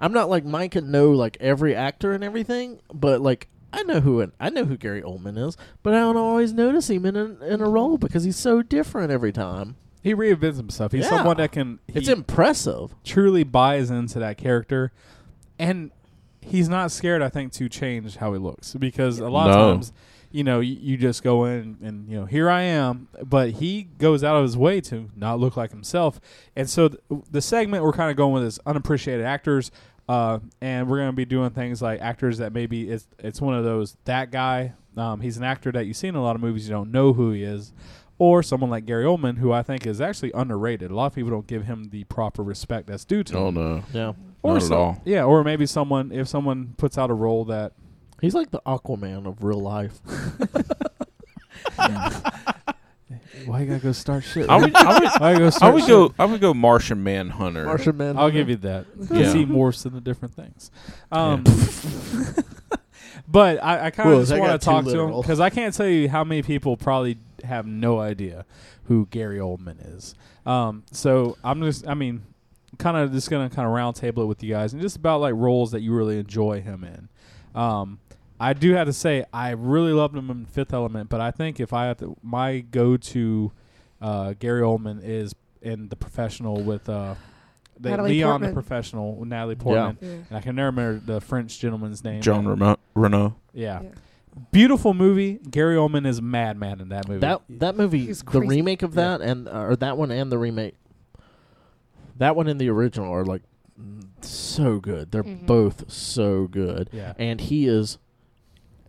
Speaker 2: I'm not like Mike and know like every actor and everything, but like I know who it, I know who Gary Oldman is, but I don't always notice him in a, in a role because he's so different every time.
Speaker 1: He reinvents himself. He's
Speaker 2: Yeah.
Speaker 1: someone that can he
Speaker 2: it's impressive.
Speaker 1: truly buys into that character and he's not scared I think to change how he looks because a lot
Speaker 4: No.
Speaker 1: of times you know you, you just go in and you know here I am but he goes out of his way to not look like himself and so th- the segment we're kind of going with is unappreciated actors uh, and we're going to be doing things like actors that maybe it's it's one of those that guy um, he's an actor that you see in a lot of movies you don't know who he is or someone like Gary Oldman who I think is actually underrated a lot of people don't give him the proper respect that's due to
Speaker 4: Oh
Speaker 1: him
Speaker 4: no.
Speaker 2: Yeah.
Speaker 1: or
Speaker 4: Not at
Speaker 1: so-
Speaker 4: all.
Speaker 1: Yeah, or maybe someone if someone puts out a role that
Speaker 2: He's like the Aquaman of real
Speaker 3: [LAUGHS]
Speaker 2: life.
Speaker 1: why you gotta go start shit?
Speaker 4: I would, I would,
Speaker 1: why you go
Speaker 4: I
Speaker 1: start
Speaker 4: would
Speaker 1: shit?
Speaker 4: go. I would go Martian Manhunter.
Speaker 2: Martian Man.
Speaker 1: I'll give you
Speaker 2: [LAUGHS]
Speaker 1: that. You
Speaker 4: Yeah.
Speaker 1: see morphs in the different things. Um, but I, I kind
Speaker 2: Whoa,
Speaker 1: of just
Speaker 2: that
Speaker 1: want
Speaker 2: got
Speaker 1: to
Speaker 2: too
Speaker 1: talk to him
Speaker 2: literal.
Speaker 1: because I can't tell you how many people probably have no idea who Gary Oldman is. Um, so I'm just, I mean, kind of just gonna kind of round table it with you guys and just about like roles that you really enjoy him in. Um, I do have to say I really loved him in Fifth Element, but I think if I had to, my go-to uh, Gary Oldman is in The Professional with uh, the
Speaker 3: Natalie
Speaker 1: Leon the
Speaker 3: Portman.
Speaker 1: Professional, with Natalie Portman,
Speaker 3: Yeah.
Speaker 1: and I can never remember the French gentleman's name.
Speaker 4: John Remo- Renault.
Speaker 1: Yeah.
Speaker 3: Yeah.
Speaker 1: Beautiful movie. Gary Oldman is madman in that movie.
Speaker 2: That that movie,
Speaker 3: He's
Speaker 2: the
Speaker 3: crazy.
Speaker 2: remake of that, and uh, or that one and the remake. That one and the original are like so good. They're
Speaker 3: Mhm.
Speaker 2: both so good,
Speaker 1: yeah.
Speaker 2: and he is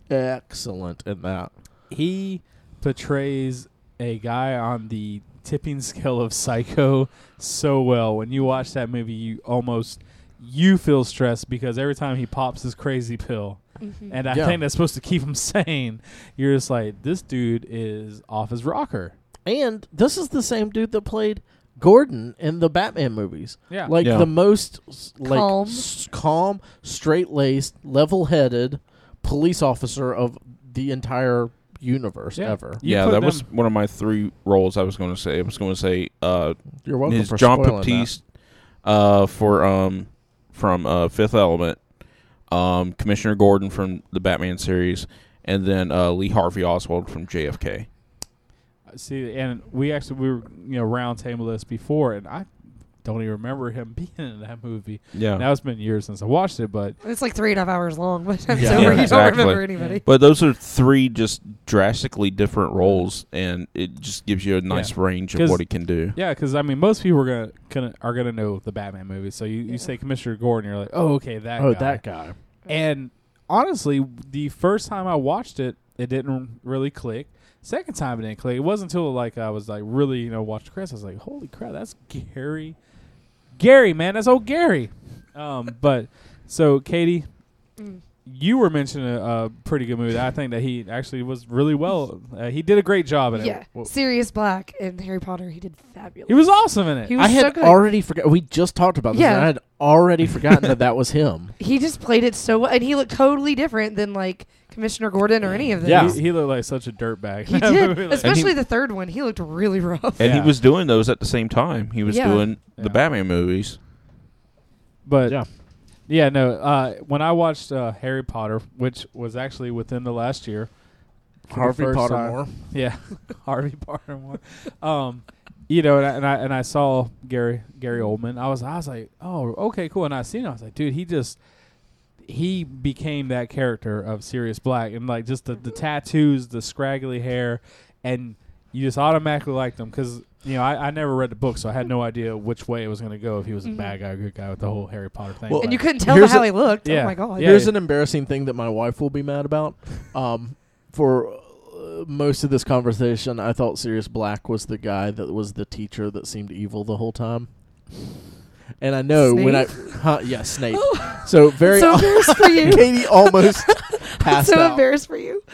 Speaker 2: excellent in that.
Speaker 1: He portrays a guy on the tipping scale of psycho so well. When you watch that movie, you almost you feel stressed because every time he pops his crazy pill,
Speaker 3: Mhm.
Speaker 1: and I
Speaker 2: Yeah.
Speaker 1: think that's supposed to keep him [LAUGHS] sane, you're just like, this dude is off his rocker.
Speaker 2: And this is the same dude that played Gordon in the Batman movies.
Speaker 1: Yeah.
Speaker 2: Like
Speaker 4: Yeah.
Speaker 2: the most s- like
Speaker 3: Calm.
Speaker 2: s- calm straight laced, level headed police officer of the entire universe
Speaker 1: Yeah.
Speaker 2: ever.
Speaker 1: You
Speaker 4: yeah,
Speaker 1: put
Speaker 4: that
Speaker 1: them-
Speaker 4: was one of my three roles. I was going to say. I was going to say uh,
Speaker 2: You're welcome
Speaker 4: his
Speaker 2: for
Speaker 4: John
Speaker 2: spoiling that.
Speaker 4: Baptiste uh, for um from uh, Fifth Element, um, Commissioner Gordon from the Batman series, and then uh, Lee Harvey Oswald from JFK.
Speaker 1: Uh, See, and we actually we were you know round table this before, and I don't even remember him [LAUGHS] being in that movie.
Speaker 4: Yeah.
Speaker 1: Now it's been years since I watched it, but
Speaker 3: It's like three and a half hours long, but [LAUGHS] I'm
Speaker 2: Yeah.
Speaker 3: sober.
Speaker 2: Yeah,
Speaker 3: you
Speaker 4: exactly.
Speaker 3: don't remember anybody.
Speaker 4: but those are three just drastically different roles, and it just gives you a nice range of
Speaker 1: 'Cause-
Speaker 4: what it can do.
Speaker 1: yeah, because I mean, most people are gonna, gonna are gonna know the Batman movie. So you,
Speaker 3: Yeah.
Speaker 1: you say Commissioner Gordon, you're like, oh, okay, that.
Speaker 2: oh,
Speaker 1: guy.
Speaker 2: that guy.
Speaker 1: And honestly, the first time I watched it, it didn't really click. Second time it didn't click. It wasn't until like I was like really, you know, watched Chris. I was like, holy crap, that's Gary. Gary, man, that's old Gary. Um, [LAUGHS] but so Katie,
Speaker 3: Mm.
Speaker 1: you were mentioning a, a pretty good movie. That I think that he actually was really well. Uh, he did a great job in
Speaker 3: Yeah,
Speaker 1: it. Well,
Speaker 3: Sirius Black and Harry Potter. He did fabulous.
Speaker 1: He was awesome in
Speaker 3: He
Speaker 1: it.
Speaker 3: was
Speaker 2: I had
Speaker 3: so good.
Speaker 2: already forgot. We just talked about this.
Speaker 3: Yeah.
Speaker 2: And I had already forgotten that that was [LAUGHS] him.
Speaker 3: he just played it so well, and he looked totally different than like Commissioner Gordon or any of them.
Speaker 2: Yeah.
Speaker 1: He, he looked like such a dirtbag. [LAUGHS]
Speaker 3: He did,
Speaker 1: Like,
Speaker 3: especially the third one. He looked really rough.
Speaker 4: And
Speaker 1: Yeah.
Speaker 4: he was doing those at the same time. He was
Speaker 3: Yeah.
Speaker 4: doing
Speaker 1: Yeah.
Speaker 4: the Batman movies.
Speaker 1: but
Speaker 2: Yeah.
Speaker 1: Yeah, no. Uh, when I watched uh, Harry Potter, which was actually within the last year, for the
Speaker 2: Harvey
Speaker 1: first time-
Speaker 2: Pottermore.
Speaker 1: yeah, [LAUGHS] Harvey Pottermore. Um, you know, and I, and I and I saw Gary Gary Oldman. I was I was like, oh, okay, cool. And I seen him. I was like, dude, he just he became that character of Sirius Black, and like just the, the tattoos, the scraggly hair, and you just automatically liked him because you know I, I never read the book, so I had no idea which way it was going to go if he was a
Speaker 3: Mhm.
Speaker 1: bad guy, or good guy with the whole Harry Potter thing.
Speaker 2: Well,
Speaker 1: but-
Speaker 3: and you couldn't tell
Speaker 2: Here's
Speaker 3: how
Speaker 2: a-
Speaker 3: he looked.
Speaker 1: Yeah.
Speaker 3: Oh my god.
Speaker 1: Yeah.
Speaker 2: Here's an embarrassing thing that my wife will be mad about. Um, for uh, most of this conversation, I thought Sirius Black was the guy that was the teacher that seemed evil the whole time. And I know when I, huh, yeah, Snape. Oh. so very, [LAUGHS]
Speaker 3: so embarrassed for [LAUGHS] you.
Speaker 2: Katie [LAUGHS] almost passed
Speaker 3: so
Speaker 2: out.
Speaker 3: embarrassed for you.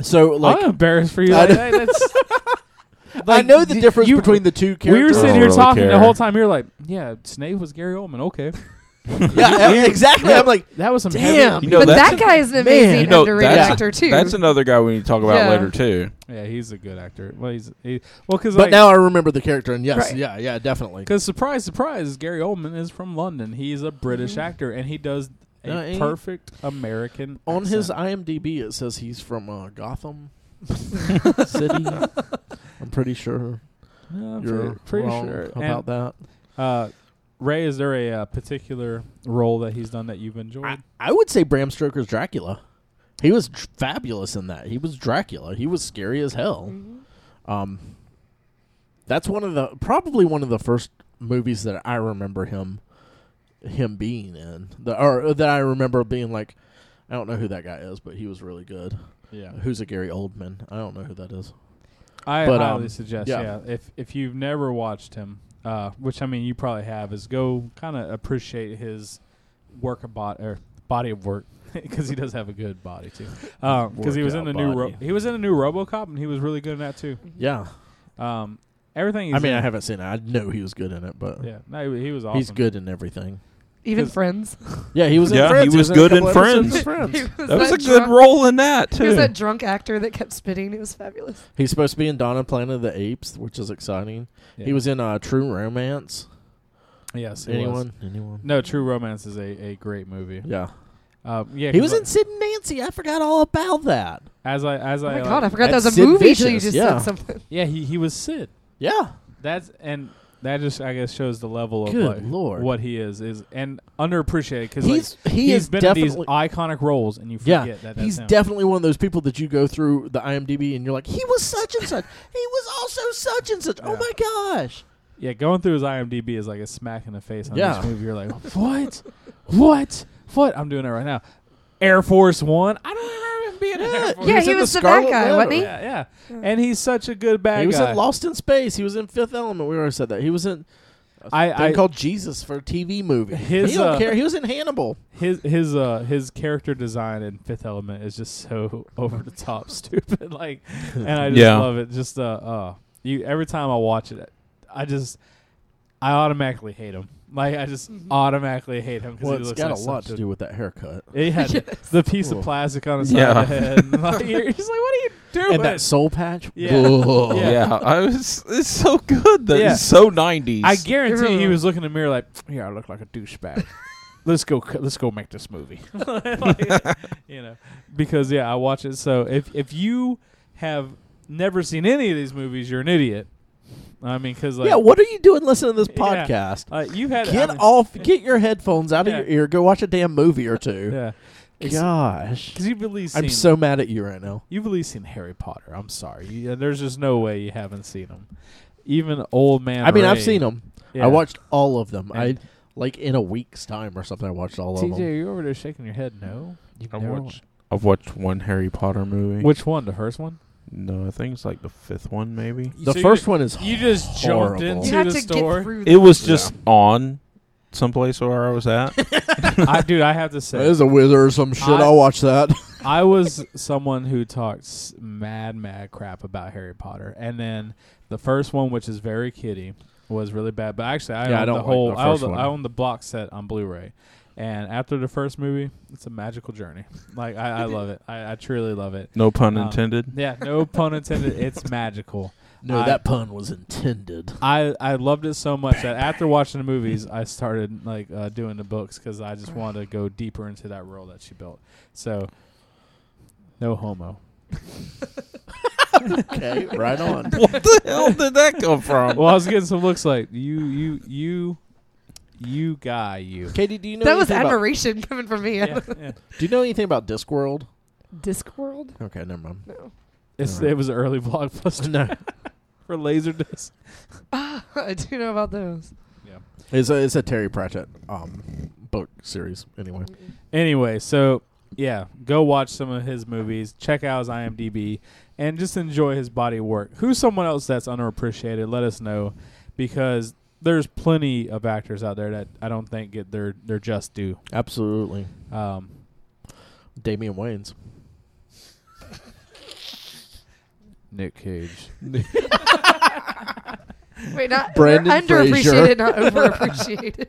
Speaker 2: So like,
Speaker 1: I'm embarrassed for you.
Speaker 2: I
Speaker 1: Like,
Speaker 2: know-
Speaker 1: that- that's,
Speaker 2: I
Speaker 1: like,
Speaker 2: know the
Speaker 1: d-
Speaker 2: difference
Speaker 1: you-
Speaker 2: between the two
Speaker 1: We were
Speaker 2: characters.
Speaker 1: sitting
Speaker 4: don't
Speaker 1: here
Speaker 4: really
Speaker 1: talking the
Speaker 4: care.
Speaker 1: whole time. You're like, yeah, Snape was Gary Oldman. Okay,
Speaker 2: yeah, exactly. I'm like,
Speaker 1: that was some
Speaker 2: Damn.
Speaker 1: Heavy,
Speaker 4: You know,
Speaker 3: but
Speaker 4: that's
Speaker 3: that guy is an
Speaker 2: man,
Speaker 3: amazing
Speaker 2: you
Speaker 4: know,
Speaker 3: underrated
Speaker 4: that's-
Speaker 3: actor too.
Speaker 4: That's another guy we need to talk about
Speaker 3: Yeah.
Speaker 4: later too.
Speaker 1: yeah, he's a good actor. Well, he's he, well because
Speaker 2: but now I remember the character, and yes,
Speaker 3: Right.
Speaker 2: yeah, yeah, definitely.
Speaker 1: because surprise, surprise, Gary Oldman is from London. He's a British
Speaker 3: Mhm.
Speaker 1: actor, and he does a
Speaker 2: Mm-hmm. No, he-
Speaker 1: perfect American
Speaker 2: On
Speaker 1: accent.
Speaker 2: his IMDb, it says he's from
Speaker 1: [LAUGHS]
Speaker 2: uh, Gotham [LAUGHS] City. I'm pretty sure
Speaker 1: Yeah, I'm
Speaker 2: you're
Speaker 1: pretty, pretty
Speaker 2: wrong
Speaker 1: sure And,
Speaker 2: about that.
Speaker 1: uh, Ray, is there a uh, particular role that he's done that you've enjoyed?
Speaker 2: I, I would say Bram Stoker's Dracula. He was dr- fabulous in that. He was Dracula. He was scary as hell.
Speaker 3: Mhm.
Speaker 2: Um, that's one of the probably one of the first movies that I remember him him being in. The, or that I remember being like, I don't know who that guy is, but he was really good.
Speaker 1: yeah,
Speaker 2: Who's a Gary Oldman? I don't know who that is.
Speaker 1: I
Speaker 2: But,
Speaker 1: highly
Speaker 2: um,
Speaker 1: suggest, yeah.
Speaker 2: yeah.
Speaker 1: if if you've never watched him, uh, which I mean you probably have, is go kind of appreciate his work about or body of work [LAUGHS] because he does have a good body
Speaker 2: [LAUGHS]
Speaker 1: too. Because he was in the
Speaker 2: Workout
Speaker 1: new ro-
Speaker 2: body.
Speaker 1: he was in a new RoboCop and he was really good in that too.
Speaker 2: Yeah,
Speaker 1: Um, everything. He's
Speaker 2: I mean,
Speaker 1: in-
Speaker 2: I haven't seen it. I know he was good in it, but
Speaker 1: Yeah, no, he, he was awesome.
Speaker 2: he's good in everything.
Speaker 3: Even
Speaker 1: 'cause-
Speaker 3: Friends.
Speaker 2: Yeah, he was.
Speaker 4: Yeah,
Speaker 2: in
Speaker 4: he
Speaker 2: Friends.
Speaker 4: was
Speaker 2: in a
Speaker 4: good
Speaker 2: couple episodes
Speaker 4: in
Speaker 2: of
Speaker 3: [LAUGHS]
Speaker 1: [LAUGHS]
Speaker 3: He
Speaker 2: Friends.
Speaker 4: That was a good
Speaker 3: drunk-
Speaker 4: role in that
Speaker 3: He was
Speaker 4: too.
Speaker 3: that drunk actor that kept spitting. It was fabulous.
Speaker 2: He's supposed to be in Dawn and Planet of the Apes, which is exciting.
Speaker 1: Yeah.
Speaker 2: He was in uh, True Romance.
Speaker 1: Yes, he was.
Speaker 2: Anyone? Anyone?
Speaker 1: No, True Romance is a, a great movie.
Speaker 2: Yeah,
Speaker 1: Um, yeah,
Speaker 2: he
Speaker 1: 'cause
Speaker 2: was in Sid and Nancy. I forgot all about that.
Speaker 1: as I as
Speaker 3: Oh
Speaker 1: I
Speaker 3: my
Speaker 1: like-
Speaker 3: god, I forgot that
Speaker 2: That's
Speaker 3: was a
Speaker 2: Sid
Speaker 3: movie till you
Speaker 2: Vicious,
Speaker 3: just
Speaker 2: yeah.
Speaker 3: said something.
Speaker 1: yeah he he was Sid.
Speaker 2: Yeah,
Speaker 1: That's and that just I guess shows the level of
Speaker 2: Good
Speaker 1: like,
Speaker 2: Lord.
Speaker 1: what he is is and underappreciated because
Speaker 2: he's
Speaker 1: like,
Speaker 2: he
Speaker 1: has
Speaker 2: is
Speaker 1: been in these
Speaker 2: definitely
Speaker 1: iconic roles and you
Speaker 2: Yeah,
Speaker 1: forget that that's
Speaker 2: he's
Speaker 1: him.
Speaker 2: definitely one of those people that you go through the IMDb and you're like, he was such and such. He was also such and such. Oh
Speaker 1: Yeah.
Speaker 2: my
Speaker 1: [LAUGHS]
Speaker 2: gosh.
Speaker 1: yeah going through his IMDb is like a smack in the face on
Speaker 2: Yeah.
Speaker 1: this movie you're like what what what I'm doing it right now Air Force One I don't remember him being in Air Force
Speaker 3: Yeah,
Speaker 2: was
Speaker 3: he
Speaker 2: in the
Speaker 3: was the, bad
Speaker 2: Scarlet
Speaker 3: guy,
Speaker 2: Letter.
Speaker 3: wasn't he?
Speaker 1: yeah yeah and he's such a good bad
Speaker 2: he was
Speaker 1: guy
Speaker 2: in Lost in Space. He was in Fifth Element. We already said that. He was in a
Speaker 1: I-
Speaker 2: thing
Speaker 1: I-
Speaker 2: called Jesus for a TV movie.
Speaker 1: His,
Speaker 2: he don't
Speaker 1: uh,
Speaker 2: care. He was in Hannibal.
Speaker 1: [LAUGHS] his his uh his character design in Fifth Element is just so [LAUGHS] over the top stupid. Like, and I just
Speaker 4: Yeah.
Speaker 1: love it. Just uh, uh, you every time I watch it, I just I automatically hate him. Like I just automatically hate him because
Speaker 2: Mm-hmm. Well,
Speaker 1: he
Speaker 2: it's
Speaker 1: looks
Speaker 2: got
Speaker 1: like
Speaker 2: a lot
Speaker 1: such
Speaker 2: to do with that haircut
Speaker 1: [LAUGHS] He
Speaker 2: [LAUGHS]
Speaker 1: had the piece of
Speaker 2: Cool.
Speaker 1: plastic on his side
Speaker 4: Yeah.
Speaker 1: of the head. [LAUGHS] And like, you're just like, what are you doing?
Speaker 2: and that soul patch.
Speaker 1: Yeah.
Speaker 2: Whoa.
Speaker 1: Yeah.
Speaker 4: yeah. I was. It's so good. That
Speaker 1: Yeah.
Speaker 4: it's so nineties.
Speaker 1: I guarantee
Speaker 3: Really?
Speaker 1: he was looking in the mirror like, "Yeah, I look like a [LAUGHS] douchebag. let's go, c- let's go make this movie." [LAUGHS] Like, you know, because yeah, I watch it. So if if you have never seen any of these movies, you're an idiot. I mean, because like,
Speaker 2: yeah, what are you doing listening to this
Speaker 1: [LAUGHS] Yeah.
Speaker 2: podcast?
Speaker 1: uh, you had I
Speaker 2: Get
Speaker 1: mean-
Speaker 2: off! Get your headphones out
Speaker 1: Yeah.
Speaker 2: of your ear. Go watch a damn movie or two.
Speaker 1: Yeah,
Speaker 2: Gosh,
Speaker 1: because you've at least seen,
Speaker 2: I'm so mad at you right now.
Speaker 1: you've at least seen Harry Potter. I'm sorry, you, uh, there's just no way you haven't seen them. Even old man.
Speaker 2: I mean, I've
Speaker 1: Ray-
Speaker 2: seen them.
Speaker 1: Yeah.
Speaker 2: I watched all of them. I
Speaker 1: And-
Speaker 2: like in a week's time or something. I watched all of
Speaker 1: TJ,
Speaker 2: them.
Speaker 1: you're over there shaking your head. No, you've
Speaker 4: I've
Speaker 1: never
Speaker 4: watched, I've watched one Harry Potter movie.
Speaker 1: wa- Which one? The first one?
Speaker 4: No, I think it's like the fifth one, maybe.
Speaker 2: The
Speaker 1: So
Speaker 2: first one is
Speaker 1: You just
Speaker 2: horrible.
Speaker 1: jumped into
Speaker 3: You have
Speaker 1: the
Speaker 3: to get
Speaker 1: store.
Speaker 3: through.
Speaker 4: It was
Speaker 2: Yeah.
Speaker 4: just on someplace where I was at.
Speaker 1: [LAUGHS] [LAUGHS] I, dude, I have to say,
Speaker 2: There's a wizard or some shit.
Speaker 1: I-
Speaker 2: I'll watch [LAUGHS] that.
Speaker 1: I was someone who talked s- mad, mad crap about Harry Potter, and then the first one, which is very kiddie, was really bad. But actually, I
Speaker 2: Yeah, I
Speaker 1: own
Speaker 2: don't
Speaker 1: the
Speaker 2: like
Speaker 1: whole.
Speaker 2: the
Speaker 1: I, own
Speaker 2: first
Speaker 1: the,
Speaker 2: one.
Speaker 1: I own the box set on Blu-ray, and after the first movie, it's a magical journey. [LAUGHS] Like
Speaker 3: [LAUGHS]
Speaker 1: I, I love it. I, I truly love it.
Speaker 4: No pun
Speaker 1: Um,
Speaker 4: intended.
Speaker 1: Yeah, no pun intended. It's magical.
Speaker 2: No,
Speaker 1: I-
Speaker 2: that pun was intended.
Speaker 1: I, I loved it so much that after watching the movies, I started like uh, doing the books because I just wanted to go deeper into that world that she built. So, no homo.
Speaker 2: [LAUGHS] Okay, [LAUGHS] right on.
Speaker 4: what the
Speaker 1: [LAUGHS]
Speaker 4: hell did that come from?
Speaker 1: well, I was getting some looks like you, you, you, you guy, you.
Speaker 2: Katie, do you know
Speaker 3: that was
Speaker 2: anything about,
Speaker 3: admiration [LAUGHS] coming from me.
Speaker 1: Yeah, yeah.
Speaker 2: Do you know anything about Discworld?
Speaker 3: Discworld?
Speaker 2: Okay, never mind.
Speaker 3: No.
Speaker 1: It's, it was an early [LAUGHS] blockbuster
Speaker 2: [LAUGHS] No,
Speaker 1: for Laserdisc.
Speaker 3: I do know about those.
Speaker 2: it's a it's a Terry Pratchett um book series anyway.
Speaker 1: Anyway, so yeah, go watch some of his movies, check out his IMDb, and just enjoy his body of work. Who's someone else that's underappreciated? Let us know because there's plenty of actors out there that I don't think get their their just due.
Speaker 2: Absolutely,
Speaker 1: Um,
Speaker 2: Damian Wayans.
Speaker 1: Nick Cage.
Speaker 3: Wait, not
Speaker 2: Brandon
Speaker 3: underappreciated,
Speaker 2: Fraser.
Speaker 3: not
Speaker 4: [LAUGHS]
Speaker 3: overappreciated.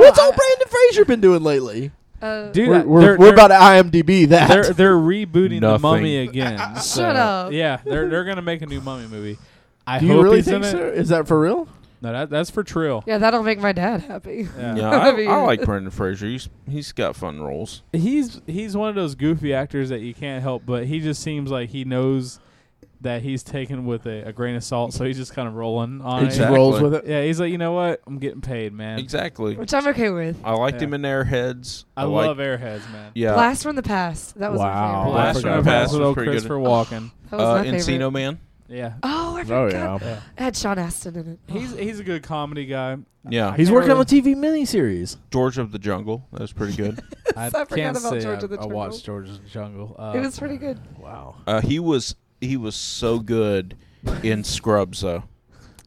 Speaker 2: What's old Brandon Fraser been doing lately?
Speaker 3: Uh,
Speaker 1: Uh, Dude,
Speaker 2: We're,
Speaker 1: I-
Speaker 2: we're,
Speaker 1: they're-
Speaker 2: we're
Speaker 1: they're-
Speaker 2: about to IMDb that.
Speaker 1: they're they're rebooting the
Speaker 4: Nothing.
Speaker 1: mummy again. so,
Speaker 3: up.
Speaker 1: Yeah, they're they're gonna make a new mummy movie. I
Speaker 2: do
Speaker 1: hope
Speaker 2: you really
Speaker 1: he's
Speaker 2: think
Speaker 1: in
Speaker 2: so?
Speaker 1: it.
Speaker 2: Is that for real?
Speaker 1: No, that, that's for Trill.
Speaker 3: yeah, that'll make my dad happy.
Speaker 1: Yeah.
Speaker 3: [LAUGHS]
Speaker 4: Yeah,
Speaker 3: I
Speaker 4: I,
Speaker 3: mean-
Speaker 4: I like Brendan Fraser. He's he's got fun roles.
Speaker 1: he's he's one of those goofy actors that you can't help, but he just seems like he knows that he's taken with a, a grain of salt, so he's just kind of rolling on
Speaker 2: It
Speaker 1: it.
Speaker 2: just
Speaker 4: Exactly.
Speaker 2: rolls with it.
Speaker 1: Yeah, he's like, you know what? I'm getting paid, man.
Speaker 4: Exactly.
Speaker 3: Which I'm okay with.
Speaker 4: I liked
Speaker 1: Yeah.
Speaker 4: him in Airheads.
Speaker 1: I,
Speaker 4: liked-
Speaker 1: love Airheads, man.
Speaker 4: Yeah.
Speaker 3: Blast from the past. That was
Speaker 2: Wow.
Speaker 3: my favorite.
Speaker 1: Blast
Speaker 4: I
Speaker 1: from
Speaker 4: forgot
Speaker 1: the
Speaker 4: about
Speaker 1: past
Speaker 4: that.
Speaker 1: with old
Speaker 4: Pretty good.
Speaker 1: Christopher Walken.
Speaker 3: That was
Speaker 4: uh,
Speaker 3: my favorite.
Speaker 4: Encino Man.
Speaker 1: Yeah.
Speaker 3: Oh, I forgot.
Speaker 2: Oh yeah,
Speaker 1: yeah.
Speaker 3: I had Sean Astin in it.
Speaker 1: He's he's a good comedy guy.
Speaker 4: Yeah.
Speaker 1: I
Speaker 2: he's
Speaker 1: can't
Speaker 2: working on a
Speaker 1: really-
Speaker 2: TV miniseries.
Speaker 4: George of the Jungle. That was pretty
Speaker 3: [LAUGHS]
Speaker 4: good.
Speaker 1: I,
Speaker 3: forgot
Speaker 1: can't
Speaker 3: about
Speaker 1: say
Speaker 3: George
Speaker 1: I,
Speaker 3: of the
Speaker 1: I watched George's Jungle. Uh,
Speaker 3: it was pretty good.
Speaker 2: Wow.
Speaker 4: uh, he was he was so good in Scrubs though.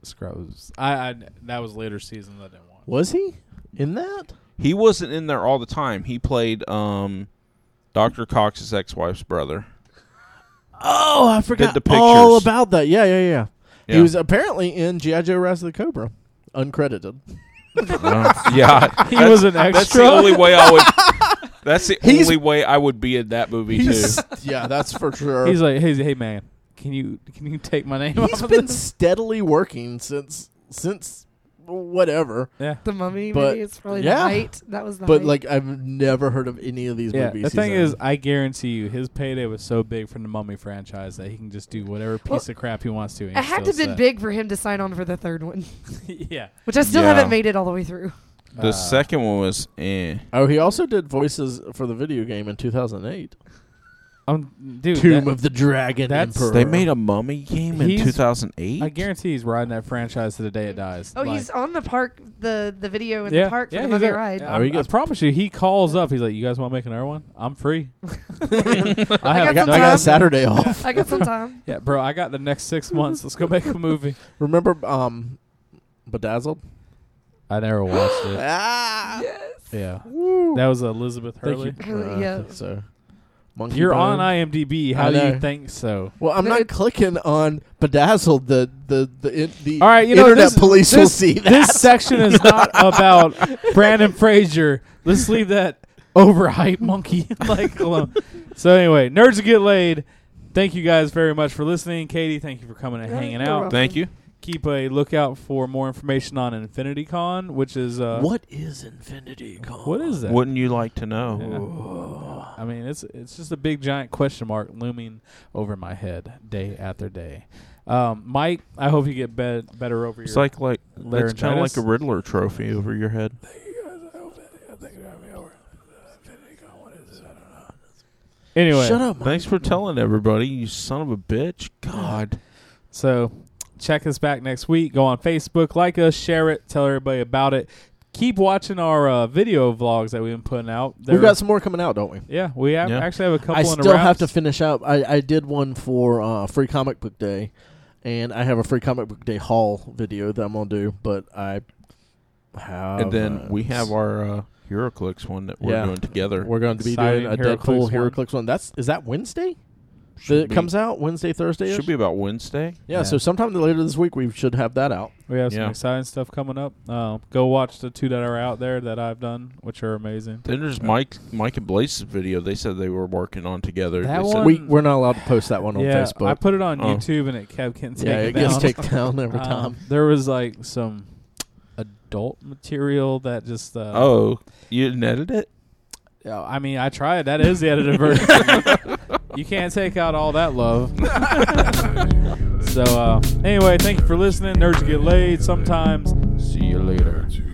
Speaker 1: Scrubs. I, I that was later seasons I didn't watch.
Speaker 2: Was he in that?
Speaker 4: He wasn't in there all the time. He played um, Dr. Cox's ex-wife's
Speaker 3: [LAUGHS]
Speaker 4: brother.
Speaker 2: Oh, I forgot
Speaker 4: the
Speaker 2: all
Speaker 4: pictures.
Speaker 2: about that. Yeah, yeah, yeah. He
Speaker 4: Yeah.
Speaker 2: was apparently in GI Joe: Rise of the Cobra, uncredited.
Speaker 4: No. Uh, yeah,
Speaker 1: He was an extra.
Speaker 4: That's the only way I would. That's the
Speaker 2: He's-
Speaker 4: only way I would be in that movie too.
Speaker 1: [LAUGHS]
Speaker 2: He's- yeah, that's for sure.
Speaker 1: He's like, hey, hey, man, can you can you take my
Speaker 2: [LAUGHS]
Speaker 1: name [LAUGHS]
Speaker 2: he's
Speaker 1: off of
Speaker 2: been
Speaker 1: this?
Speaker 2: steadily working since since whatever.
Speaker 1: Yeah.
Speaker 3: The Mummy
Speaker 2: But-
Speaker 3: movie is probably
Speaker 2: yeah.
Speaker 3: the height. That was the
Speaker 2: But
Speaker 3: height.
Speaker 2: like, I've never heard of any of these
Speaker 1: Yeah,
Speaker 2: movies.
Speaker 1: the
Speaker 2: he's
Speaker 1: thing
Speaker 2: in.
Speaker 1: is, I guarantee you, his payday was so big from the Mummy franchise that he can just do whatever piece
Speaker 3: Well,
Speaker 1: of crap he wants to. And
Speaker 3: it
Speaker 1: he's
Speaker 3: had to
Speaker 1: still
Speaker 3: have been
Speaker 1: set.
Speaker 3: big for him to sign on for the third one, [LAUGHS]
Speaker 1: [LAUGHS] yeah.
Speaker 3: which I still
Speaker 4: Yeah.
Speaker 3: haven't made it all the way through.
Speaker 4: The
Speaker 1: Uh,
Speaker 4: second one was eh.
Speaker 2: oh, he also did voices for the video game in 2008,
Speaker 1: Um, dude,
Speaker 2: Tomb
Speaker 1: that-
Speaker 2: of the Dragon
Speaker 1: that's-
Speaker 2: Emperor.
Speaker 4: They made a mummy game in
Speaker 1: He's-
Speaker 4: 2008.
Speaker 1: I guarantee he's riding that franchise to the day it dies.
Speaker 3: Oh,
Speaker 1: Like-
Speaker 3: he's on the park, the the video in
Speaker 1: yeah,
Speaker 3: the park
Speaker 1: yeah,
Speaker 3: for the
Speaker 1: he's
Speaker 3: Mummy
Speaker 1: there.
Speaker 3: ride.
Speaker 1: Yeah,
Speaker 2: Oh,
Speaker 1: I, I
Speaker 2: he gets-
Speaker 1: promise you, he calls up. He's like, "You guys want to make another one? I'm
Speaker 3: [LAUGHS]
Speaker 1: free. I
Speaker 2: I
Speaker 1: have
Speaker 2: got,
Speaker 1: no
Speaker 2: I got
Speaker 3: time.
Speaker 2: Saturday off.
Speaker 3: I got
Speaker 1: [LAUGHS]
Speaker 3: some time.
Speaker 1: Yeah, bro, I got the next six months. Let's go make a movie.
Speaker 2: [LAUGHS] Remember, um, Bedazzled.
Speaker 1: I never watched it.
Speaker 3: [LAUGHS]
Speaker 2: Ah,
Speaker 1: Yeah,
Speaker 2: Woo.
Speaker 1: that was Elizabeth
Speaker 2: Thank
Speaker 1: Hurley.
Speaker 2: you.
Speaker 3: Hurley,
Speaker 2: Uh, I
Speaker 3: yeah.
Speaker 2: think so. Monkey
Speaker 1: You're on
Speaker 2: Bone.
Speaker 1: IMDb. How
Speaker 2: I
Speaker 1: do you
Speaker 2: know.
Speaker 1: think so?
Speaker 2: Well, I'm
Speaker 3: No,
Speaker 2: not
Speaker 3: it-
Speaker 2: clicking on Bedazzled. The the the in- the
Speaker 1: All right, you know,
Speaker 2: internet
Speaker 1: this-
Speaker 2: police will
Speaker 1: this-
Speaker 2: see that.
Speaker 1: This section is not
Speaker 2: [LAUGHS]
Speaker 1: about Brandon Fraser. Let's leave that overhype monkey [LAUGHS] like alone. So anyway, nerds get laid. Thank you guys very much for listening. Katie, thank you for coming and
Speaker 3: Yeah,
Speaker 1: hanging
Speaker 3: you're
Speaker 1: out.
Speaker 3: welcome.
Speaker 4: Thank you.
Speaker 1: Keep a lookout for more information on Infinity Con, which is
Speaker 2: [LAUGHS]
Speaker 1: uh,
Speaker 2: what is Infinity Con?
Speaker 1: what is that?
Speaker 4: Wouldn't you like to know?
Speaker 1: Yeah. I mean, it's it's just a big giant question mark looming over my head day after day. Um, Mike, I hope you get bet better over
Speaker 4: It's
Speaker 1: your.
Speaker 4: like like that's kind of like
Speaker 1: Laryngitis?
Speaker 4: a Riddler trophy over your head.
Speaker 1: anyway,
Speaker 2: Shut up.
Speaker 4: Thanks for telling everybody, you son of a bitch. God,
Speaker 1: So check us back next week. Go on Facebook, like us, share it, tell everybody about it. Keep watching our uh, video vlogs that we've been putting out.
Speaker 2: We've got some more coming out, don't we?
Speaker 1: yeah, we have,
Speaker 4: Yeah.
Speaker 1: actually have a couple.
Speaker 2: I
Speaker 1: in the
Speaker 2: still have
Speaker 1: wraps.
Speaker 2: to finish up. I, I did one for uh, Free Comic Book Day, and I have a Free Comic Book Day haul video that I'm gonna do. But I have.
Speaker 4: and then we have our uh, HeroClix one that we're
Speaker 2: Yeah.
Speaker 4: doing together.
Speaker 2: We're going to be
Speaker 1: Exciting
Speaker 2: doing a
Speaker 1: HeroClix
Speaker 2: Deadpool
Speaker 1: one.
Speaker 2: HeroClix one. That's is that Wednesday?
Speaker 4: Should
Speaker 2: that it
Speaker 4: be-
Speaker 2: comes out Wednesday, Thursday.
Speaker 4: should be about Wednesday.
Speaker 2: Yeah,
Speaker 1: Yeah.
Speaker 2: So sometime later this week we should have that out.
Speaker 1: We have
Speaker 4: Yeah.
Speaker 1: some exciting stuff coming up. Uh, go watch the two that are out there that I've done, which are amazing.
Speaker 4: Then there's Mike Mike and Blaze's video. They said they were working on together.
Speaker 1: That
Speaker 4: they said-
Speaker 1: one-
Speaker 2: We we're not allowed to post that one on
Speaker 1: yeah,
Speaker 2: Facebook.
Speaker 1: I put it on
Speaker 4: Oh.
Speaker 1: YouTube and it kept getting taken
Speaker 2: yeah, it
Speaker 1: down.
Speaker 2: gets taken down
Speaker 1: [LAUGHS]
Speaker 2: every
Speaker 1: Um,
Speaker 2: time.
Speaker 1: There was like some adult material that just. Uh,
Speaker 4: Oh, you didn't edit it?
Speaker 1: Yeah, I mean, I tried. That is the edited version. you can't take out all that love. so, uh, anyway, thank you for listening. Nerds get laid sometimes.
Speaker 4: See you later.
Speaker 5: Nerds who